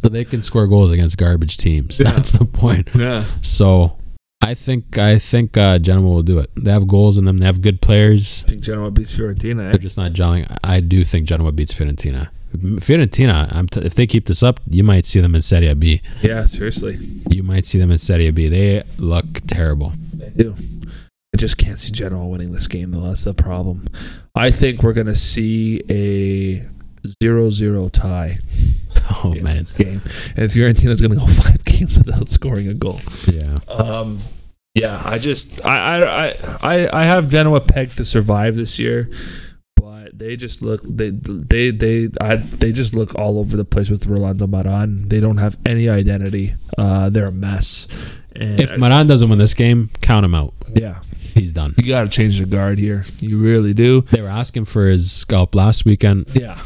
Speaker 2: so they can score goals against garbage teams.
Speaker 1: Yeah.
Speaker 2: That's the point.
Speaker 1: Yeah,
Speaker 2: So I think I think uh, Genoa will do it. They have goals in them, they have good players.
Speaker 1: I think Genoa beats Fiorentina. eh?
Speaker 2: They're just not gelling. I- I do think Genoa beats Fiorentina. Fiorentina, I'm t- if they keep this up, you might see them in Serie B.
Speaker 1: Yeah, seriously,
Speaker 2: You might see them in Serie B. They look terrible. <laughs>
Speaker 1: they do. I just can't see Genoa winning this game though. That's the problem. I think we're gonna see a 0-0 tie.
Speaker 2: Oh
Speaker 1: in
Speaker 2: man,
Speaker 1: this game, and Fiorentina's gonna go <laughs> five games without scoring a goal.
Speaker 2: yeah.
Speaker 1: Um, yeah, I just I I I- I I have Genoa pegged to survive this year, but they just look they they they I, they just look all over the place with Rolando Maran. They don't have any identity. Uh, they're a mess. And
Speaker 2: If Maran doesn't win this game, count him out.
Speaker 1: yeah,
Speaker 2: He's done.
Speaker 1: you got to change the guard here. You really do.
Speaker 2: They were asking for his scalp last weekend.
Speaker 1: Yeah,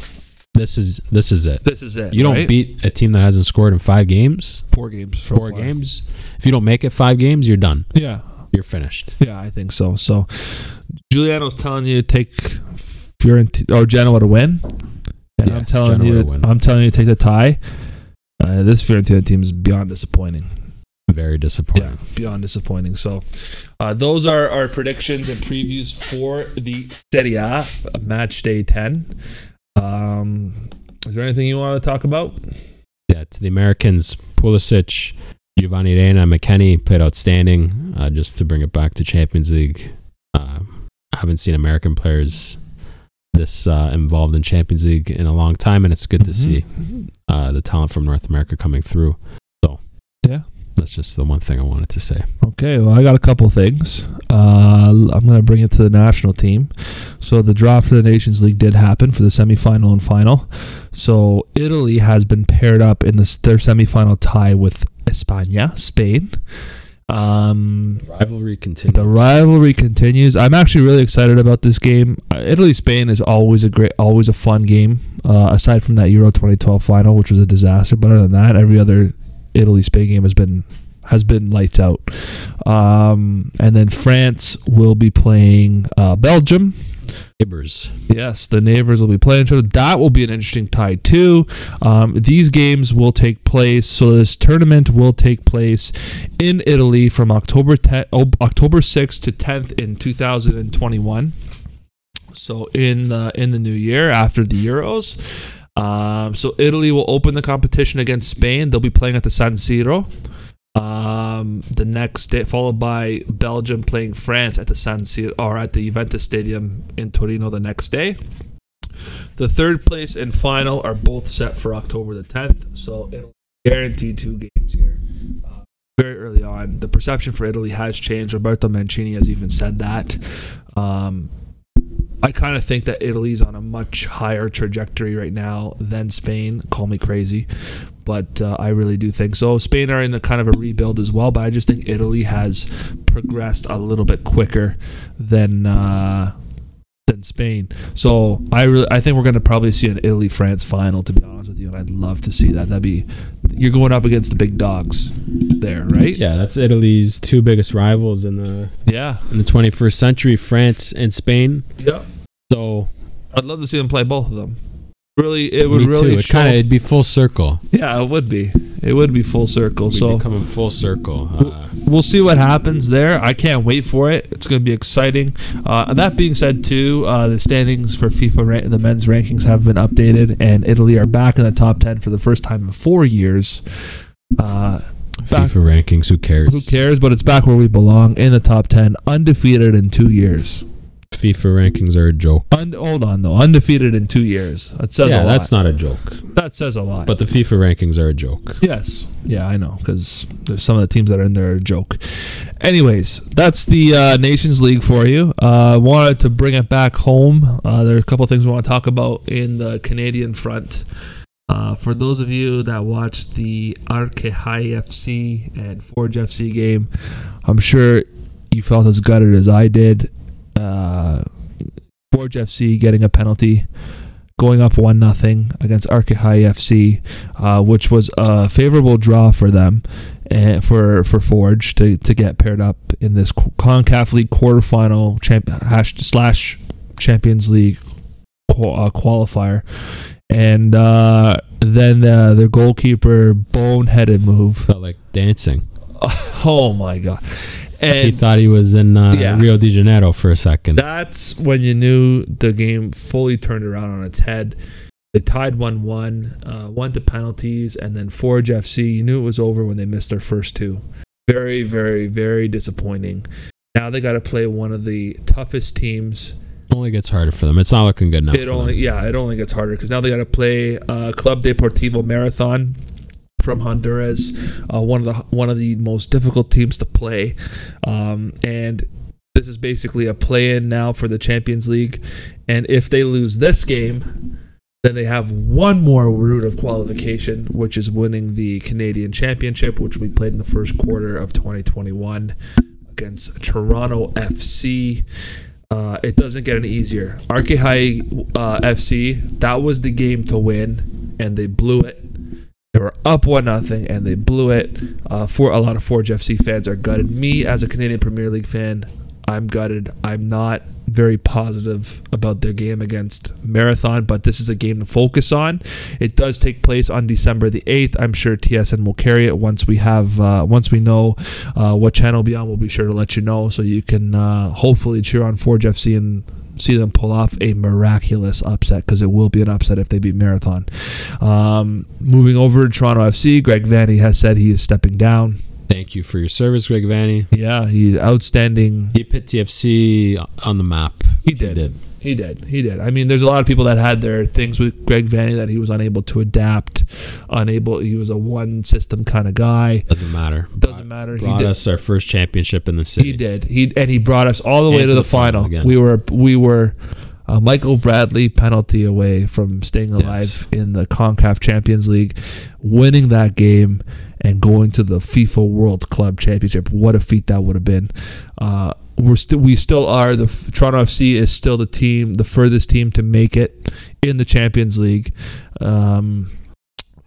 Speaker 2: This is this is it.
Speaker 1: this is it.
Speaker 2: You don't
Speaker 1: right?
Speaker 2: beat a team that hasn't scored in five games,
Speaker 1: four games. so
Speaker 2: four
Speaker 1: far.
Speaker 2: games. If you don't make it five games, you're done.
Speaker 1: Yeah,
Speaker 2: You're finished.
Speaker 1: yeah, I think so. So, Giuliano's telling you to take Fiorentina or Genoa to win. And I'm
Speaker 2: Yes,
Speaker 1: telling
Speaker 2: Genoa
Speaker 1: you,
Speaker 2: to win.
Speaker 1: I'm telling you, to take the tie. Uh, this Fiorentina team is beyond disappointing.
Speaker 2: Very disappointing.
Speaker 1: beyond disappointing. So, uh, those are our predictions and previews for the Serie A uh, match day ten. Um, is there anything you want to talk about?
Speaker 2: yeah, to the Americans, Pulisic, Giovanni Reina, McKenny played outstanding. Uh, just to bring it back to Champions League, uh, I haven't seen American players this uh, involved in Champions League in a long time, and it's good to see
Speaker 1: Mm-hmm.
Speaker 2: uh, the talent from North America coming through. So,
Speaker 1: Yeah.
Speaker 2: that's just the one thing I wanted to say.
Speaker 1: Okay, well, I got a couple things. Uh, l- I'm going to bring it to the national team. So the draw for the Nations League did happen for the semifinal and final. So Italy has been paired up in this, their semifinal tie with España, Spain. Um,
Speaker 2: Rivalry continues.
Speaker 1: the rivalry continues. I'm actually really excited about this game. Uh, Italy Spain is always a great, always a fun game. Uh, aside from that Euro 2012 final, which was a disaster, but other than that, every other Italy Spain game has been has been lights out. Um, and then France will be playing uh, Belgium.
Speaker 2: Neighbors.
Speaker 1: Yes, the neighbors will be playing each other. That will be an interesting tie too. Um, these games will take place. So this tournament will take place in Italy from October 10, oh, October sixth to tenth in two thousand and twenty one. So in the in the new year after the Euros. Um, so Italy will open the competition against Spain. They'll be playing at the San Siro. Um, the next day, followed by Belgium playing France at the San Siro or at the Juventus Stadium in Torino the next day. The third place and final are both set for October the 10th, so it'll guarantee two games here. Uh, very early on, the perception for Italy has changed. Roberto Mancini has even said that. Um, I kind of think that Italy's on a much higher trajectory right now than Spain. Call me crazy, but uh, I really do think so. Spain are in a kind of a rebuild as well, but I just think Italy has progressed a little bit quicker than uh, than Spain. So I really, I think we're going to probably see an Italy France final. To be honest with you, and I'd love to see that. That'd be you're going up against the big dogs there, right?
Speaker 2: Yeah, that's Italy's two biggest rivals in the
Speaker 1: Yeah.
Speaker 2: in the 21st century, France and Spain.
Speaker 1: Yeah.
Speaker 2: So
Speaker 1: I'd love to see them play both of them. Really, it would
Speaker 2: me
Speaker 1: really
Speaker 2: too. It
Speaker 1: show-
Speaker 2: kind of it'd be full circle.
Speaker 1: <laughs> Yeah, it would be. It would be full circle.
Speaker 2: We'd
Speaker 1: so
Speaker 2: be coming full circle. Uh,
Speaker 1: we'll see what happens there. I can't wait for it. It's going to be exciting. Uh, that being said, too, uh, the standings for FIFA, ra- the men's rankings have been updated, and Italy are back in the top 10 for the first time in four years. Uh, back-
Speaker 2: FIFA rankings. Who cares?
Speaker 1: who cares? But it's back where we belong in the top 10, undefeated in two years.
Speaker 2: FIFA rankings are a joke.
Speaker 1: Un- hold on, though. Undefeated in two years. That says
Speaker 2: yeah,
Speaker 1: a lot.
Speaker 2: that's not a joke.
Speaker 1: that says a lot.
Speaker 2: But the FIFA rankings are a joke.
Speaker 1: Yes. Yeah, I know because there's some of the teams that are in there are a joke. Anyways, that's the uh, Nations League for you. Uh, wanted to bring it back home. Uh, there are a couple things we want to talk about in the Canadian front. Uh, for those of you that watched the Arkehai FC and Forge FC game, I'm sure you felt as gutted as I did. Uh, Forge FC getting a penalty, going up one nothing against Arkehai FC uh, which was a favorable draw for them uh, for for Forge to, to get paired up in this Qu- Concacaf League quarterfinal champ- hash, slash Champions League qu- uh, qualifier, and uh, then uh, their goalkeeper boneheaded move. <laughs>
Speaker 2: Felt like dancing.
Speaker 1: Oh my god!
Speaker 2: he
Speaker 1: And
Speaker 2: thought he was in uh,
Speaker 1: Yeah.
Speaker 2: Rio de Janeiro for a second.
Speaker 1: That's when you knew the game fully turned around on its head. They tied 1 1, uh, went to penalties, and then Forge FC, you knew it was over when they missed their first two. Very, very, very disappointing. Now they got to play one of the toughest teams.
Speaker 2: It only gets harder for them. It's not looking good enough.
Speaker 1: it
Speaker 2: for
Speaker 1: only,
Speaker 2: them.
Speaker 1: yeah, it only gets harder because now they got to play uh, Club Deportivo Marathon from Honduras, uh, one of the one of the most difficult teams to play, um, and this is basically a play-in now for the Champions League. And if they lose this game, then they have one more route of qualification, which is winning the Canadian Championship, which we played in the first quarter of 2021 against Toronto FC. Uh, it doesn't get any easier. Arkehai uh, FC, that was the game to win, and they blew it. They were up one nothing, and they blew it. Uh, for a lot of Forge FC fans are gutted. Me as a Canadian Premier League fan, I'm gutted. I'm not very positive about their game against Marathon, but this is a game to focus on. It does take place on December the eighth. I'm sure TSN will carry it once we have uh, once we know uh, what channel will be on. We'll be sure to let you know so you can uh, hopefully cheer on Forge FC and see them pull off a miraculous upset because it will be an upset if they beat Marathon. Um, moving over to Toronto FC, Greg Vanny has said he is stepping down.
Speaker 2: Thank you for your service, Greg Vanny.
Speaker 1: Yeah, he's outstanding.
Speaker 2: He put TFC on the map.
Speaker 1: He did. He did. He did. I mean, there's a lot of people that had their things with Greg Vanny that he was unable to adapt, unable. He was a one system kind of guy.
Speaker 2: Doesn't matter.
Speaker 1: Doesn't matter. He
Speaker 2: Brought
Speaker 1: did.
Speaker 2: us our first championship in the city.
Speaker 1: He did. He and he brought us all the way
Speaker 2: And
Speaker 1: to, the, final.
Speaker 2: again.
Speaker 1: We were we were a Michael Bradley penalty away from staying alive
Speaker 2: Yes.
Speaker 1: in the CONCACAF Champions League, winning that game and going to the FIFA World Club Championship. What a feat that would have been. Uh, we're still we still are the Toronto FC is still the team the furthest team to make it in the Champions League. Um,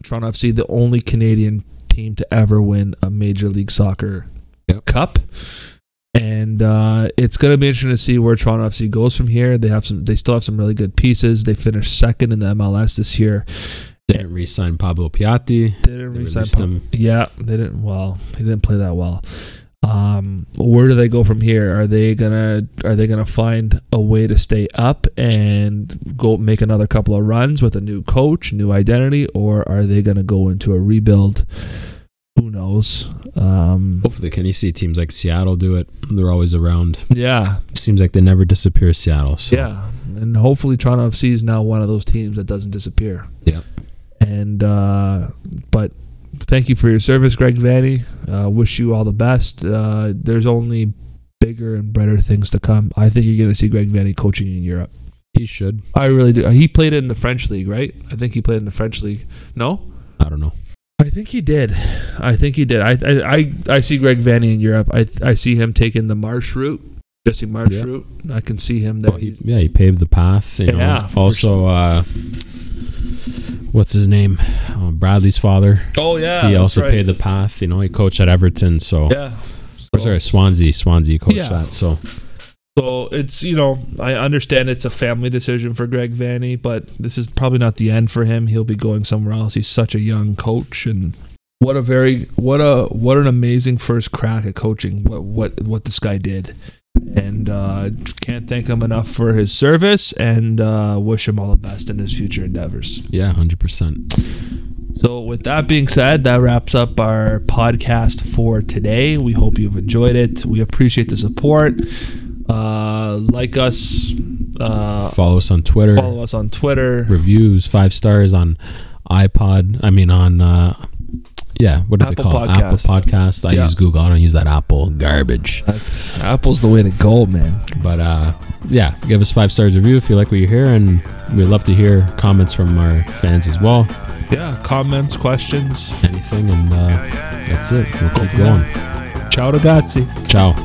Speaker 1: Toronto FC the only Canadian team to ever win a Major League Soccer
Speaker 2: Yep.
Speaker 1: Cup. And uh, it's going to be interesting to see where Toronto FC goes from here. They have some, they still have some really good pieces. They finished second in the MLS this year.
Speaker 2: Didn't re-sign Pablo Piatti.
Speaker 1: Didn't
Speaker 2: They
Speaker 1: re-sign
Speaker 2: released
Speaker 1: Pop-
Speaker 2: him.
Speaker 1: Yeah, they didn't. Well, they didn't play that well. Um, where do they go from here? Are they gonna Are they gonna find a way to stay up and go make another couple of runs with a new coach, new identity, or are they gonna go into a rebuild? Who knows? Um,
Speaker 2: Hopefully, can you see teams like Seattle do it? They're always around.
Speaker 1: yeah,
Speaker 2: Seems like they never disappear. Seattle. So.
Speaker 1: yeah, and hopefully Toronto FC is now one of those teams that doesn't disappear.
Speaker 2: Yeah.
Speaker 1: And uh, but thank you for your service, Greg Vanny. Uh, wish you all the best. Uh, there's only bigger and better things to come. I think you're going to see Greg Vanny coaching in Europe.
Speaker 2: he should.
Speaker 1: I really do. He played in the French league, right? I think he played in the French league. No,
Speaker 2: I don't know.
Speaker 1: I think he did. I think he did. I I I, I see Greg Vanny in Europe. I I see him taking the Marsh route, Jesse Marsh
Speaker 2: Yeah.
Speaker 1: route. I can see him there.
Speaker 2: Well, he, yeah, he paved the path. You know.
Speaker 1: Yeah, for
Speaker 2: Also, uh, what's his name? Uh, Bradley's father.
Speaker 1: oh yeah,
Speaker 2: he
Speaker 1: that's
Speaker 2: also
Speaker 1: right.
Speaker 2: paved the path. You know, he coached at Everton. So,
Speaker 1: Yeah.
Speaker 2: or sorry, Swansea. Swansea coached
Speaker 1: Yeah.
Speaker 2: that. So,
Speaker 1: So it's you know I understand it's a family decision for Greg Vanny, but this is probably not the end for him. He'll be going somewhere else. He's such a young coach, and what a very what a what an amazing first crack at coaching. What what what this guy did, and uh, can't thank him enough for his service, and uh, wish him all the best in his future endeavors.
Speaker 2: yeah, hundred percent.
Speaker 1: So, with that being said, that wraps up our podcast for today. We hope you've enjoyed it. We appreciate the support. Uh, like us, uh,
Speaker 2: Follow us on Twitter.
Speaker 1: follow us on Twitter,
Speaker 2: Reviews five stars on iPod. I mean, on uh, yeah, what do they
Speaker 1: Apple
Speaker 2: call it? Apple
Speaker 1: Podcasts.
Speaker 2: Podcast. I
Speaker 1: Yeah.
Speaker 2: use Google. I don't use that Apple garbage.
Speaker 1: That's, Apple's the way to go, man.
Speaker 2: But uh, yeah, give us five stars review if you like what you hear, and we'd love to hear comments from our fans as well.
Speaker 1: Yeah, comments, questions.
Speaker 2: Anything, and uh, that's it. We'll keep going.
Speaker 1: Ciao, ragazzi.
Speaker 2: Ciao.